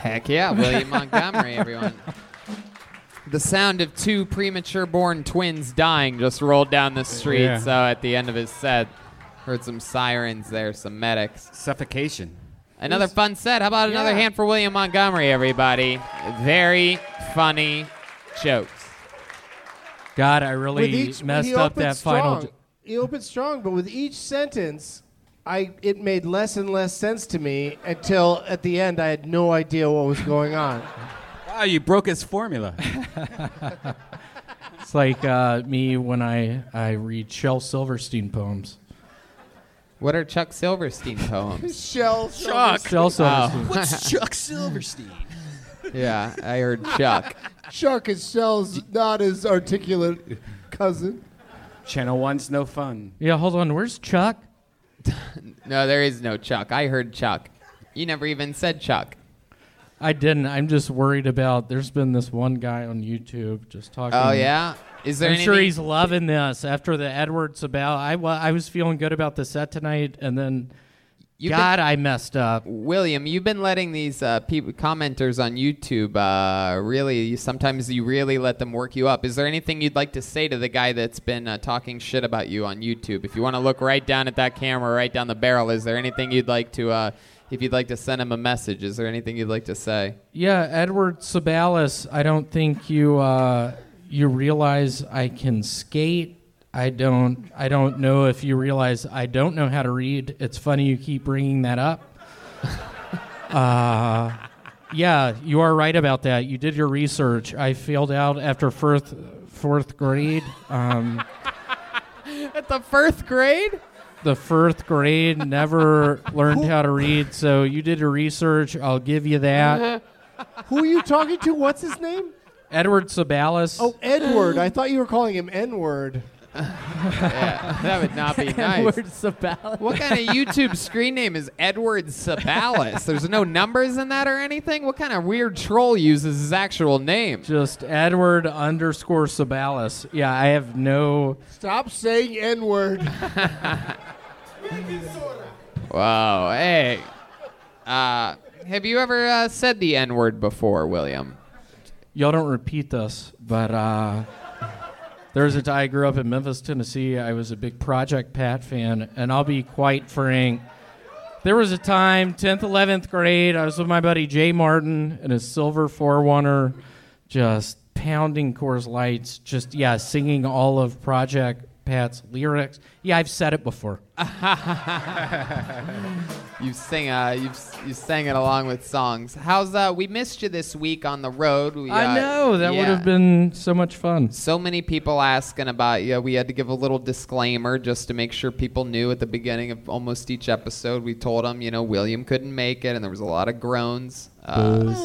Speaker 3: Heck yeah, William Montgomery, everyone. The sound of two premature born twins dying just rolled down the street.
Speaker 2: Yeah.
Speaker 3: So at the end of his set, heard some sirens there, some medics. Suffocation. Another fun set. How about another
Speaker 2: Yeah.
Speaker 3: hand for William Montgomery, everybody? Very funny jokes.
Speaker 19: God, I really
Speaker 11: With each-
Speaker 19: messed
Speaker 11: he
Speaker 19: up
Speaker 11: opened
Speaker 19: that
Speaker 11: strong.
Speaker 19: final. j-
Speaker 11: He opened strong, but with each sentence, I it made less and less sense to me until at the end I had no idea what was going on.
Speaker 2: Wow, you broke his formula.
Speaker 19: It's like uh, me when I, I read Shel Silverstein poems.
Speaker 3: What are Chuck Silverstein poems?
Speaker 11: Shell
Speaker 3: Chuck.
Speaker 19: Shel
Speaker 3: Oh.
Speaker 19: Silverstein.
Speaker 3: What's Chuck
Speaker 11: Silverstein?
Speaker 3: yeah, I heard Chuck.
Speaker 11: Chuck is Shell's not as articulate cousin.
Speaker 2: Channel One's no fun.
Speaker 19: Yeah, hold on. Where's Chuck?
Speaker 3: No, there is no Chuck. I heard Chuck. You never even said Chuck.
Speaker 19: I didn't. I'm just worried about. There's been this one guy on YouTube just talking.
Speaker 3: Oh, yeah? Is there
Speaker 19: I'm sure
Speaker 3: anything-
Speaker 19: he's loving this after the Edwards about. I wa- I was feeling good about the set tonight, and then God, I messed up.
Speaker 3: William, you've been letting these uh, peop commenters on YouTube uh, really, sometimes you really let them work you up. Is there anything you'd like to say to the guy that's been uh, talking shit about you on YouTube? If you want to look right down at that camera, right down the barrel, is there anything you'd like to, uh, if you'd like to send him a message, is there anything you'd like to say?
Speaker 19: Yeah, Edward Sabalas, I don't think you uh, you realize I can skate. I don't I don't know if you realize I don't know how to read. It's funny you keep bringing that up. uh, yeah, you are right about that. You did your research. I failed out after fourth fourth grade. Um,
Speaker 3: At the first grade?
Speaker 19: the first grade never learned how to read, so you did your research. I'll give you that.
Speaker 11: Who are you talking to? What's his name?
Speaker 19: Edward Sabalas.
Speaker 11: Oh, Edward. I thought you were calling him N word.
Speaker 3: yeah, that would not be nice.
Speaker 19: Edward Sabalas.
Speaker 3: What kind of YouTube screen name is Edward Sabalas? There's no numbers in that or anything? What kind of weird troll uses his actual name?
Speaker 19: Just Edward underscore Sabalas. Yeah, I have no.
Speaker 11: Stop saying N word.
Speaker 3: Wow. Hey. Uh, have you ever uh, said the N word before, William?
Speaker 19: Y'all don't repeat this, but uh, there was a time I grew up in Memphis, Tennessee. I was a big Project Pat fan, and I'll be quite frank. There was a time, 10th, 11th grade, I was with my buddy Jay Martin in a silver 4-1er, just pounding Coors Lights, just, yeah, singing all of Project Pat's lyrics. Yeah, I've said it before.
Speaker 3: you sing, uh, you you sang it along with songs. How's uh? We missed you this week on the road. We, uh,
Speaker 19: I know, that would
Speaker 3: yeah.
Speaker 19: have been so much fun.
Speaker 3: So many people asking about you. We had to give a little disclaimer just to make sure people knew at the beginning of almost each episode. We told them, you know, William couldn't make it, and there was a lot of groans. Uh,
Speaker 19: Booze.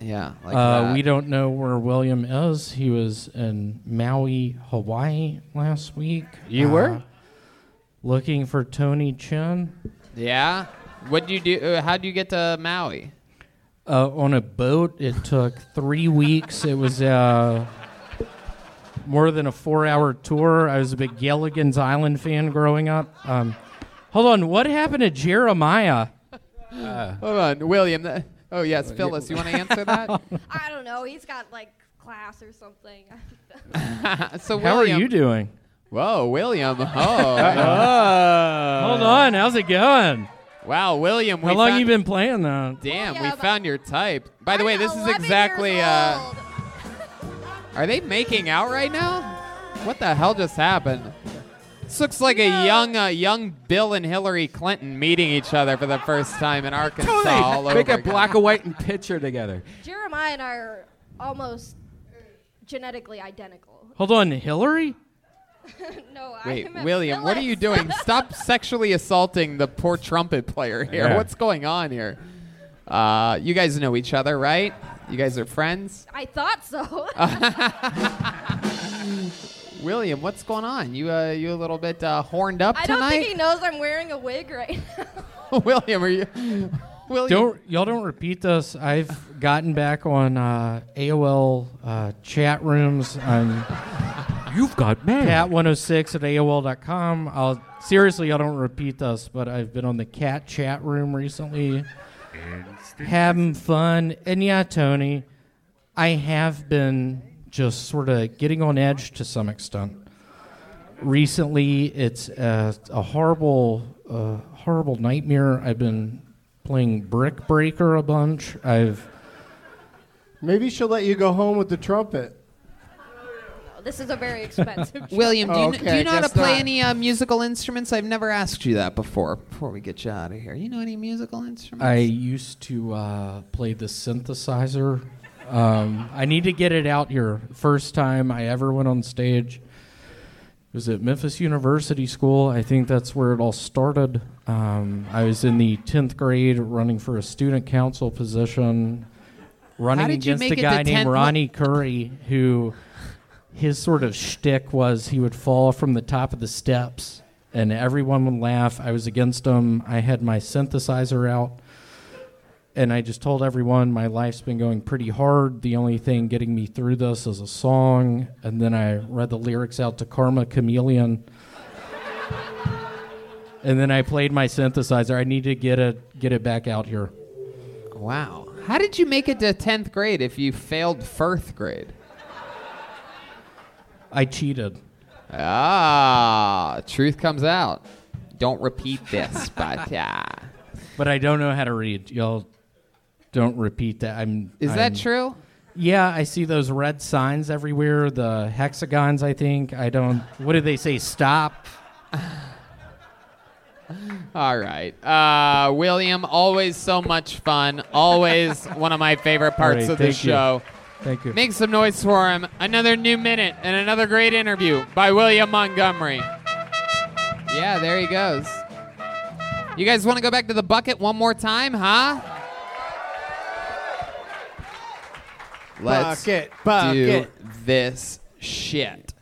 Speaker 3: yeah, like
Speaker 19: uh,
Speaker 3: that.
Speaker 19: we don't know where William is. He was in Maui, Hawaii last week. Uh,
Speaker 3: You were?
Speaker 19: looking for Tony Chin
Speaker 3: Yeah. What do you do? uh, How do you get to Maui?
Speaker 19: uh, on a boat. It took three weeks. It was uh, more than a four-hour tour. I was a big Gilligan's Island fan growing up. Um, hold on, what happened to Jeremiah? Uh.
Speaker 3: Hold on, uh, William. th- oh yes, Phyllis. You want to answer that?
Speaker 6: I don't know. He's got like class or something.
Speaker 3: so
Speaker 19: How are
Speaker 3: William-
Speaker 19: you doing?
Speaker 3: Whoa, William. Oh.
Speaker 19: Hold on, how's it going?
Speaker 3: Wow, William.
Speaker 19: How
Speaker 3: we
Speaker 19: long
Speaker 3: found-
Speaker 19: you been playing now?
Speaker 3: Damn,
Speaker 2: Oh,
Speaker 3: we found your type. By the way, this is exactly. uh, are they making out right now? What the hell just happened? This looks like a young, uh, young Bill and Hillary Clinton meeting each other for the first time in Arkansas. all over
Speaker 2: Make a
Speaker 3: again.
Speaker 2: black and white and picture together.
Speaker 6: Jeremiah and I are almost genetically identical.
Speaker 19: Hold on, Hillary?
Speaker 6: no,
Speaker 3: Wait,
Speaker 6: I meant
Speaker 3: William, what are you doing? Stop sexually assaulting the poor trumpet player here.
Speaker 19: Yeah.
Speaker 3: What's going on here? Uh, you guys know each other, right? You guys are friends.
Speaker 6: I thought so.
Speaker 3: William, what's going on? You uh, you a little bit uh, horned up
Speaker 6: I don't
Speaker 3: tonight?
Speaker 6: think he knows I'm wearing a wig right now.
Speaker 3: William, are you? William,
Speaker 19: Don't y'all don't repeat this. I've gotten back on uh, AOL uh, chat rooms. On You've got mail. Cat106 at AOL.com. I'll seriously, y'all don't repeat this, but I've been on the cat chat room recently, having fun. And yeah, Tony, I have been just sort of getting on edge to some extent. Recently, it's uh, a horrible, uh, horrible nightmare. I've been playing Brick Breaker a bunch. I've
Speaker 11: Maybe she'll let you go home with the trumpet.
Speaker 6: this is a very expensive. job.
Speaker 3: William, do you, kn-
Speaker 11: Okay,
Speaker 3: do you know how to
Speaker 11: guess
Speaker 3: play
Speaker 11: not.
Speaker 3: any uh, musical instruments? I've never asked you that before. Before we get you out of here, you know any musical instruments?
Speaker 19: I used to uh, play the synthesizer. Um, I need to get it out here. First time I ever went on stage it was at Memphis University School. I think that's where it all started. Um, I was in the tenth grade, running for a student council position, running
Speaker 3: did you
Speaker 19: against
Speaker 3: make
Speaker 19: a
Speaker 3: it to
Speaker 19: guy named
Speaker 3: 10th?
Speaker 19: Ronnie Curry, who his sort of shtick was he would fall from the top of the steps, and everyone would laugh. I was against him. I had my synthesizer out and I just told everyone my life's been going pretty hard. The only thing getting me through this is a song. And then I read the lyrics out to Karma Chameleon. and then I played my synthesizer. I need to get it get it back out here.
Speaker 3: Wow. How did you make it to tenth grade if you failed first grade?
Speaker 19: I cheated.
Speaker 3: Ah, truth comes out. Don't repeat this, but uh, yeah.
Speaker 19: But I don't know how to read. Y'all don't repeat that. I'm
Speaker 3: Is that
Speaker 19: I'm-
Speaker 3: true?
Speaker 19: Yeah, I see those red signs everywhere, the hexagons I think. I don't what do they say? Stop.
Speaker 3: All right. Uh, William, always so much fun. Always one of my favorite parts
Speaker 19: Alright,
Speaker 3: of the
Speaker 19: thank you.
Speaker 3: show.
Speaker 19: Thank you.
Speaker 3: Make some noise for him. Another new minute and another great interview by William Montgomery. Yeah, there he goes. You guys want to go back to the bucket one more time, huh? Let's
Speaker 11: Bucket, bucket.
Speaker 3: do this shit.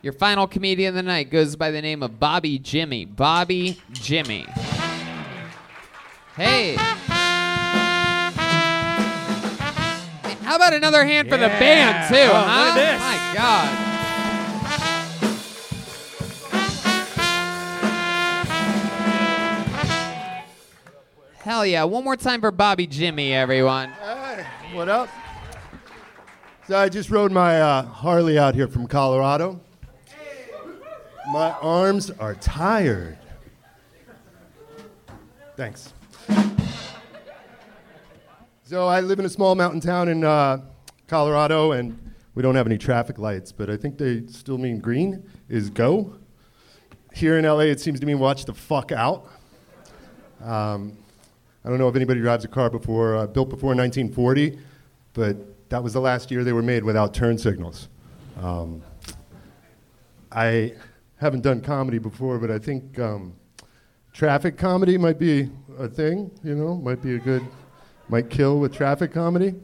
Speaker 3: Your final comedian of the night goes by the name of Bobby Jimmy. Bobby Jimmy. Hey. How about another hand for the
Speaker 19: Yeah.
Speaker 3: band too,
Speaker 19: Oh, look
Speaker 3: huh?
Speaker 19: at this.
Speaker 3: My God. Hell yeah! One more time for Bobby Jimmy, everyone.
Speaker 21: What up? So I just rode my uh, Harley out here from Colorado. My arms are tired. Thanks. So I live in a small mountain town in uh, Colorado, and we don't have any traffic lights, but I think they still mean green is go. Here in LA, it seems to mean watch the fuck out. Um, I don't know if anybody drives a car before uh, built before 1940, but that was the last year they were made without turn signals. Um, I haven't done comedy before, but I think um, traffic comedy might be a thing. You know, might be a good, might kill with traffic comedy.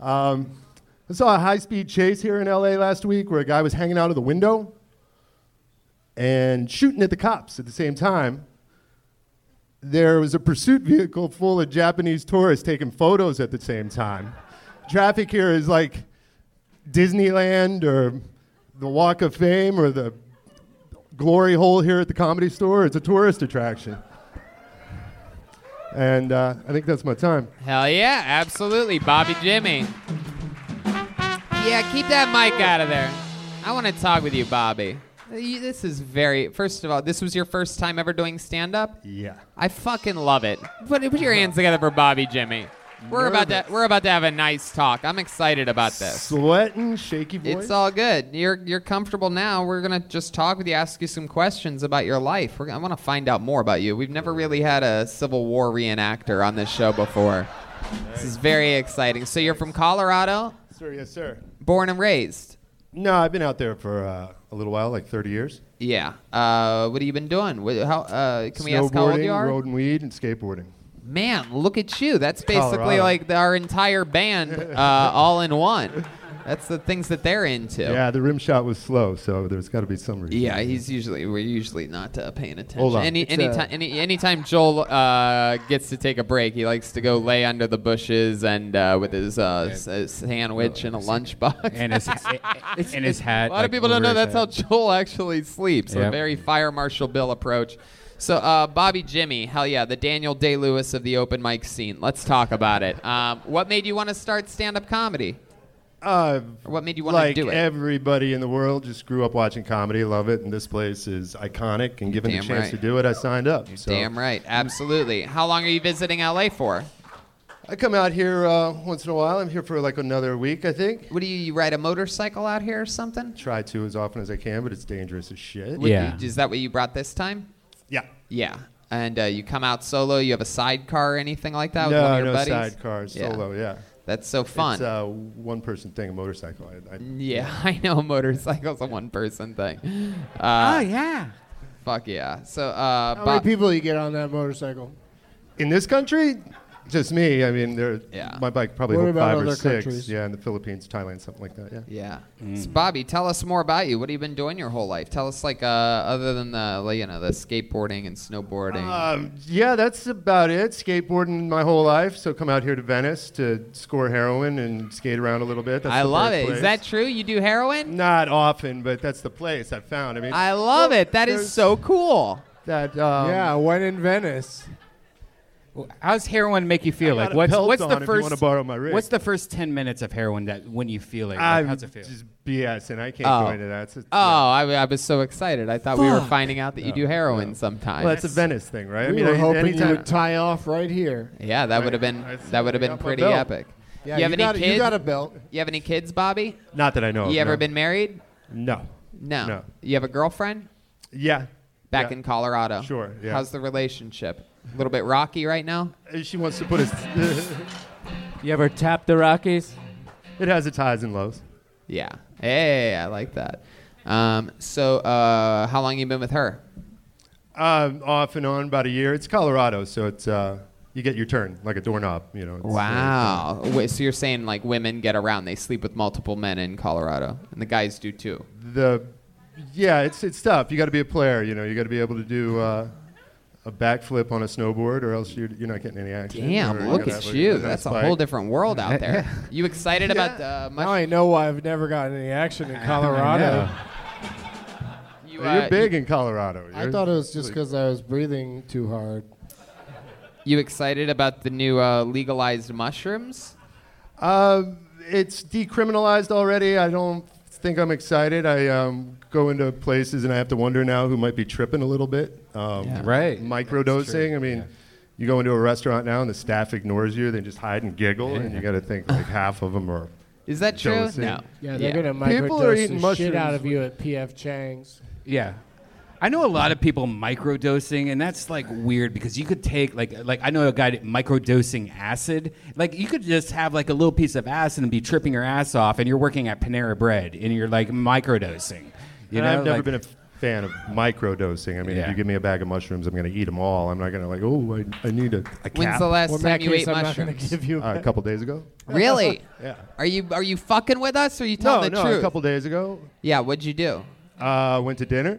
Speaker 21: Um, I saw a high-speed chase here in LA last week where a guy was hanging out of the window and shooting at the cops at the same time. There was a pursuit vehicle full of Japanese tourists taking photos at the same time. Traffic here is like Disneyland or the Walk of Fame or the glory hole here at the comedy store. It's a tourist attraction. And uh, I think that's my time.
Speaker 3: Hell yeah, absolutely, Bobby Jimmy. Yeah, keep that mic out of there. I want to talk with you, Bobby. Uh, you- This is very. First of all, this was your first time ever doing stand-up.
Speaker 21: Yeah.
Speaker 3: I fucking love it. Put, put your hands together for Bobby Jimmy. We're about to we're about to have a nice talk. I'm excited about this.
Speaker 21: Sweating, shaky voice.
Speaker 3: It's all good. You're you're comfortable now. We're gonna just talk with you, ask you some questions about your life. We're, gonna- I want to find out more about you. We've never really had a Civil War reenactor on this show before. This is very exciting. So you're from Colorado,
Speaker 21: Sir, yes, sir.
Speaker 3: born and raised.
Speaker 21: No, I've been out there for uh, a little while, like 30 years.
Speaker 3: Yeah. Uh, what have you been doing? Wh- How uh, can we ask how old
Speaker 21: Snowboarding,
Speaker 3: you are?
Speaker 21: Road and weed and skateboarding.
Speaker 3: Man, look at you. That's basically
Speaker 21: Colorado.
Speaker 3: like the, our entire band uh, all in one. That's the things that they're into.
Speaker 21: Yeah, the rim shot was slow, so there's got to be some reason.
Speaker 3: Yeah, he's usually we're usually not uh, paying attention.
Speaker 21: Hold on.
Speaker 3: Any
Speaker 21: It's
Speaker 3: any
Speaker 21: a-
Speaker 2: uh,
Speaker 3: time any anytime Joel uh, gets to take a break, he likes to go lay under the bushes and uh, with his uh, s- uh, sandwich and a lunchbox
Speaker 2: Oh, and his and his hat.
Speaker 3: A lot
Speaker 2: like,
Speaker 3: of people don't
Speaker 2: over
Speaker 3: know
Speaker 2: his
Speaker 3: that's
Speaker 2: head.
Speaker 3: how Joel actually sleeps. A
Speaker 2: Yep.
Speaker 3: very fire marshal Bill approach. So uh, Bobby Jimmy, hell yeah, the Daniel Day Lewis of the open mic scene. Let's talk about it. Um, what made you want to start stand up comedy?
Speaker 21: Uh,
Speaker 3: what made you want
Speaker 21: Like
Speaker 3: to do it?
Speaker 21: everybody in the world just grew up watching comedy, love it, and this place is iconic. And given the
Speaker 3: damn
Speaker 21: chance
Speaker 3: right.
Speaker 21: to do it, I signed up. so.
Speaker 3: Damn right, absolutely. How long are you visiting LA for?
Speaker 21: I come out here uh, once in a while. I'm here for like another week, I think.
Speaker 3: What do you, you ride a motorcycle out here or something?
Speaker 21: Try to as often as I can, but it's dangerous as shit.
Speaker 3: Would you- is that what you brought this time?
Speaker 21: Yeah.
Speaker 3: Yeah. And uh, you come out solo. You have a sidecar or anything like that with
Speaker 21: No,
Speaker 3: one of your
Speaker 21: no
Speaker 3: buddies?
Speaker 21: sidecars, solo, yeah.
Speaker 3: That's so fun.
Speaker 21: It's uh, a one-person thing, a motorcycle. I, I,
Speaker 3: yeah, I know. Motorcycle's a one-person thing. Uh,
Speaker 11: Oh, yeah.
Speaker 3: Fuck yeah. So, uh,
Speaker 11: How
Speaker 3: Bob-
Speaker 11: many people you get on that motorcycle?
Speaker 21: In this country, just me. I mean, there. My bike probably
Speaker 11: What
Speaker 21: hold
Speaker 11: about
Speaker 21: five or
Speaker 11: other
Speaker 21: six.
Speaker 11: countries?
Speaker 21: Yeah, in the Philippines, Thailand, something like that. Yeah. Mm.
Speaker 3: Yeah. So Bobby, tell us more about you. What have you been doing your whole life? Tell us, like, uh, other than the, like, you know, the skateboarding and snowboarding.
Speaker 21: Um, yeah, that's about it. Skateboarding my whole life. So come out here to Venice to score heroin and skate around a little bit. That's
Speaker 3: I
Speaker 21: the
Speaker 3: love it.
Speaker 21: birthplace.
Speaker 3: Is that true? You do heroin?
Speaker 21: Not often, but that's the place I found. I mean,
Speaker 3: I love it. That is so cool.
Speaker 21: That um,
Speaker 11: yeah, one in Venice.
Speaker 2: How's heroin make you feel?
Speaker 21: I
Speaker 2: Like
Speaker 21: got a
Speaker 2: what's
Speaker 21: pelt
Speaker 2: what's
Speaker 21: on
Speaker 2: the
Speaker 21: if you
Speaker 2: first?
Speaker 21: wanna borrow my rig.
Speaker 2: What's the first ten minutes of heroin that when you feel it? Like,
Speaker 21: I'm
Speaker 2: how's it feel?
Speaker 21: just BS, and I can't
Speaker 3: Oh.
Speaker 21: go into that. It's a-
Speaker 3: Oh, I, I was so excited. I thought we were
Speaker 21: Fuck.
Speaker 3: finding out that you
Speaker 21: No,
Speaker 3: do heroin sometimes.
Speaker 21: well, that's a Venice thing, right? I
Speaker 11: we
Speaker 21: mean,
Speaker 11: were
Speaker 21: I-
Speaker 11: hoping
Speaker 21: anytime-
Speaker 11: you would tie off right here.
Speaker 3: Yeah, that would have been that would have been
Speaker 11: got my
Speaker 3: pretty
Speaker 11: belt.
Speaker 3: epic.
Speaker 11: Yeah,
Speaker 3: you have
Speaker 11: you
Speaker 3: any
Speaker 11: got a- you
Speaker 3: kids?
Speaker 11: got a belt.
Speaker 3: You have any kids, Bobby?
Speaker 21: Not that I know. of,
Speaker 3: you ever
Speaker 21: no.
Speaker 3: been married?
Speaker 21: No.
Speaker 3: No.
Speaker 21: No.
Speaker 3: You have a girlfriend?
Speaker 21: Yeah.
Speaker 3: Back
Speaker 21: Yeah.
Speaker 3: in Colorado.
Speaker 21: Sure, yeah. Uh,
Speaker 3: How's the relationship? A little bit rocky right now.
Speaker 21: She wants to put us.
Speaker 3: you ever tap the Rockies?
Speaker 21: It has its highs and lows.
Speaker 3: Yeah. Hey, I like that. Um, so, uh, how long you been with her?
Speaker 21: Um, off and on, about a year. It's Colorado, so it's uh, you get your turn like a doorknob. You know. It's, uh,
Speaker 3: Wow. Wait, so you're saying like women get around? They sleep with multiple men in Colorado, and the guys do too.
Speaker 21: the yeah, it's it's tough. You got to be a player. You know, you got to be able to do uh, a backflip on a snowboard, or else you're you're not getting any action. or
Speaker 3: Damn,
Speaker 21: you
Speaker 3: look
Speaker 21: gotta
Speaker 3: at
Speaker 21: have
Speaker 3: you.
Speaker 21: nice
Speaker 3: That's a
Speaker 21: bike.
Speaker 3: whole different world out there. You excited about the
Speaker 11: Now I know why I've never gotten any action in Colorado.
Speaker 3: You,
Speaker 21: Well, you're
Speaker 3: uh,
Speaker 21: big in Colorado.
Speaker 11: I
Speaker 21: You're-
Speaker 11: thought it was just because I was breathing too hard.
Speaker 3: You excited about the new uh, legalized mushrooms?
Speaker 21: Um, it's decriminalized already. I don't think I'm excited. I um, go into places and I have to wonder now who might be tripping a little bit. Um,
Speaker 2: Yeah. Right.
Speaker 21: Microdosing. I mean, You go into a restaurant now and the staff ignores you, they just hide and giggle, and you got to think like half of them are.
Speaker 3: Is that true?
Speaker 21: jealousy.
Speaker 3: No.
Speaker 11: Yeah, they're
Speaker 3: Yeah.
Speaker 11: gonna
Speaker 21: People are
Speaker 11: microdose the
Speaker 21: eating
Speaker 11: shit
Speaker 21: mushrooms
Speaker 11: out of you at PF Chang's.
Speaker 2: Yeah. I know a lot of people microdosing, and that's like weird because you could take like like I know a guy that microdosing acid. Like you could just have like a little piece of acid and be tripping your ass off, and you're working at Panera Bread, and you're like microdosing. You
Speaker 21: and
Speaker 2: know,
Speaker 21: I've never
Speaker 2: like-
Speaker 21: been a f- fan of microdosing. I mean, if
Speaker 2: Yeah.
Speaker 21: you give me a bag of mushrooms, I'm going to eat them all. I'm not going to like, oh, I, I need a, a cap.
Speaker 3: When's the last
Speaker 21: Well, in
Speaker 3: time
Speaker 21: that
Speaker 3: you
Speaker 21: case,
Speaker 3: ate
Speaker 21: I'm not gonna
Speaker 3: mushrooms?
Speaker 21: give you Uh, a couple days ago.
Speaker 3: Really?
Speaker 21: Yeah.
Speaker 3: Are you are you fucking with us? Or are you
Speaker 21: No,
Speaker 3: telling the
Speaker 21: no,
Speaker 3: truth?
Speaker 21: a couple days ago.
Speaker 3: Yeah, what'd you do?
Speaker 21: Uh, went to dinner.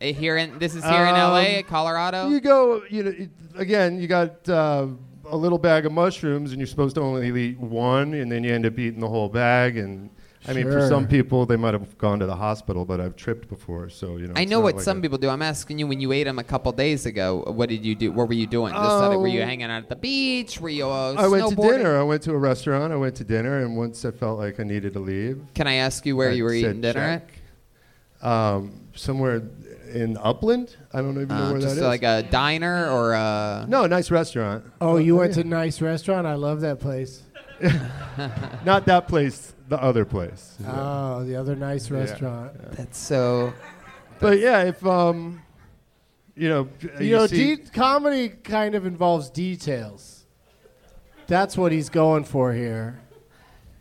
Speaker 3: Eh, Here in this is here in
Speaker 21: Um,
Speaker 3: L.A. at Colorado.
Speaker 21: You go, you know, it- again, you got uh, a little bag of mushrooms, and you're supposed to only eat one, and then you end up eating the whole bag. And I mean, for
Speaker 3: Sure.
Speaker 21: some people, they might have gone to the hospital, but I've tripped before, so you know.
Speaker 3: I
Speaker 21: it's
Speaker 3: know
Speaker 21: not
Speaker 3: what
Speaker 21: like
Speaker 3: some
Speaker 21: a-
Speaker 3: people do. I'm asking you when you ate them a couple days ago. What did you do? What were you doing? This Saturday? were you
Speaker 21: Oh.
Speaker 3: hanging out at the beach? Were you uh,
Speaker 21: I went to
Speaker 3: snowboarding?
Speaker 21: dinner. I went to a restaurant. I went to dinner, and once I felt like I needed to leave.
Speaker 3: Can I ask you where
Speaker 21: I
Speaker 3: you were
Speaker 21: said
Speaker 3: eating dinner at?
Speaker 21: check. Um, somewhere in Upland. I don't even know
Speaker 3: Uh,
Speaker 21: where that
Speaker 3: just
Speaker 21: is.
Speaker 3: like a diner or a
Speaker 21: no, nice restaurant.
Speaker 11: Oh, you went to nice restaurant. I love that place.
Speaker 21: Not that place. The other place.
Speaker 11: Oh, the other nice
Speaker 21: Yeah.
Speaker 11: restaurant.
Speaker 3: That's so.
Speaker 21: But yeah, if um, Uh, you know,
Speaker 11: You know,
Speaker 21: see-
Speaker 11: de- comedy kind of involves details. That's what he's going for here.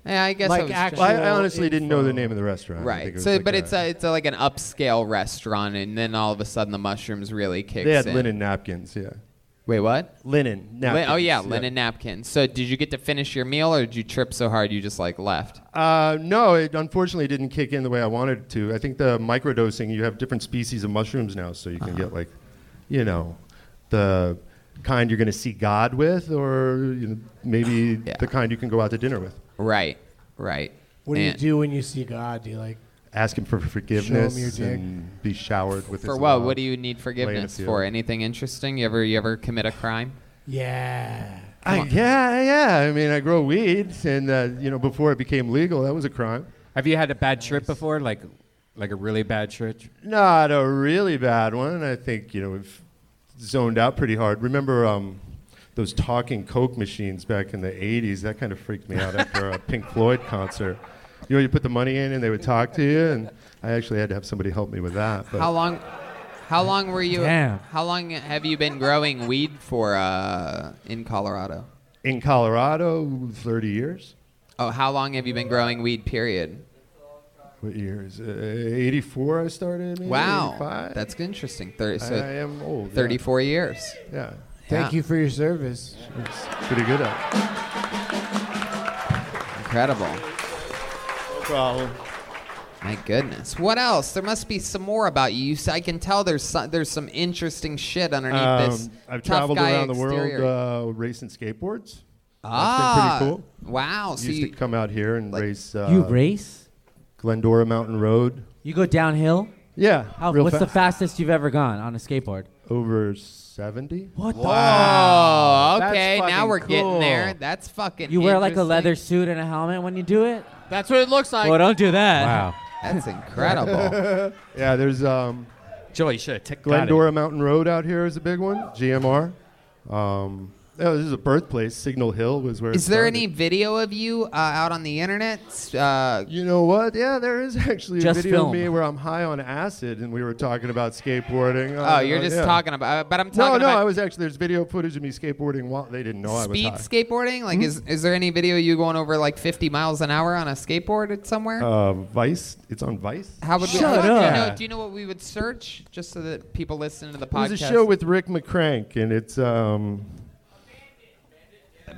Speaker 3: Yeah, I guess I
Speaker 11: like
Speaker 3: was
Speaker 11: actual.
Speaker 21: I, I honestly didn't know the name of the restaurant. I think
Speaker 3: Right.
Speaker 21: it was
Speaker 3: So,
Speaker 21: like
Speaker 3: but
Speaker 21: a-
Speaker 3: it's a, it's a, like an upscale restaurant, and then all of a sudden the mushrooms really kicks
Speaker 21: they had
Speaker 3: in.
Speaker 21: linen napkins. Yeah.
Speaker 3: Wait, what?
Speaker 21: Linen
Speaker 3: Lin-
Speaker 21: napkins.
Speaker 3: oh yeah, linen napkins. So did you get to finish your meal, or did you trip so hard you just like left?
Speaker 21: Uh, no, it unfortunately didn't kick in the way I wanted it to. I think the microdosing, you have different species of mushrooms now, so you can
Speaker 3: Uh-huh.
Speaker 21: get like, you know, the kind you're going to see God with, or you know, maybe the kind you can go out to dinner with.
Speaker 3: Right, right.
Speaker 11: What do you do when you see God? Do you like?
Speaker 21: Ask him for forgiveness
Speaker 11: your dick.
Speaker 21: and be showered with
Speaker 3: For
Speaker 21: his
Speaker 3: what?
Speaker 21: love.
Speaker 3: What do you need
Speaker 21: Lay in a
Speaker 3: forgiveness
Speaker 21: field.
Speaker 3: for? Anything interesting? You ever you ever commit a crime?
Speaker 11: Yeah.
Speaker 21: I, yeah, yeah. I mean, I grow weed, and uh, you know, before it became legal, that was a crime.
Speaker 2: Have you had a bad trip before? Like, like a really bad trip?
Speaker 21: Not a really bad one. I think you know we've zoned out pretty hard. Remember um, those talking Coke machines back in the '80s? That kind of freaked me out after a Pink Floyd concert. You know, you put the money in and they would talk to you, and I actually had to have somebody help me with that. But
Speaker 3: How long? How long were you?
Speaker 21: Damn.
Speaker 3: How long have you been growing weed for uh, in Colorado?
Speaker 21: in Colorado, 30 years.
Speaker 3: Oh, how long have you been growing weed? Period.
Speaker 21: What year is it? Uh, 84 I started. Maybe,
Speaker 3: Wow,
Speaker 21: 85?
Speaker 3: that's interesting. Thir- so
Speaker 21: I am old, yeah.
Speaker 3: Thirty-four years.
Speaker 21: Yeah.
Speaker 11: Thank
Speaker 3: Yeah.
Speaker 11: you for your service.
Speaker 21: Pretty good uh, at. it.
Speaker 3: Incredible. No
Speaker 21: problem.
Speaker 3: My goodness. What else? There must be some more about you. you s- I can tell there's some, there's some interesting shit underneath this.
Speaker 21: Um, I've
Speaker 3: tough
Speaker 21: traveled
Speaker 3: guy
Speaker 21: around
Speaker 3: exterior.
Speaker 21: the world uh, racing skateboards.
Speaker 3: Ah,
Speaker 21: That's been pretty cool.
Speaker 3: wow, so
Speaker 21: used
Speaker 3: you-
Speaker 21: to come out here and race. Uh,
Speaker 12: you race?
Speaker 21: Glendora Mountain Road.
Speaker 12: You go downhill?
Speaker 21: Yeah.
Speaker 12: How,
Speaker 21: real
Speaker 12: what's
Speaker 21: fa-
Speaker 12: the fastest you've ever gone on a skateboard?
Speaker 21: Over 70.
Speaker 12: What the?
Speaker 3: Wow. okay, now we're getting there. That's fucking
Speaker 12: You wear like a
Speaker 3: interesting.
Speaker 12: leather suit and a helmet when you do it?
Speaker 3: That's what it looks like.
Speaker 12: well, don't do that.
Speaker 2: Wow.
Speaker 3: That's incredible.
Speaker 21: yeah, there's um,
Speaker 2: Joey should have ticked
Speaker 21: Glendora Mountain Road out here is a big one. GMR. Um, oh, this is a birthplace. Signal Hill was where. it
Speaker 3: Is there
Speaker 21: started.
Speaker 3: any video of you uh, out on the internet? Uh,
Speaker 21: you know what? Yeah, there is actually a video of me where I'm high on acid and we were talking about skateboarding.
Speaker 3: Oh,
Speaker 21: Uh,
Speaker 3: you're just
Speaker 21: yeah.
Speaker 3: talking about. uh, But I'm talking
Speaker 21: No, no,
Speaker 3: about
Speaker 21: I was actually there's video footage of me skateboarding while they didn't know I
Speaker 3: speed
Speaker 21: was high. Hmm?
Speaker 3: skateboarding. Like, is is there any video of you going over like 50 miles an hour on a skateboard at somewhere?
Speaker 21: Uh, Vice, it's on Vice.
Speaker 3: How would we,
Speaker 21: Shut
Speaker 3: do, you know,
Speaker 21: up.
Speaker 3: do you know what we would search just so that people listen to the
Speaker 21: It
Speaker 3: podcast?
Speaker 21: was a show with Rick McCrank, and it's um.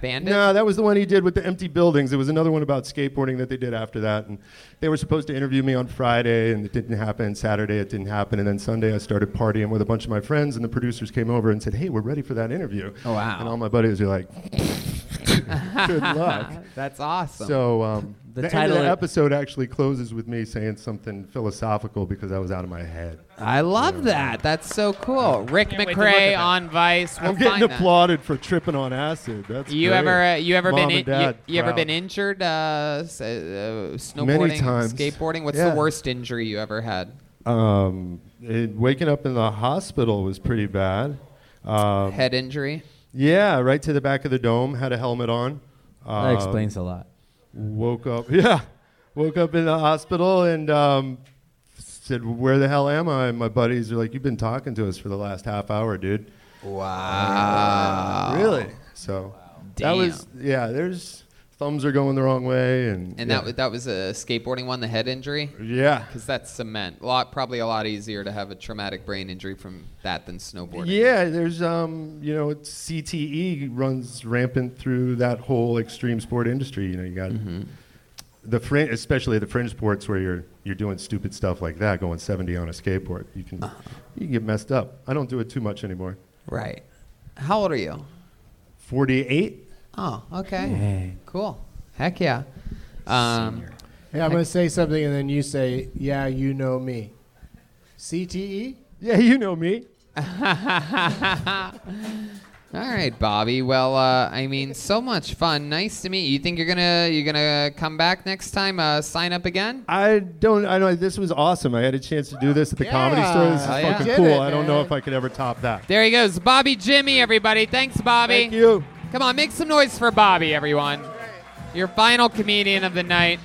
Speaker 3: Bandit.
Speaker 21: No, that was the one he did with the empty buildings. It was another one about skateboarding that they did after that, and they were supposed to interview me on Friday, and it didn't happen. Saturday, it didn't happen, and then Sunday, I started partying with a bunch of my friends, and the producers came over and said, "Hey, we're ready for that interview."
Speaker 3: Oh, wow.
Speaker 21: And all my buddies were like, "Good luck."
Speaker 3: That's awesome.
Speaker 21: So um, the,
Speaker 3: The
Speaker 21: end of
Speaker 3: title-
Speaker 21: the episode actually closes with me saying something philosophical because I was out of my head.
Speaker 3: I love that. That's so cool. Rick
Speaker 21: wait to look at
Speaker 3: McRae
Speaker 21: that.
Speaker 3: on Vice. We'll
Speaker 21: I'm getting
Speaker 3: find that.
Speaker 21: applauded for tripping on acid. That's
Speaker 3: You
Speaker 21: great.
Speaker 3: ever uh, you ever
Speaker 21: Mom
Speaker 3: been
Speaker 21: and
Speaker 3: in,
Speaker 21: Dad
Speaker 3: you, you ever
Speaker 21: proud.
Speaker 3: been injured? Uh, s- uh, snowboarding,
Speaker 21: times.
Speaker 3: skateboarding. What's
Speaker 21: Yeah.
Speaker 3: the worst injury you ever had?
Speaker 21: Um, it, waking up in the hospital was pretty bad. Um,
Speaker 3: Head injury?
Speaker 21: Yeah, right to the back of the dome. Had a helmet on. Um,
Speaker 12: That explains a lot.
Speaker 21: Woke up. Yeah, woke up in the hospital and um, said, "Where the hell am I?" And my buddies are like, "You've been talking to us for the last half hour, dude."
Speaker 3: Wow.
Speaker 21: really? So that was yeah. There's thumbs are going the wrong way and
Speaker 3: And
Speaker 21: yeah.
Speaker 3: that was, that was a skateboarding one, the head injury.
Speaker 21: Yeah.
Speaker 3: because that's cement. A lot, probably a lot easier to have a traumatic brain injury from that than snowboarding.
Speaker 21: Yeah, there's um, you know, it's CTE runs rampant through that whole extreme sport industry. You know, you got
Speaker 3: Mm-hmm.
Speaker 21: the fringe, especially the fringe sports where you're you're doing stupid stuff like that, going 70 on a skateboard. You can
Speaker 3: Uh-huh.
Speaker 21: you can get messed up. I don't do it too much anymore.
Speaker 3: Right. How old are you?
Speaker 21: 48.
Speaker 3: Oh, okay.
Speaker 21: Hey.
Speaker 3: Cool. Heck yeah. Um,
Speaker 11: Hey, I'm going to say something and then you say, yeah, you know me. CTE?
Speaker 21: Yeah, you know me.
Speaker 3: All right, Bobby. Well, uh, I mean, so much fun. Nice to meet you. You think you're gonna you're gonna come back next time? Uh, sign up again?
Speaker 21: I don't. I know this was awesome. I had a chance to do this at the comedy store. This is
Speaker 3: Hell yeah.
Speaker 21: fucking
Speaker 3: Did
Speaker 21: cool.
Speaker 3: it,
Speaker 21: I don't know if I could ever top that.
Speaker 3: There he goes, Bobby Jimmy. Everybody, thanks, Bobby. Thank
Speaker 21: you.
Speaker 3: Come on, make some noise for Bobby, everyone. Your final comedian of the night.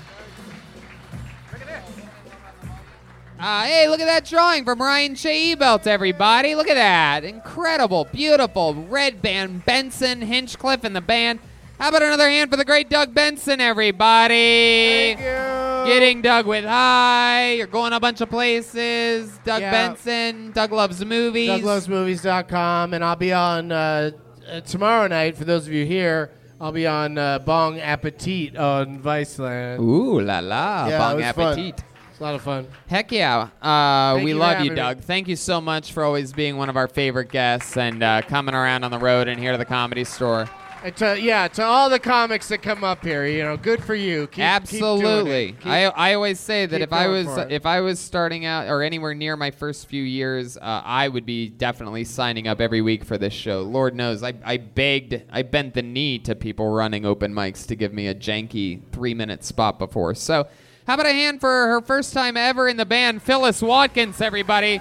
Speaker 3: Uh, hey, look at that drawing from Ryan J. Ebelt, everybody. Look at that. Incredible, beautiful. Red band, Benson, Hinchcliffe, and the band. How about another hand for the great Doug Benson, everybody? Thank you. Getting Doug with high. You're going a bunch of places. Doug
Speaker 11: Yeah.
Speaker 3: Benson, Doug Loves Movies.
Speaker 11: DougLovesMovies.com. And I'll be on uh, uh, tomorrow night, for those of you here, I'll be on uh, Bong Appetit on Viceland.
Speaker 3: Ooh la la,
Speaker 11: Yeah,
Speaker 3: bon
Speaker 11: it was fun.
Speaker 3: appetit.
Speaker 11: It's a lot of fun.
Speaker 3: Heck yeah. Uh,
Speaker 11: Thank
Speaker 3: we
Speaker 11: you for
Speaker 3: love you,
Speaker 11: having me.
Speaker 3: Doug. Thank you so much for always being one of our favorite guests and uh, coming around on the road and here to the comedy store.
Speaker 11: And to, yeah, to all the comics that come up here, you know, good for you. Keep,
Speaker 3: Absolutely.
Speaker 11: Keep doing it.
Speaker 3: I, I always say that
Speaker 11: keep
Speaker 3: if I
Speaker 11: going
Speaker 3: was
Speaker 11: for it.
Speaker 3: if I was starting out or anywhere near my first few years, uh, I would be definitely signing up every week for this show. Lord knows, I, I begged, I bent the knee to people running open mics to give me a janky three minute spot before. So, how about a hand for her first time ever in the band, Phyllis Watkins, everybody?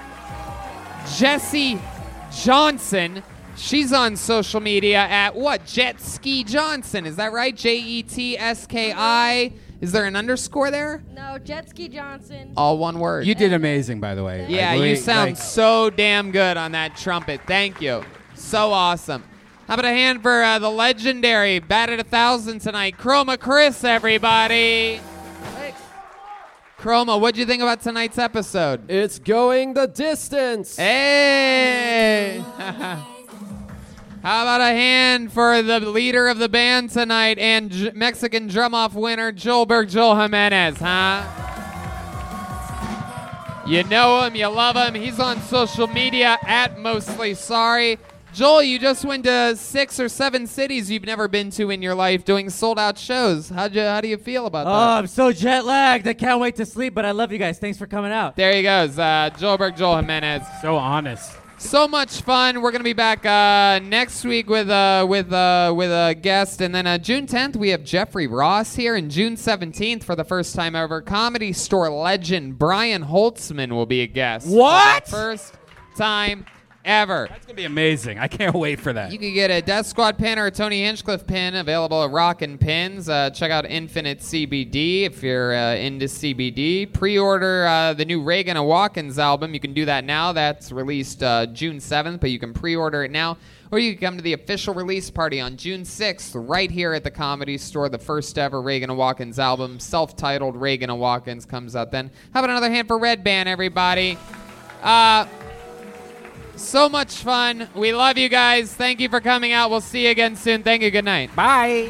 Speaker 3: Jesse Johnson. She's on social media at what? Jet Ski Johnson. Is that right? J E T S K I. Is there an underscore there?
Speaker 6: No, Jetski Johnson.
Speaker 3: All one word.
Speaker 2: You did amazing, by the way.
Speaker 3: Yeah,
Speaker 2: Like,
Speaker 3: you
Speaker 2: we-
Speaker 3: sound
Speaker 2: like,
Speaker 3: so damn good on that trumpet. Thank you. So awesome. How about a hand for uh, the legendary, batted a thousand tonight, Chroma Chris, everybody. Chroma, what'd you think about tonight's episode?
Speaker 1: It's going the distance.
Speaker 3: Hey! How about a hand for the leader of the band tonight and J- Mexican drum off winner, Joelberg Joel Jimenez, huh? You know him, you love him. He's on social media at Mostly Sorry. Joel, you just went to six or seven cities you've never been to in your life doing sold out shows. How'd you, how do you feel about that?
Speaker 12: Oh, I'm so jet lagged. I can't wait to sleep, but I love you guys. Thanks for coming out.
Speaker 3: There he goes, uh, Joelberg Joel Jimenez.
Speaker 2: So honest.
Speaker 3: So much fun. We're gonna be back uh, next week with uh, with uh, with a guest, and then uh, June 10th we have Jeffrey Ross here, and June 17th for the first time ever, Comedy Store legend Brian Holtzman will be a guest. for the
Speaker 2: What?
Speaker 3: first time ever.
Speaker 2: It's gonna be amazing. I can't wait for that.
Speaker 3: You can get a Death Squad pin or a Tony Hinchcliffe pin available at Rockin' Pins. Uh, check out Infinite CBD if you're uh, into CBD. Pre order uh, the new Reagan and Watkins album. You can do that now. That's released uh, June 7th, but you can pre order it now. Or you can come to the official release party on June 6th, right here at the Comedy Store. The first ever Reagan and Watkins album, self titled Reagan and Watkins, comes out then. How about another hand for Red Band, everybody? Uh, so much fun. We love you guys. Thank you for coming out. We'll see you again soon. Thank you. Good night. Bye.